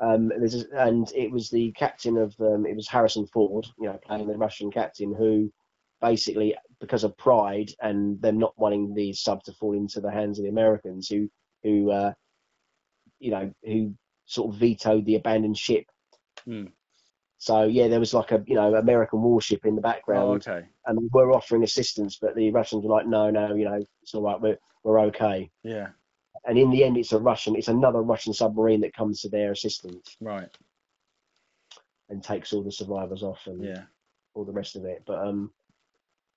[SPEAKER 1] Um, there's a, and it was the captain of um, it was Harrison Ford, you know, playing the Russian captain who basically because of pride and them not wanting the sub to fall into the hands of the Americans who who uh, you know who sort of vetoed the abandoned ship.
[SPEAKER 2] Hmm.
[SPEAKER 1] So yeah, there was like a you know American warship in the
[SPEAKER 2] Oh,
[SPEAKER 1] background,
[SPEAKER 2] okay.
[SPEAKER 1] and we were offering assistance, but the Russians were like, no, no, you know, it's all right, we're we're okay.
[SPEAKER 2] Yeah.
[SPEAKER 1] And in the end, it's a Russian, it's another Russian submarine that comes to their assistance
[SPEAKER 2] Right.
[SPEAKER 1] and takes all the survivors off and
[SPEAKER 2] Yeah.
[SPEAKER 1] all the rest of it. But um,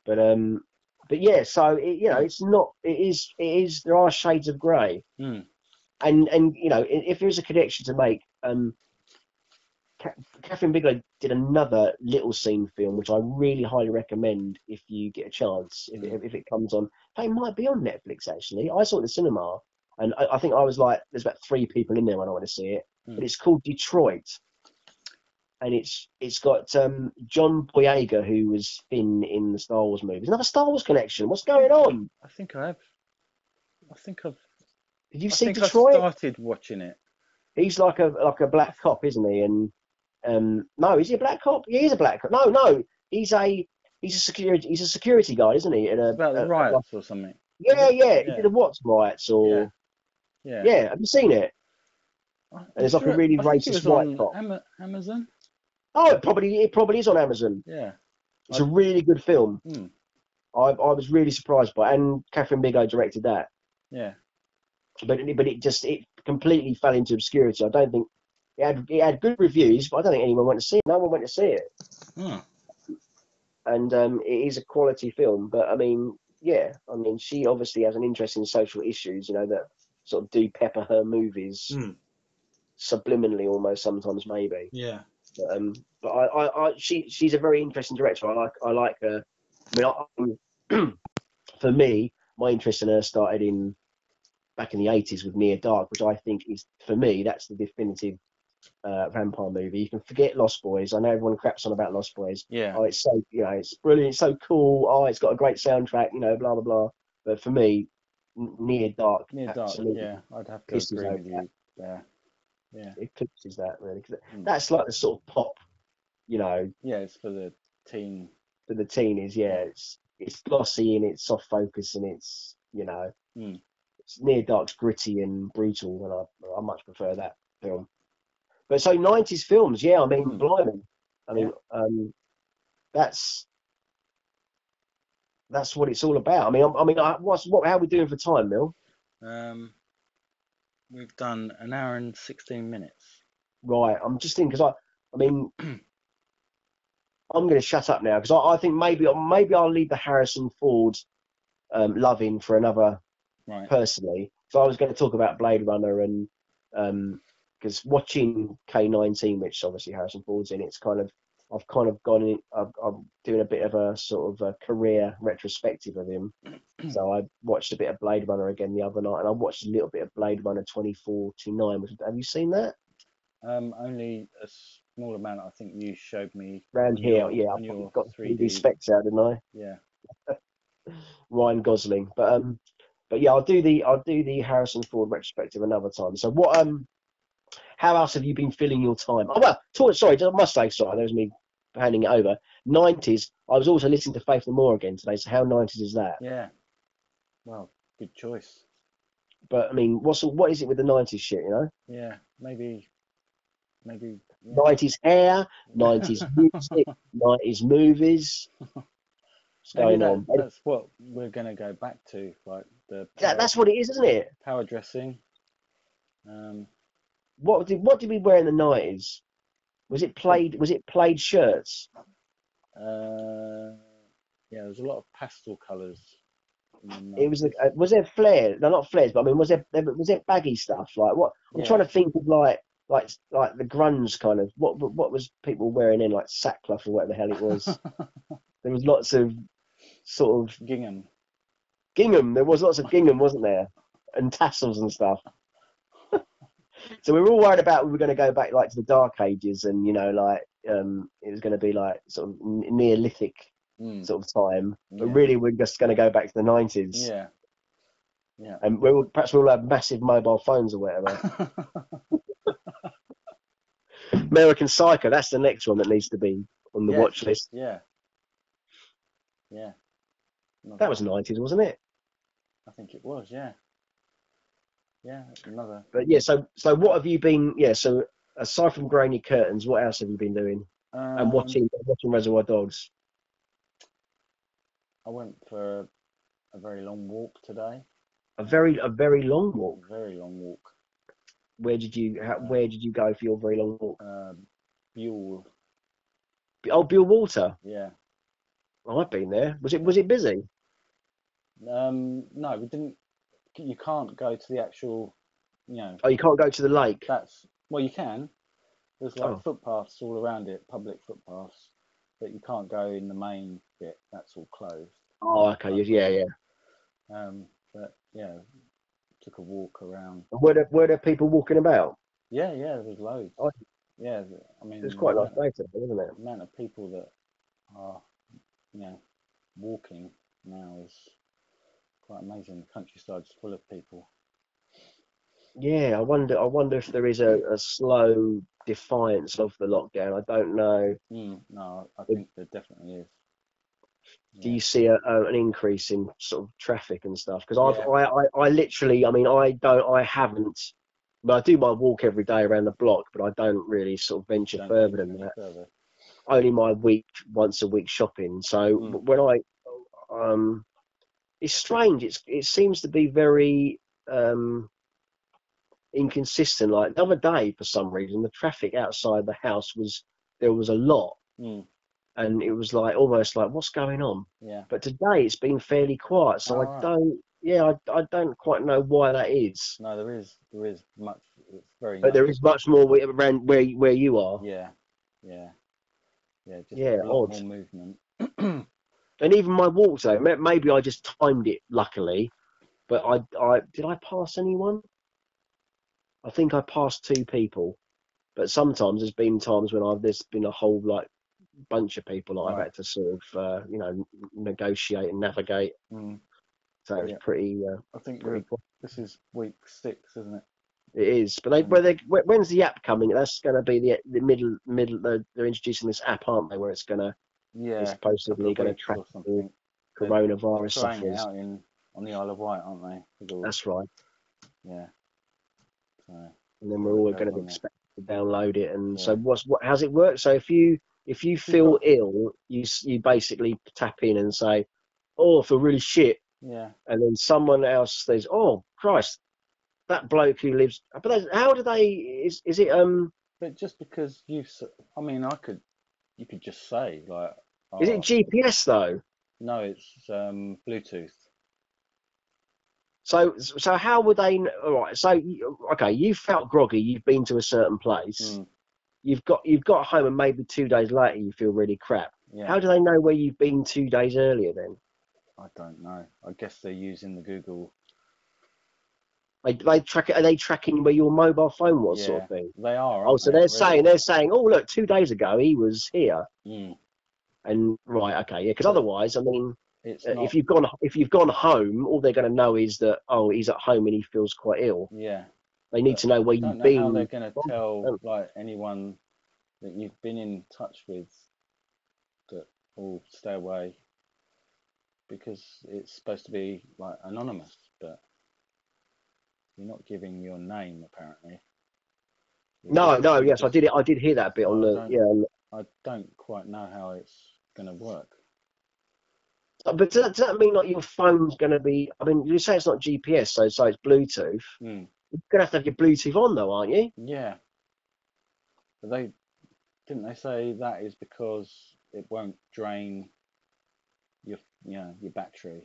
[SPEAKER 1] but um, but yeah. So it, you know, it's not. It is. It is. There are shades of grey.
[SPEAKER 2] Mm.
[SPEAKER 1] And and you know, i- if there is a connection to make, um, K- Catherine Bigelow did another little scene film, which I really highly recommend if you get a chance, if,
[SPEAKER 2] Hmm.
[SPEAKER 1] it, if it comes on. They might be on Netflix actually. I saw it in the cinema, and I, I think I was like, there's about three people in there when I want to see it.
[SPEAKER 2] Hmm.
[SPEAKER 1] But it's called Detroit, and it's it's got um, John Boyega who was Finn in the Star Wars movies. Another Star Wars connection. What's going on?
[SPEAKER 2] I think I have. I think I've.
[SPEAKER 1] Did you
[SPEAKER 2] I
[SPEAKER 1] see
[SPEAKER 2] think
[SPEAKER 1] Detroit?
[SPEAKER 2] I started watching it.
[SPEAKER 1] He's like a like a black cop, isn't he? And um, no, is he a black cop? He is a black cop. No, no, he's a he's a security he's a security guard, isn't he? And a,
[SPEAKER 2] It's about
[SPEAKER 1] a-
[SPEAKER 2] the riots or something.
[SPEAKER 1] yeah, yeah, He
[SPEAKER 2] Yeah.
[SPEAKER 1] did a Watts riots or
[SPEAKER 2] Yeah.
[SPEAKER 1] yeah. Have you seen it?
[SPEAKER 2] I- I'm
[SPEAKER 1] there's like a
[SPEAKER 2] sure-
[SPEAKER 1] really
[SPEAKER 2] I think it
[SPEAKER 1] racist
[SPEAKER 2] was
[SPEAKER 1] white
[SPEAKER 2] on
[SPEAKER 1] cop.
[SPEAKER 2] Ama- Amazon.
[SPEAKER 1] Oh, it probably it probably is on Amazon.
[SPEAKER 2] Yeah.
[SPEAKER 1] It's a really good film.
[SPEAKER 2] Hmm.
[SPEAKER 1] I I was really surprised by, it. and Catherine Bigelow directed that.
[SPEAKER 2] Yeah.
[SPEAKER 1] but it, but it just it completely fell into obscurity. I don't think it had it had good reviews, but I don't think anyone went to see it. No one went to see it,
[SPEAKER 2] Hmm.
[SPEAKER 1] and um, it is a quality film. But I mean, yeah, I mean, she obviously has an interest in social issues, you know, that sort of do pepper her movies
[SPEAKER 3] Hmm.
[SPEAKER 1] subliminally, almost sometimes maybe.
[SPEAKER 2] Yeah.
[SPEAKER 1] But, um, but I, I, I, she, she's a very interesting director. I like, I like her. I mean, I- I, for me, my interest in her started in back in the eighties with Near Dark, which I think is for me that's the definitive uh, vampire movie. You can forget Lost Boys. I know everyone craps on about Lost Boys.
[SPEAKER 2] Yeah.
[SPEAKER 1] Oh, it's so, you know, it's brilliant. It's so cool. Oh, it's got a great soundtrack. You know, blah blah blah. But for me, N- Near Dark,
[SPEAKER 2] Near dark.
[SPEAKER 1] absolutely
[SPEAKER 2] Yeah. I'd have to
[SPEAKER 1] This is
[SPEAKER 2] agree
[SPEAKER 1] like
[SPEAKER 2] with you there. Yeah.
[SPEAKER 1] eclipses that really. 'cause
[SPEAKER 2] Mm.
[SPEAKER 1] that's like the sort of pop, you know,
[SPEAKER 2] Yeah. It's for the teen.
[SPEAKER 1] for the teen is yeah, it's it's glossy and it's soft focus and it's you know
[SPEAKER 2] Mm.
[SPEAKER 1] it's near dark's gritty and brutal and I I much prefer that film. But so nineties films, yeah, I mean
[SPEAKER 2] Mm.
[SPEAKER 1] blimey. I mean
[SPEAKER 2] Yeah.
[SPEAKER 1] um that's that's what it's all about. I mean, I, I mean, I, what's what? How are we doing for time, Mill?
[SPEAKER 2] Um, we've done an hour and sixteen minutes.
[SPEAKER 1] Right. I'm just thinking because I, I mean, I'm going to shut up now because I, I think maybe maybe I'll leave the Harrison Ford um, loving for another
[SPEAKER 2] Right.
[SPEAKER 1] personally. So I was going to talk about Blade Runner and because watching K19, which obviously Harrison Ford's in, it's kind of I've kind of gone in. I've, I'm doing a bit of a sort of a career retrospective of him. so I watched a bit of Blade Runner again the other night, and I watched a little bit of Blade Runner 2429. which- Have you seen that?
[SPEAKER 2] Um, only a small amount. I think you showed me.
[SPEAKER 1] Round
[SPEAKER 2] on
[SPEAKER 1] here,
[SPEAKER 2] your-
[SPEAKER 1] yeah,
[SPEAKER 2] on
[SPEAKER 1] I've
[SPEAKER 2] your
[SPEAKER 1] got
[SPEAKER 2] 3D.
[SPEAKER 1] three specs out, didn't I?
[SPEAKER 2] Yeah.
[SPEAKER 1] Ryan Gosling, but um, but yeah, I'll do the I'll do the Harrison Ford retrospective another time. So what um, how else have you been filling your time? Oh well, talk, sorry, I must say sorry. That was me handing it over. Nineties. I was also listening to Faith No More again today. So how nineties is that?
[SPEAKER 2] Yeah. Well, good choice.
[SPEAKER 1] But I mean, what's what is it with the nineties shit? You know,
[SPEAKER 2] Yeah. Maybe. Maybe. yeah.
[SPEAKER 1] nineties hair, nineties music, nineties movies. What's
[SPEAKER 2] Maybe
[SPEAKER 1] going
[SPEAKER 2] that-
[SPEAKER 1] on?
[SPEAKER 2] That's what we're going to go back to, like the power,
[SPEAKER 1] That, that's what it is, isn't it?
[SPEAKER 2] power dressing. Um,
[SPEAKER 1] What did what did we wear in the nineties? Was it played? Was it played shirts?
[SPEAKER 2] uh, yeah, there's a lot of pastel colours. in the
[SPEAKER 1] It was.
[SPEAKER 2] 90s.
[SPEAKER 1] uh, Was there flares? No, not flares, but I mean, was there there- was there baggy stuff? Like what? I'm
[SPEAKER 2] Yeah.
[SPEAKER 1] trying to think of like like like the grunge kind of what what what was people wearing in like sackcloth or whatever the hell it was. there was lots of sort of
[SPEAKER 2] gingham.
[SPEAKER 1] gingham. There was lots of gingham, wasn't there? And tassels and stuff. so we were all worried about we were going to go back like to the dark ages and you know like um it was going to be like sort of n- neolithic
[SPEAKER 2] Mm,
[SPEAKER 1] sort of time, but
[SPEAKER 2] Yeah.
[SPEAKER 1] really we're just going to go back to the 90s.
[SPEAKER 2] yeah.
[SPEAKER 1] And we'll, perhaps we'll have massive mobile phones or whatever. American Psycho, that's the next one that needs to be on the
[SPEAKER 2] Yeah.
[SPEAKER 1] watch list.
[SPEAKER 2] yeah. Yeah. Another-
[SPEAKER 1] That was 90s, wasn't it?
[SPEAKER 2] I think it was. Yeah. Yeah. Another.
[SPEAKER 1] But yeah, so so what have you been? Yeah, so aside from growing your curtains, what else have you been doing?
[SPEAKER 2] Um,
[SPEAKER 1] And watching watching Reservoir Dogs.
[SPEAKER 2] I went for a very long walk today.
[SPEAKER 1] A very a very long walk.
[SPEAKER 2] Very long walk.
[SPEAKER 1] Where did you how, where did you go for your very long walk?
[SPEAKER 2] Um, Buell.
[SPEAKER 1] Oh, Bill Walter.
[SPEAKER 2] Yeah.
[SPEAKER 1] Oh, I've been there. Was it was it busy?
[SPEAKER 2] Um, no, we didn't. You can't go to the actual, you know,
[SPEAKER 1] Oh, you can't go to the lake.
[SPEAKER 2] that's well, you can, There's like
[SPEAKER 1] Oh.
[SPEAKER 2] footpaths all around it, public footpaths, but you can't go in the main bit. That's all closed.
[SPEAKER 1] Oh, okay. Yeah, yeah.
[SPEAKER 2] Um, but yeah, took a walk around.
[SPEAKER 1] Were there, were there people walking about?
[SPEAKER 2] Yeah, yeah, there's loads.
[SPEAKER 1] Oh.
[SPEAKER 2] Yeah, th- I mean,
[SPEAKER 1] It was quite a nice
[SPEAKER 2] amount-
[SPEAKER 1] day today, wasn't it?
[SPEAKER 2] amount of people that are, you know, walking now is quite amazing. The countryside's full of people.
[SPEAKER 1] Yeah, I wonder. I wonder if there is a, a slow defiance of the lockdown. I don't know.
[SPEAKER 2] Mm, no, I I think there definitely is.
[SPEAKER 1] Do
[SPEAKER 2] Yeah.
[SPEAKER 1] you see a, a, an increase in sort of traffic and stuff? Because I've
[SPEAKER 2] Yeah.
[SPEAKER 1] I, I, I literally. I mean, I don't. I haven't. But I do my walk every day around the block, but I don't really sort of venture
[SPEAKER 2] Don't
[SPEAKER 1] further
[SPEAKER 2] think
[SPEAKER 1] than
[SPEAKER 2] any
[SPEAKER 1] that.
[SPEAKER 2] further.
[SPEAKER 1] Only my week, once a week shopping. So
[SPEAKER 2] Mm.
[SPEAKER 1] when I, um, it's strange. It's it seems to be very um inconsistent. Like the other day, for some reason, the traffic outside the house was there was a lot,
[SPEAKER 2] Mm,
[SPEAKER 1] and it was like almost like what's going on.
[SPEAKER 2] yeah.
[SPEAKER 1] But today it's been fairly quiet, so I
[SPEAKER 2] Alright.
[SPEAKER 1] don't. Yeah, I, I don't quite know why that is.
[SPEAKER 2] No, there is there is much. It's very.
[SPEAKER 1] But there
[SPEAKER 2] nice.
[SPEAKER 1] is much more where- around where you- where you are.
[SPEAKER 2] Yeah, yeah, yeah. Just
[SPEAKER 1] Yeah,
[SPEAKER 2] a lot
[SPEAKER 1] odd.
[SPEAKER 2] more movement.
[SPEAKER 1] And even my walk though, ma- maybe I just timed it luckily, but I, I did I pass anyone? I think I passed two people, but sometimes there's been times when I've there's been a whole like bunch of people that I've
[SPEAKER 2] Right.
[SPEAKER 1] had to sort of uh, you know n- negotiate and navigate.
[SPEAKER 2] Mm.
[SPEAKER 1] So it's
[SPEAKER 2] Yeah.
[SPEAKER 1] pretty uh,
[SPEAKER 2] I think
[SPEAKER 1] pretty.
[SPEAKER 2] we're,
[SPEAKER 1] cool.
[SPEAKER 2] this is week six, isn't it?
[SPEAKER 1] It is, but they,
[SPEAKER 2] Mm.
[SPEAKER 1] well, they when- when's the app coming? That's going to be the the middle middle. They're, they're introducing this app, aren't they? Where it's going to
[SPEAKER 2] Yeah.
[SPEAKER 1] it's
[SPEAKER 2] couple
[SPEAKER 1] supposedly
[SPEAKER 2] of
[SPEAKER 1] going to
[SPEAKER 2] weeks
[SPEAKER 1] track
[SPEAKER 2] or something. They're- They're
[SPEAKER 1] coronavirus
[SPEAKER 2] trying it
[SPEAKER 1] sufferers.
[SPEAKER 2] out in on the Isle of Wight, aren't they? With all-
[SPEAKER 1] That's right.
[SPEAKER 2] Yeah. So
[SPEAKER 1] and then
[SPEAKER 2] Yeah,
[SPEAKER 1] we're all
[SPEAKER 2] that's
[SPEAKER 1] going to be
[SPEAKER 2] on there.
[SPEAKER 1] expected to download it. And so,
[SPEAKER 2] Yeah.
[SPEAKER 1] what's what? How's it work? So if you if you feel ill, you s- you basically tap in and say, "Oh, I feel really shit,"
[SPEAKER 2] yeah,
[SPEAKER 1] and then someone else says, "Oh, Christ, that bloke who lives." But that's- how do they? Is is it um?
[SPEAKER 2] but just because you, s- I mean, I could, you could just say like,
[SPEAKER 1] Is
[SPEAKER 2] oh,
[SPEAKER 1] it GPS though?
[SPEAKER 2] no, it's um Bluetooth.
[SPEAKER 1] So so how would they? kn- All right. So you- okay, you felt groggy. You've been to a certain place.
[SPEAKER 2] Mm,
[SPEAKER 1] You've got you've got home, and maybe two days later you feel really crap.
[SPEAKER 2] yeah,
[SPEAKER 1] How do they know where you've been two days earlier then?
[SPEAKER 2] I don't know. I guess they're using the Google.
[SPEAKER 1] They, they track are they tracking where your mobile phone was sort of thing.
[SPEAKER 2] They are.
[SPEAKER 1] Oh,
[SPEAKER 2] aren't
[SPEAKER 1] so
[SPEAKER 2] they,
[SPEAKER 1] they're
[SPEAKER 2] really?
[SPEAKER 1] saying they're saying, oh look, two days ago he was here,
[SPEAKER 2] Mm,
[SPEAKER 1] and right, okay, yeah, because
[SPEAKER 2] Yeah.
[SPEAKER 1] otherwise, I mean,
[SPEAKER 2] it's
[SPEAKER 1] uh,
[SPEAKER 2] not.
[SPEAKER 1] if you've gone if you've gone home, all they're going to know is that oh he's at home and he feels quite ill.
[SPEAKER 2] yeah.
[SPEAKER 1] They need
[SPEAKER 2] But
[SPEAKER 1] to know where
[SPEAKER 2] I don't
[SPEAKER 1] you've
[SPEAKER 2] know
[SPEAKER 1] been.
[SPEAKER 2] how they're going to
[SPEAKER 1] from,
[SPEAKER 2] tell
[SPEAKER 1] don't
[SPEAKER 2] like anyone that you've been in touch with that all stay away because it's supposed to be like anonymous, but you're not giving your name apparently. You're
[SPEAKER 1] No,
[SPEAKER 2] just-
[SPEAKER 1] no,
[SPEAKER 2] you're
[SPEAKER 1] yes, I
[SPEAKER 2] just-
[SPEAKER 1] did it. I did hear that bit on
[SPEAKER 2] Oh, I
[SPEAKER 1] the
[SPEAKER 2] don't-
[SPEAKER 1] yeah. on the-
[SPEAKER 2] I don't quite know how it's going to work.
[SPEAKER 1] But does that, does that mean like your phone's going to be? I mean, you say it's not GPS, so so it's Bluetooth.
[SPEAKER 2] Mm,
[SPEAKER 1] You're going to have to have your Bluetooth on though, aren't you?
[SPEAKER 2] yeah, but they didn't they say that is because it won't drain your yeah your battery.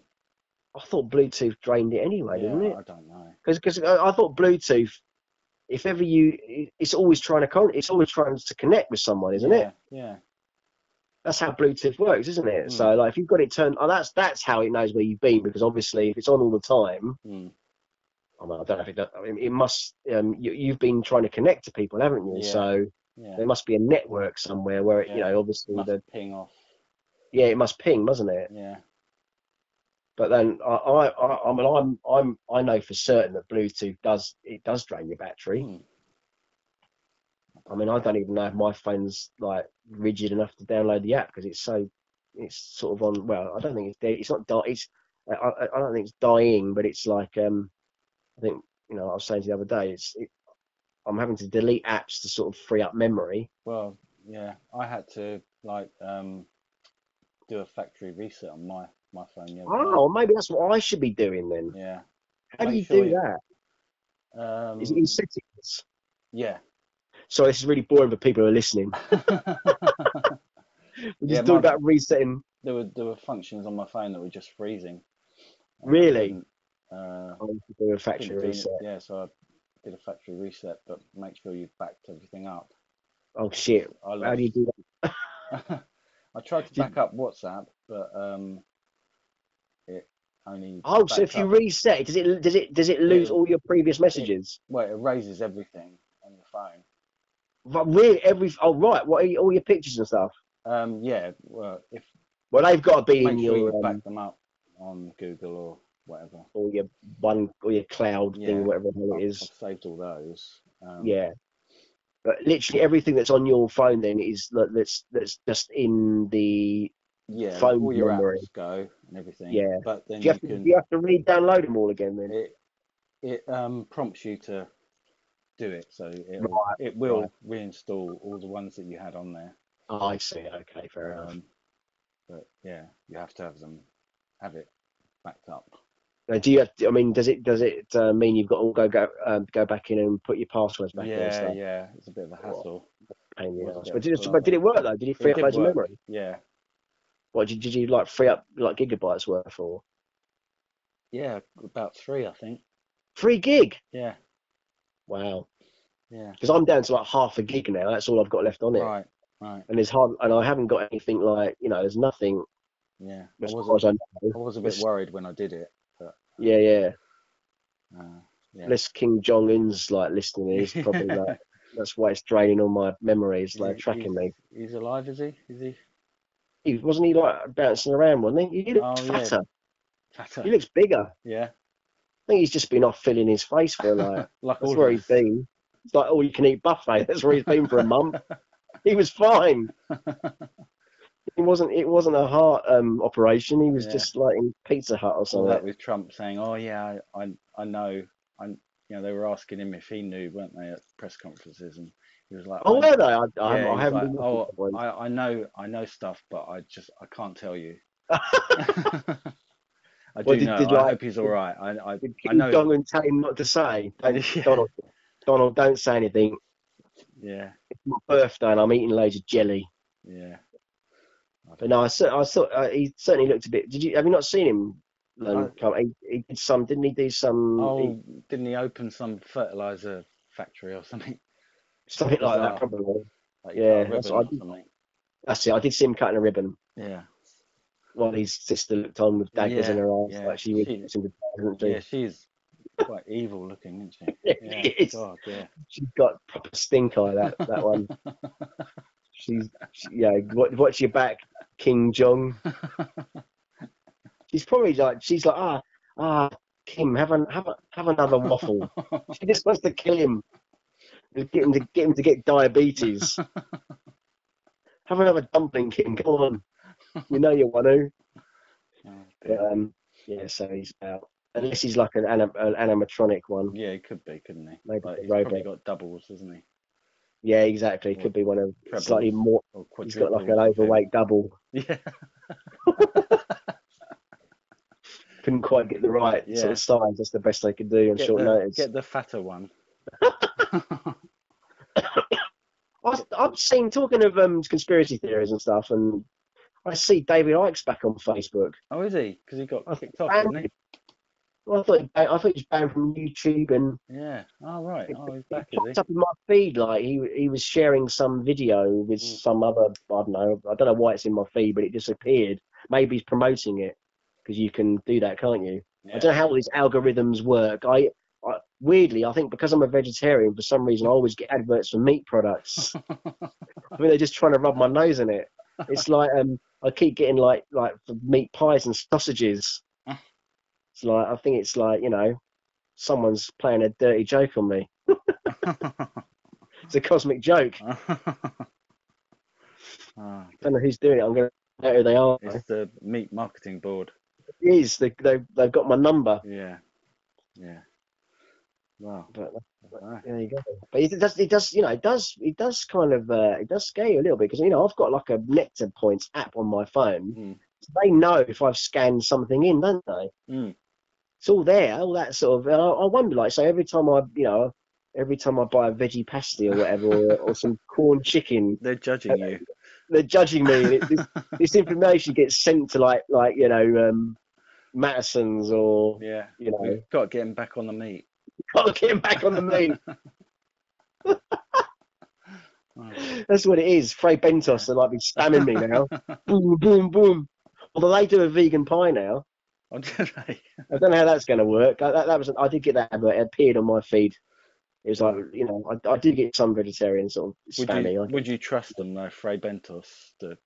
[SPEAKER 1] I thought Bluetooth drained it anyway,
[SPEAKER 2] yeah,
[SPEAKER 1] didn't it?
[SPEAKER 2] I don't know.
[SPEAKER 1] because I, I thought Bluetooth, if ever you, it- it's always trying to con, it's always trying to connect with someone, isn't it?
[SPEAKER 2] Yeah,
[SPEAKER 1] That's how Bluetooth works, isn't it?
[SPEAKER 2] Mm.
[SPEAKER 1] So like, if you've got it turned, oh, that's that's how it knows where you've been because obviously if it's on all the time,
[SPEAKER 2] yeah. Mm.
[SPEAKER 1] I, mean, I don't know if it, does, I mean, it must. Um, you, you've been trying to connect to people, haven't you?
[SPEAKER 2] Yeah.
[SPEAKER 1] So
[SPEAKER 2] Yeah.
[SPEAKER 1] there must be a network somewhere where it, you
[SPEAKER 2] Yeah.
[SPEAKER 1] know, obviously
[SPEAKER 2] Must
[SPEAKER 1] the
[SPEAKER 2] ping off.
[SPEAKER 1] yeah, it must ping, doesn't it?
[SPEAKER 2] Yeah.
[SPEAKER 1] But then I, I, I, I mean, I'm, I'm, I know for certain that Bluetooth does, it does drain your battery.
[SPEAKER 2] Hmm.
[SPEAKER 1] I mean, I don't even know if my phone's like rigid enough to download the app because it's so, it's sort of on. Well, I don't think it's dead. It's not die. It's I, I I don't think it's dying, but it's like um, I think you know I was saying to you the other day. It's it, I'm having to delete apps to sort of free up memory.
[SPEAKER 2] Well, yeah. I had to like um do a factory reset on my my phone. the other day.
[SPEAKER 1] Oh, maybe that's what I should be doing then.
[SPEAKER 2] Yeah.
[SPEAKER 1] How do
[SPEAKER 2] Make
[SPEAKER 1] you
[SPEAKER 2] sure
[SPEAKER 1] do
[SPEAKER 2] you-
[SPEAKER 1] that?
[SPEAKER 2] Um,
[SPEAKER 1] Is it in settings?
[SPEAKER 2] yeah.
[SPEAKER 1] Sorry, this is really boring for people who are listening. We
[SPEAKER 2] Yeah,
[SPEAKER 1] just talked
[SPEAKER 2] mine-
[SPEAKER 1] about resetting.
[SPEAKER 2] there were there were functions on my phone that were just freezing. and I
[SPEAKER 1] Really?
[SPEAKER 2] couldn't, Uh,
[SPEAKER 1] I need to do a
[SPEAKER 2] couldn't
[SPEAKER 1] factory
[SPEAKER 2] do it.
[SPEAKER 1] reset.
[SPEAKER 2] Yeah. So I did a factory reset, but make sure you've backed everything up.
[SPEAKER 1] Oh shit!
[SPEAKER 2] I
[SPEAKER 1] How do you do that?
[SPEAKER 2] I tried to back up WhatsApp, but um, it only.
[SPEAKER 1] Oh, so
[SPEAKER 2] backs
[SPEAKER 1] if you
[SPEAKER 2] up-
[SPEAKER 1] reset it, does it does it does it lose
[SPEAKER 2] Yeah.
[SPEAKER 1] all your previous messages?
[SPEAKER 2] well, it erases everything on your phone.
[SPEAKER 1] But really, every oh right, what are you, all your pictures and stuff?
[SPEAKER 2] Um, yeah, well, if
[SPEAKER 1] Well, they've got to be in
[SPEAKER 2] make sure
[SPEAKER 1] your
[SPEAKER 2] you
[SPEAKER 1] um,
[SPEAKER 2] back them up on Google or whatever.
[SPEAKER 1] or your one or your cloud
[SPEAKER 2] Yeah.
[SPEAKER 1] thing, whatever the hell
[SPEAKER 2] I've,
[SPEAKER 1] it is.
[SPEAKER 2] I've saved all those. Um,
[SPEAKER 1] Yeah. But literally everything that's on your phone then is that- that's that's just in the.
[SPEAKER 2] yeah,
[SPEAKER 1] phone
[SPEAKER 2] all your
[SPEAKER 1] memory.
[SPEAKER 2] apps go and everything.
[SPEAKER 1] Yeah.
[SPEAKER 2] but then
[SPEAKER 1] Do
[SPEAKER 2] you,
[SPEAKER 1] you have to
[SPEAKER 2] can
[SPEAKER 1] do you have to re-download them all again then?
[SPEAKER 2] it it um, prompts you to do it, so it'll, it will reinstall all the ones that you had on there.
[SPEAKER 1] Oh, I see. Okay, fair enough.
[SPEAKER 2] Um, but yeah, you have to have them have it backed up.
[SPEAKER 1] Now, do you have? To, I mean, does it does it uh, mean you've got to all go go um, go back in and put your passwords back in? And
[SPEAKER 2] yeah,
[SPEAKER 1] stuff?
[SPEAKER 2] yeah, it's a bit of a hassle.
[SPEAKER 1] Pain in the
[SPEAKER 2] Well,
[SPEAKER 1] arse.
[SPEAKER 2] yeah,
[SPEAKER 1] But did, it,
[SPEAKER 2] well,
[SPEAKER 1] but did it work though? Did you free
[SPEAKER 2] It
[SPEAKER 1] up
[SPEAKER 2] did
[SPEAKER 1] loads
[SPEAKER 2] work.
[SPEAKER 1] of memory?
[SPEAKER 2] Yeah,
[SPEAKER 1] What did, did you like free up like gigabytes worth or
[SPEAKER 2] yeah, about three, I think.
[SPEAKER 1] three gig?
[SPEAKER 2] Yeah,
[SPEAKER 1] Wow.
[SPEAKER 2] yeah.
[SPEAKER 1] Because I'm down to like half a gig now. That's all I've got left on it,
[SPEAKER 2] Right, right.
[SPEAKER 1] and it's hard. And I haven't got anything like you know. There's nothing
[SPEAKER 2] Yeah, I
[SPEAKER 1] as
[SPEAKER 2] was
[SPEAKER 1] far as I know.
[SPEAKER 2] I was a bit
[SPEAKER 1] It's-
[SPEAKER 2] worried when I did it.
[SPEAKER 1] Yeah, yeah.
[SPEAKER 2] Uh, yeah.
[SPEAKER 1] Unless King Jong Un's like listening, he's probably like that's why it's draining all my memories, like
[SPEAKER 2] He-
[SPEAKER 1] tracking me.
[SPEAKER 2] he's- He's alive, is he? Is he?
[SPEAKER 1] He wasn't he like bouncing around, wasn't he? He looked
[SPEAKER 2] Oh, yeah.
[SPEAKER 1] fatter.
[SPEAKER 2] Fatter.
[SPEAKER 1] He looks bigger.
[SPEAKER 2] Yeah,
[SPEAKER 1] I think he's just been off filling his face for like
[SPEAKER 2] like
[SPEAKER 1] that's
[SPEAKER 2] all
[SPEAKER 1] where
[SPEAKER 2] of
[SPEAKER 1] he's
[SPEAKER 2] us.
[SPEAKER 1] been. It's like all you can eat buffet. That's where he's been for a month. He was fine. It wasn't. It wasn't a heart um, operation. He was
[SPEAKER 2] Yeah.
[SPEAKER 1] just like in Pizza Hut or
[SPEAKER 2] All
[SPEAKER 1] something.
[SPEAKER 2] that with Trump saying, "Oh yeah, I I, I know." I you know they were asking him if he knew, weren't they, at press conferences, and he was like,
[SPEAKER 1] oh,
[SPEAKER 2] I,
[SPEAKER 1] were they? I, I,
[SPEAKER 2] Yeah,
[SPEAKER 1] haven't- I
[SPEAKER 2] he's
[SPEAKER 1] haven't.
[SPEAKER 2] like,
[SPEAKER 1] been watching
[SPEAKER 2] "Oh,
[SPEAKER 1] that one.
[SPEAKER 2] I, I know, I know stuff, but I just I can't tell you." I do
[SPEAKER 1] Well, did-
[SPEAKER 2] know.
[SPEAKER 1] did
[SPEAKER 2] I
[SPEAKER 1] you-
[SPEAKER 2] hope he's all right. I, I,
[SPEAKER 1] Did
[SPEAKER 2] I
[SPEAKER 1] Kim
[SPEAKER 2] know.
[SPEAKER 1] Jong Un tell him not to say? Don't,
[SPEAKER 2] Yeah.
[SPEAKER 1] Donald, Donald, don't say anything.
[SPEAKER 2] yeah,
[SPEAKER 1] It's my birthday, and I'm eating loads of jelly.
[SPEAKER 2] yeah.
[SPEAKER 1] But no, I, cer- I thought uh, he certainly looked a bit. Did you have you not seen him? Um, he, he did some, didn't he? Do some he-
[SPEAKER 2] Oh, didn't he open some fertilizer factory or something?
[SPEAKER 1] something like that,
[SPEAKER 2] bizarre.
[SPEAKER 1] probably.
[SPEAKER 2] Like
[SPEAKER 1] Yeah,
[SPEAKER 2] yeah,
[SPEAKER 1] that's what
[SPEAKER 2] ribbon
[SPEAKER 1] I
[SPEAKER 2] or
[SPEAKER 1] did.
[SPEAKER 2] something.
[SPEAKER 1] That's it. I did see him cutting a ribbon
[SPEAKER 2] Yeah,
[SPEAKER 1] while his sister looked on with daggers in
[SPEAKER 2] Yeah,
[SPEAKER 1] her eyes,
[SPEAKER 2] yeah.
[SPEAKER 1] like she was
[SPEAKER 2] She-
[SPEAKER 1] into the peasantry.
[SPEAKER 2] yeah. She's quite evil looking, isn't she? Yeah,
[SPEAKER 1] She is.
[SPEAKER 2] God, yeah.
[SPEAKER 1] She's got proper stink eye that that one. She's she, yeah. What, watch your back, King Jong. she's probably like she's like ah ah Kim, have an have a, have another waffle. she just wants to kill him, to get him to get him to get diabetes. have another dumpling, Kim. Come on, you know you want to.
[SPEAKER 2] Oh,
[SPEAKER 1] But,
[SPEAKER 2] dear.
[SPEAKER 1] um, yeah, so he's out. Unless he's like an, anim- an animatronic one.
[SPEAKER 2] yeah, he could be, couldn't he?
[SPEAKER 1] Maybe
[SPEAKER 2] but
[SPEAKER 1] the
[SPEAKER 2] he's probably
[SPEAKER 1] robot.
[SPEAKER 2] got doubles, isn't he?
[SPEAKER 1] Yeah, exactly. Could be one of
[SPEAKER 2] Treble.
[SPEAKER 1] slightly more.
[SPEAKER 2] Or
[SPEAKER 1] He's got like an
[SPEAKER 2] quadruples, I
[SPEAKER 1] overweight double.
[SPEAKER 2] think. Yeah.
[SPEAKER 1] Couldn't quite get the right sort
[SPEAKER 2] Yeah.
[SPEAKER 1] of size. That's the best they could do on
[SPEAKER 2] Get
[SPEAKER 1] short
[SPEAKER 2] the,
[SPEAKER 1] notice.
[SPEAKER 2] get the fatter one.
[SPEAKER 1] I, I've seen talking of um, conspiracy theories and stuff, and I see David Icke's back on Facebook.
[SPEAKER 2] Oh, is he? Because he got
[SPEAKER 1] I
[SPEAKER 2] kicked off,
[SPEAKER 1] found
[SPEAKER 2] didn't Oh, he?
[SPEAKER 1] Well, I thought he, I thought he's banned from YouTube, and
[SPEAKER 2] Yeah. Oh, right. Oh, he's back,
[SPEAKER 1] it
[SPEAKER 2] is
[SPEAKER 1] popped up in my feed like he he was sharing some video with
[SPEAKER 2] Mm.
[SPEAKER 1] some other I don't know I don't know why it's in my feed, but it disappeared. Maybe he's promoting it because you can do that, can't you?
[SPEAKER 2] he?
[SPEAKER 1] I
[SPEAKER 2] Yeah.
[SPEAKER 1] don't know how all these algorithms work. I, I weirdly I think because I'm a vegetarian for some reason I always get adverts for meat products. I mean they're just trying to rub my nose in it. It's like um I keep getting like like for meat pies and sausages. It's like I think it's like you know someone's playing a dirty joke on me. It's a cosmic joke. I
[SPEAKER 2] Ah,
[SPEAKER 1] don't know who's doing it. I'm going to know who they are.
[SPEAKER 2] it's the meat marketing board.
[SPEAKER 1] It is. They, they, they've got my number.
[SPEAKER 2] Yeah. Yeah. Wow.
[SPEAKER 1] But
[SPEAKER 2] Ah,
[SPEAKER 1] there you go. But it does, it does, you know, it does, it does kind of, uh, it does scare you a little bit because, you know, I've got like a Nectar Points app on my phone.
[SPEAKER 2] Mm.
[SPEAKER 1] So they know if I've scanned something in, don't they?
[SPEAKER 2] Mm.
[SPEAKER 1] It's all there, all that sort of. And I, I wonder, like, so every time I, you know, every time I buy a veggie pasty or whatever, or, or some corn chicken,
[SPEAKER 2] They're judging you.
[SPEAKER 1] they're judging me. And it, this, this information gets sent to like, like you know, um, Mattison's or
[SPEAKER 2] Yeah.
[SPEAKER 1] you know,
[SPEAKER 2] We've got to get him back on the meat.
[SPEAKER 1] got to get him back on the moon.
[SPEAKER 2] Oh.
[SPEAKER 1] That's what it is. Frey Bentos are like been spamming me now. boom, boom, boom. Although they do a vegan pie now.
[SPEAKER 2] Oh, did they?
[SPEAKER 1] I don't know how that's going to work. I, that, that was an, I did get that advert. It appeared on my feed. It was like you know I, I did get some vegetarian sort of
[SPEAKER 2] Would
[SPEAKER 1] spammy.
[SPEAKER 2] you,
[SPEAKER 1] I
[SPEAKER 2] would you trust them though, Frey Bentos? To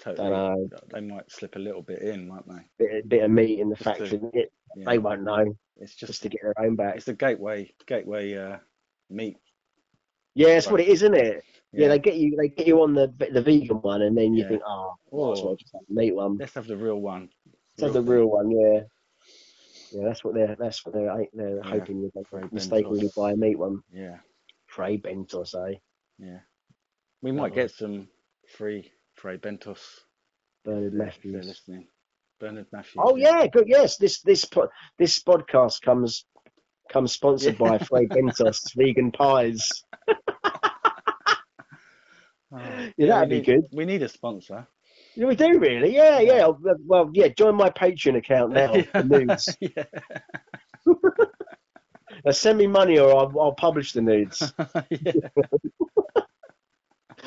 [SPEAKER 2] totally,
[SPEAKER 1] Dunno.
[SPEAKER 2] they might slip a little bit in, might they?
[SPEAKER 1] bit, bit of meat in the
[SPEAKER 2] Just to-
[SPEAKER 1] factory. It,
[SPEAKER 2] Yeah.
[SPEAKER 1] They won't know
[SPEAKER 2] It's
[SPEAKER 1] just
[SPEAKER 2] just
[SPEAKER 1] to get their own back.
[SPEAKER 2] it's the gateway gateway uh, meat.
[SPEAKER 1] Yeah, that's what it is, isn't it? Yeah.
[SPEAKER 2] Yeah.
[SPEAKER 1] they get you. They get you on the the vegan one, and then you
[SPEAKER 2] Yeah.
[SPEAKER 1] think, oh,
[SPEAKER 2] Oh,
[SPEAKER 1] that's what I just had, the meat one.
[SPEAKER 2] let's have the real one.
[SPEAKER 1] So the real one, yeah. Yeah, that's what they're that's what they're they're
[SPEAKER 2] Yeah,
[SPEAKER 1] hoping you
[SPEAKER 2] Frey Bentos.
[SPEAKER 1] mistakenly buy a meat one.
[SPEAKER 2] Yeah,
[SPEAKER 1] Frey Bentos, eh?
[SPEAKER 2] yeah. We might
[SPEAKER 1] Dunno.
[SPEAKER 2] get some free Frey Bentos.
[SPEAKER 1] Bernard
[SPEAKER 2] if they're- if they're
[SPEAKER 1] Matthews.
[SPEAKER 2] listening. Bernard Matthews.
[SPEAKER 1] Oh yeah, good. Yes, this this po- this podcast comes comes sponsored by Frey Bentos Vegan Pies.
[SPEAKER 2] Oh,
[SPEAKER 1] that'd
[SPEAKER 2] we
[SPEAKER 1] be
[SPEAKER 2] need-
[SPEAKER 1] good.
[SPEAKER 2] We need a sponsor.
[SPEAKER 1] Yeah, we do really. Yeah,
[SPEAKER 2] Yeah.
[SPEAKER 1] yeah. Well, yeah. Join my Patreon account now for nudes.
[SPEAKER 2] yeah.
[SPEAKER 1] Now send me money or I'll, I'll publish the nudes.
[SPEAKER 2] yeah.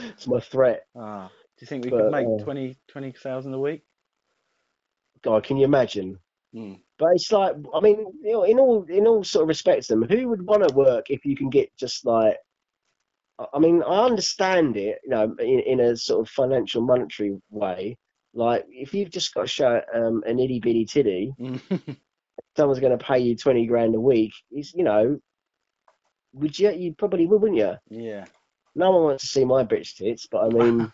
[SPEAKER 1] It's my threat.
[SPEAKER 2] Ah, do you think we
[SPEAKER 1] But,
[SPEAKER 2] could make
[SPEAKER 1] uh,
[SPEAKER 2] twenty twenty thousand 20,000 a week?
[SPEAKER 1] God, can you imagine?
[SPEAKER 2] Mm.
[SPEAKER 1] But it's like, I mean, you know, in all in all sort of respects, them who would want to work if you can get just like, I- I mean, I understand it, you know, in, in a sort of financial monetary way. Like, if you've just got to show um, an itty bitty titty,
[SPEAKER 2] Mm.
[SPEAKER 1] someone's going to pay you twenty grand a week. It's, you know, would you? You probably would, wouldn't you?
[SPEAKER 2] yeah.
[SPEAKER 1] No one wants to see my bitch tits, but I mean.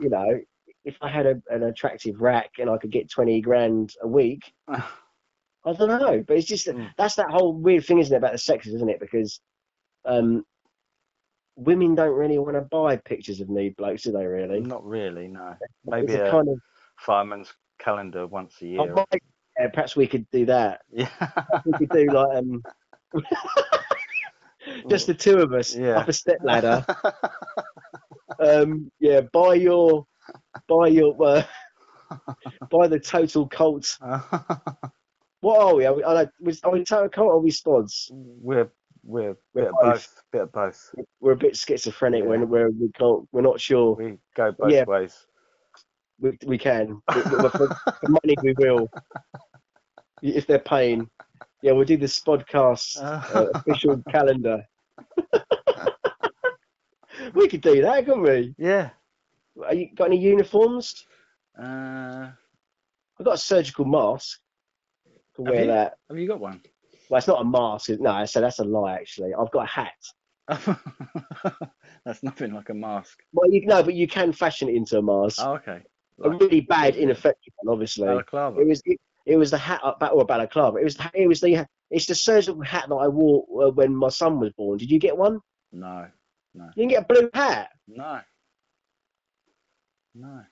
[SPEAKER 1] you know, if I had a, an attractive rack and I could get 20 grand a week, I don't know. But it's just
[SPEAKER 2] Mm.
[SPEAKER 1] that's that whole weird thing, isn't it, about the sexes, isn't it? Because um, women don't really want to buy pictures of nude blokes, do they, really?
[SPEAKER 3] Not really, no.
[SPEAKER 1] It's
[SPEAKER 3] Maybe
[SPEAKER 1] a
[SPEAKER 3] a
[SPEAKER 1] kind of,
[SPEAKER 3] fireman's calendar once a
[SPEAKER 1] I
[SPEAKER 3] year.
[SPEAKER 1] might- yeah, perhaps we could do that.
[SPEAKER 3] Yeah.
[SPEAKER 1] We could do like um, just the two of us
[SPEAKER 3] Yeah.
[SPEAKER 1] up a step ladder. um, yeah, buy your, buy your, uh, buy the total cult What are we? Are we, are like, was, are we total cult or are we spods?
[SPEAKER 3] we're we're
[SPEAKER 1] We're
[SPEAKER 3] bit of
[SPEAKER 1] both.
[SPEAKER 3] both. Bit of both.
[SPEAKER 1] We're a bit schizophrenic
[SPEAKER 3] Yeah.
[SPEAKER 1] when we're we can't we're not sure
[SPEAKER 3] We go both
[SPEAKER 1] Yeah.
[SPEAKER 3] ways.
[SPEAKER 1] we, we can. We- we- for, for money we will. If they're paying, yeah, we'll do this podcast uh, official calendar. we could do that, couldn't we?
[SPEAKER 3] yeah.
[SPEAKER 1] Are you got any uniforms?
[SPEAKER 2] Uh,
[SPEAKER 1] I've got a surgical mask. Can
[SPEAKER 2] Have
[SPEAKER 1] wear
[SPEAKER 2] you?
[SPEAKER 1] that.
[SPEAKER 2] have you got one?
[SPEAKER 1] Well, it's not a mask. is- No, so that's a lie. Actually, I've got a hat.
[SPEAKER 2] That's nothing like a mask.
[SPEAKER 1] Well, you no, but you can fashion it into a mask.
[SPEAKER 2] Oh, okay.
[SPEAKER 1] a
[SPEAKER 2] Like
[SPEAKER 1] really bad, ineffective one, obviously.
[SPEAKER 2] balaclava.
[SPEAKER 1] It was it, it was the hat up or balaclava. It was the- it was the it's the surgical hat that I wore uh, when my son was born. Did you get one?
[SPEAKER 2] No,
[SPEAKER 1] You didn't get a blue hat.
[SPEAKER 2] no, no. I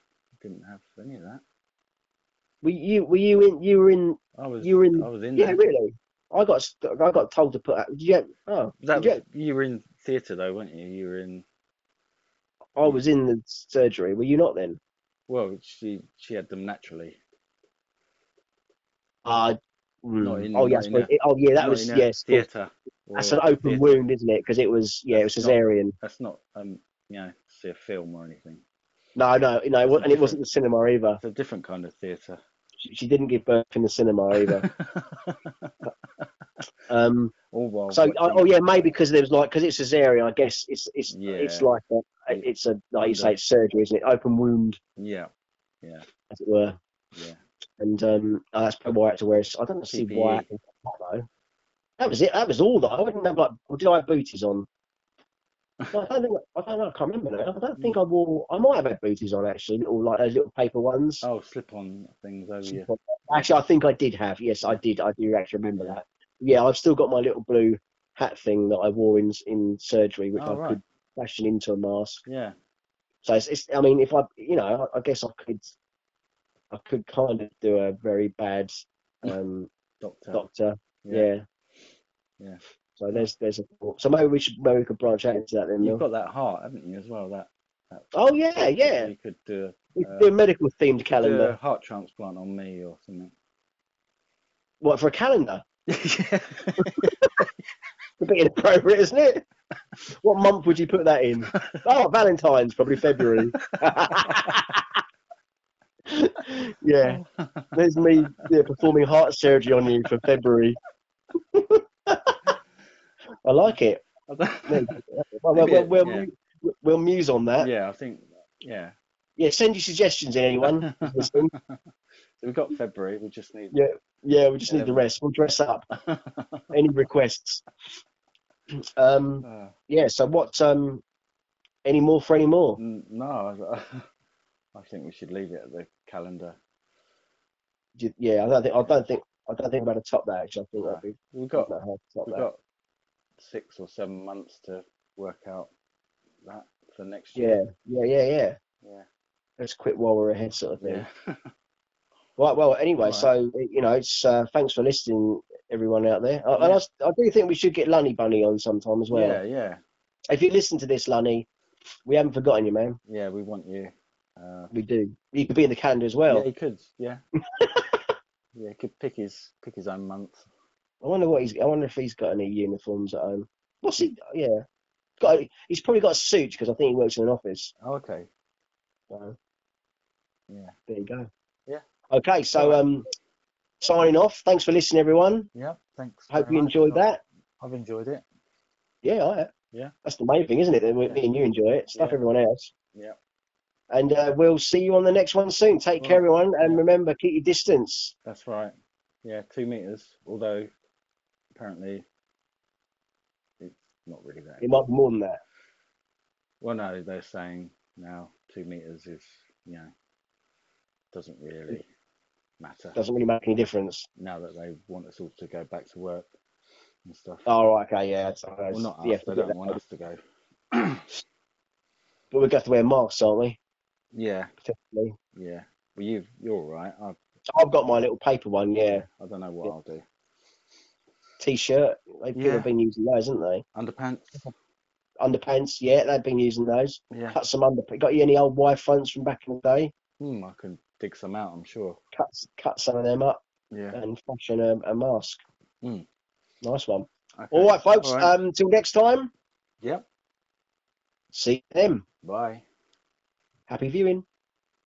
[SPEAKER 2] didn't have any of that.
[SPEAKER 1] Were you were you in you were in
[SPEAKER 2] I was.
[SPEAKER 1] You were in-
[SPEAKER 2] I was in.
[SPEAKER 1] yeah
[SPEAKER 2] there.
[SPEAKER 1] really? I got st- I got told to put out. Did you get, oh
[SPEAKER 2] That
[SPEAKER 1] did you
[SPEAKER 2] was, you were in theatre though, weren't you? You were in.
[SPEAKER 1] I was in the surgery. Were you not then?
[SPEAKER 2] Well, she she had them naturally.
[SPEAKER 1] Uh, mm,
[SPEAKER 2] Not in-
[SPEAKER 1] oh
[SPEAKER 2] not
[SPEAKER 1] yes.
[SPEAKER 2] in
[SPEAKER 1] well,
[SPEAKER 2] a-
[SPEAKER 1] it- oh yeah. That
[SPEAKER 2] Not
[SPEAKER 1] was
[SPEAKER 2] in a
[SPEAKER 1] yes. cool.
[SPEAKER 2] Theatre.
[SPEAKER 1] That's
[SPEAKER 2] or
[SPEAKER 1] an open
[SPEAKER 2] theatre.
[SPEAKER 1] wound, isn't it? Because it was yeah, it was
[SPEAKER 2] That's not-
[SPEAKER 1] cesarean.
[SPEAKER 2] That's not um, you know, see a film or anything.
[SPEAKER 1] No, no, no, it wa- and
[SPEAKER 2] That's
[SPEAKER 1] it
[SPEAKER 2] different.
[SPEAKER 1] wasn't the cinema either.
[SPEAKER 2] It's a different kind of theatre.
[SPEAKER 1] She, she didn't give birth in the cinema either. um,
[SPEAKER 2] All while.
[SPEAKER 1] So, I-
[SPEAKER 2] watching-
[SPEAKER 1] oh yeah, maybe because there's like because it's cesarean, I guess it's it's it's
[SPEAKER 2] Yeah.
[SPEAKER 1] like a, it's a like you say, it's surgery, isn't it? Open wound,
[SPEAKER 2] Yeah,
[SPEAKER 1] as it were.
[SPEAKER 2] yeah.
[SPEAKER 1] And um, oh, that's probably why I had to wear. I don't see why. I had to wear that, though. That was it. That was all though. I wouldn't have like. Or did I have booties on? No, I don't think. I don't know. I can't remember now. I don't
[SPEAKER 2] Mm.
[SPEAKER 1] think I wore. I might have had booties on actually, little like those little paper ones.
[SPEAKER 2] Oh, slip on things over you.
[SPEAKER 1] Actually, I think I did have. Yes, I did. I do actually remember that. Yeah, I've still got my little blue hat thing that I wore in in surgery, which I
[SPEAKER 2] Oh, right.
[SPEAKER 1] could fashion into a mask.
[SPEAKER 2] Yeah.
[SPEAKER 1] So it's, it's. I mean, if I, you know, I, I guess I could, I could kind of do a very bad um,
[SPEAKER 2] Doctor.
[SPEAKER 1] doctor.
[SPEAKER 2] Yeah.
[SPEAKER 1] Yeah.
[SPEAKER 2] Yeah.
[SPEAKER 1] So there's there's a thought. So maybe we should maybe we could branch out into that then. Neil.
[SPEAKER 2] You've got that heart, haven't you, as well? That. that
[SPEAKER 1] Oh, yeah, yeah.
[SPEAKER 2] You could do a,
[SPEAKER 1] we could
[SPEAKER 2] uh,
[SPEAKER 1] do a medical themed
[SPEAKER 2] do
[SPEAKER 1] calendar.
[SPEAKER 2] a heart transplant on me or something.
[SPEAKER 1] What for a calendar? A bit inappropriate, isn't it? What month would you put that in? Oh, Valentine's, probably February. yeah, there's me yeah, performing heart surgery on you for February. I like it. Well, we'll,
[SPEAKER 2] Maybe
[SPEAKER 1] we'll,
[SPEAKER 2] it-
[SPEAKER 1] we'll
[SPEAKER 2] yeah.
[SPEAKER 1] mu- we'll muse on that. Yeah.
[SPEAKER 2] yeah, I think. Yeah.
[SPEAKER 1] send your suggestions in, anyone.
[SPEAKER 2] so we've got February. We just need.
[SPEAKER 1] yeah, we just need
[SPEAKER 2] Yeah.
[SPEAKER 1] the rest. We'll dress up. Any requests? Um,
[SPEAKER 2] Uh,
[SPEAKER 1] yeah. So what? Um, any more for any more?
[SPEAKER 2] n- no, I, I think we should leave it at the calendar.
[SPEAKER 1] Do you- Yeah, I don't think. I don't think. I don't think we're going to top that. Actually, I think that'd be
[SPEAKER 2] We've
[SPEAKER 1] got
[SPEAKER 2] got
[SPEAKER 1] that hard to top
[SPEAKER 2] we've
[SPEAKER 1] that.
[SPEAKER 2] got six or seven months to work out that for next year.
[SPEAKER 1] Yeah, yeah, yeah, yeah.
[SPEAKER 2] Yeah.
[SPEAKER 1] Let's quit while we're ahead, sort of thing.
[SPEAKER 2] Yeah.
[SPEAKER 1] Right. Well, anyway,
[SPEAKER 2] Right.
[SPEAKER 1] so you know, it's uh, thanks for listening, everyone out there. I, and I
[SPEAKER 2] Yeah.
[SPEAKER 1] s- I, do think we should get Lunny Bunny on sometime as well.
[SPEAKER 2] yeah. Yeah.
[SPEAKER 1] If you listen to this, Lunny, we haven't forgotten you, man.
[SPEAKER 2] Yeah. We want you. Uh,
[SPEAKER 1] We do. You could be in the calendar as well.
[SPEAKER 2] yeah, he could. Yeah. yeah. He could pick his pick his own month.
[SPEAKER 1] I wonder what he's. I wonder if he's got any uniforms at home. What's he? Yeah, got. a- He's probably got a suit because I think he works in an office.
[SPEAKER 2] Oh, okay.
[SPEAKER 1] So
[SPEAKER 2] Yeah.
[SPEAKER 1] there you go.
[SPEAKER 2] Yeah.
[SPEAKER 1] Okay, so
[SPEAKER 2] Alright.
[SPEAKER 1] um, signing off. Thanks for listening, everyone.
[SPEAKER 2] Yeah. Thanks.
[SPEAKER 1] Hope
[SPEAKER 2] very
[SPEAKER 1] you
[SPEAKER 2] much.
[SPEAKER 1] enjoyed
[SPEAKER 2] I've-
[SPEAKER 1] that.
[SPEAKER 2] I've enjoyed it.
[SPEAKER 1] Yeah, I,
[SPEAKER 2] Yeah.
[SPEAKER 1] That's the main thing, isn't it? That we- me and you enjoy it. Stuff
[SPEAKER 2] Yeah.
[SPEAKER 1] everyone else.
[SPEAKER 2] Yeah.
[SPEAKER 1] And uh, we'll see you on the next one soon. Take care, everyone, and remember keep your distance.
[SPEAKER 2] That's right. Yeah, two meters. Although apparently it's not really that.
[SPEAKER 1] It might be more than that.
[SPEAKER 2] Well, no, they're saying now two meters is you know doesn't really matter
[SPEAKER 1] Doesn't really make any difference.
[SPEAKER 2] now that they want us all to go back to work and stuff.
[SPEAKER 1] Oh, right, okay, yeah. So, uh,
[SPEAKER 2] well, not us.
[SPEAKER 1] yeah,
[SPEAKER 2] they
[SPEAKER 1] forget
[SPEAKER 2] don't
[SPEAKER 1] that.
[SPEAKER 2] want us to go.
[SPEAKER 1] But we have got to wear masks, aren't we?
[SPEAKER 2] Yeah,
[SPEAKER 1] Potentially.
[SPEAKER 2] yeah. Well, you you're all right. I
[SPEAKER 1] I've got my little paper one, yeah.
[SPEAKER 2] I don't know what
[SPEAKER 1] Yeah.
[SPEAKER 2] I'll do.
[SPEAKER 1] T-shirt. Like, People
[SPEAKER 2] Yeah.
[SPEAKER 1] have been using those, haven't they?
[SPEAKER 2] Underpants.
[SPEAKER 1] Underpants, yeah, they've been using those.
[SPEAKER 2] Yeah.
[SPEAKER 1] Cut some under. Got you any old wife fronts from back in the day?
[SPEAKER 2] Hmm, I can dig some out. I'm sure.
[SPEAKER 1] Cut cut some of them up
[SPEAKER 2] Yeah.
[SPEAKER 1] and fashion a, a mask.
[SPEAKER 2] Mm.
[SPEAKER 1] Nice one.
[SPEAKER 2] Okay.
[SPEAKER 1] All right, folks.
[SPEAKER 2] All
[SPEAKER 1] Until
[SPEAKER 2] right.
[SPEAKER 1] Um, till next time.
[SPEAKER 2] Yep.
[SPEAKER 1] See them.
[SPEAKER 2] Bye.
[SPEAKER 1] Happy viewing.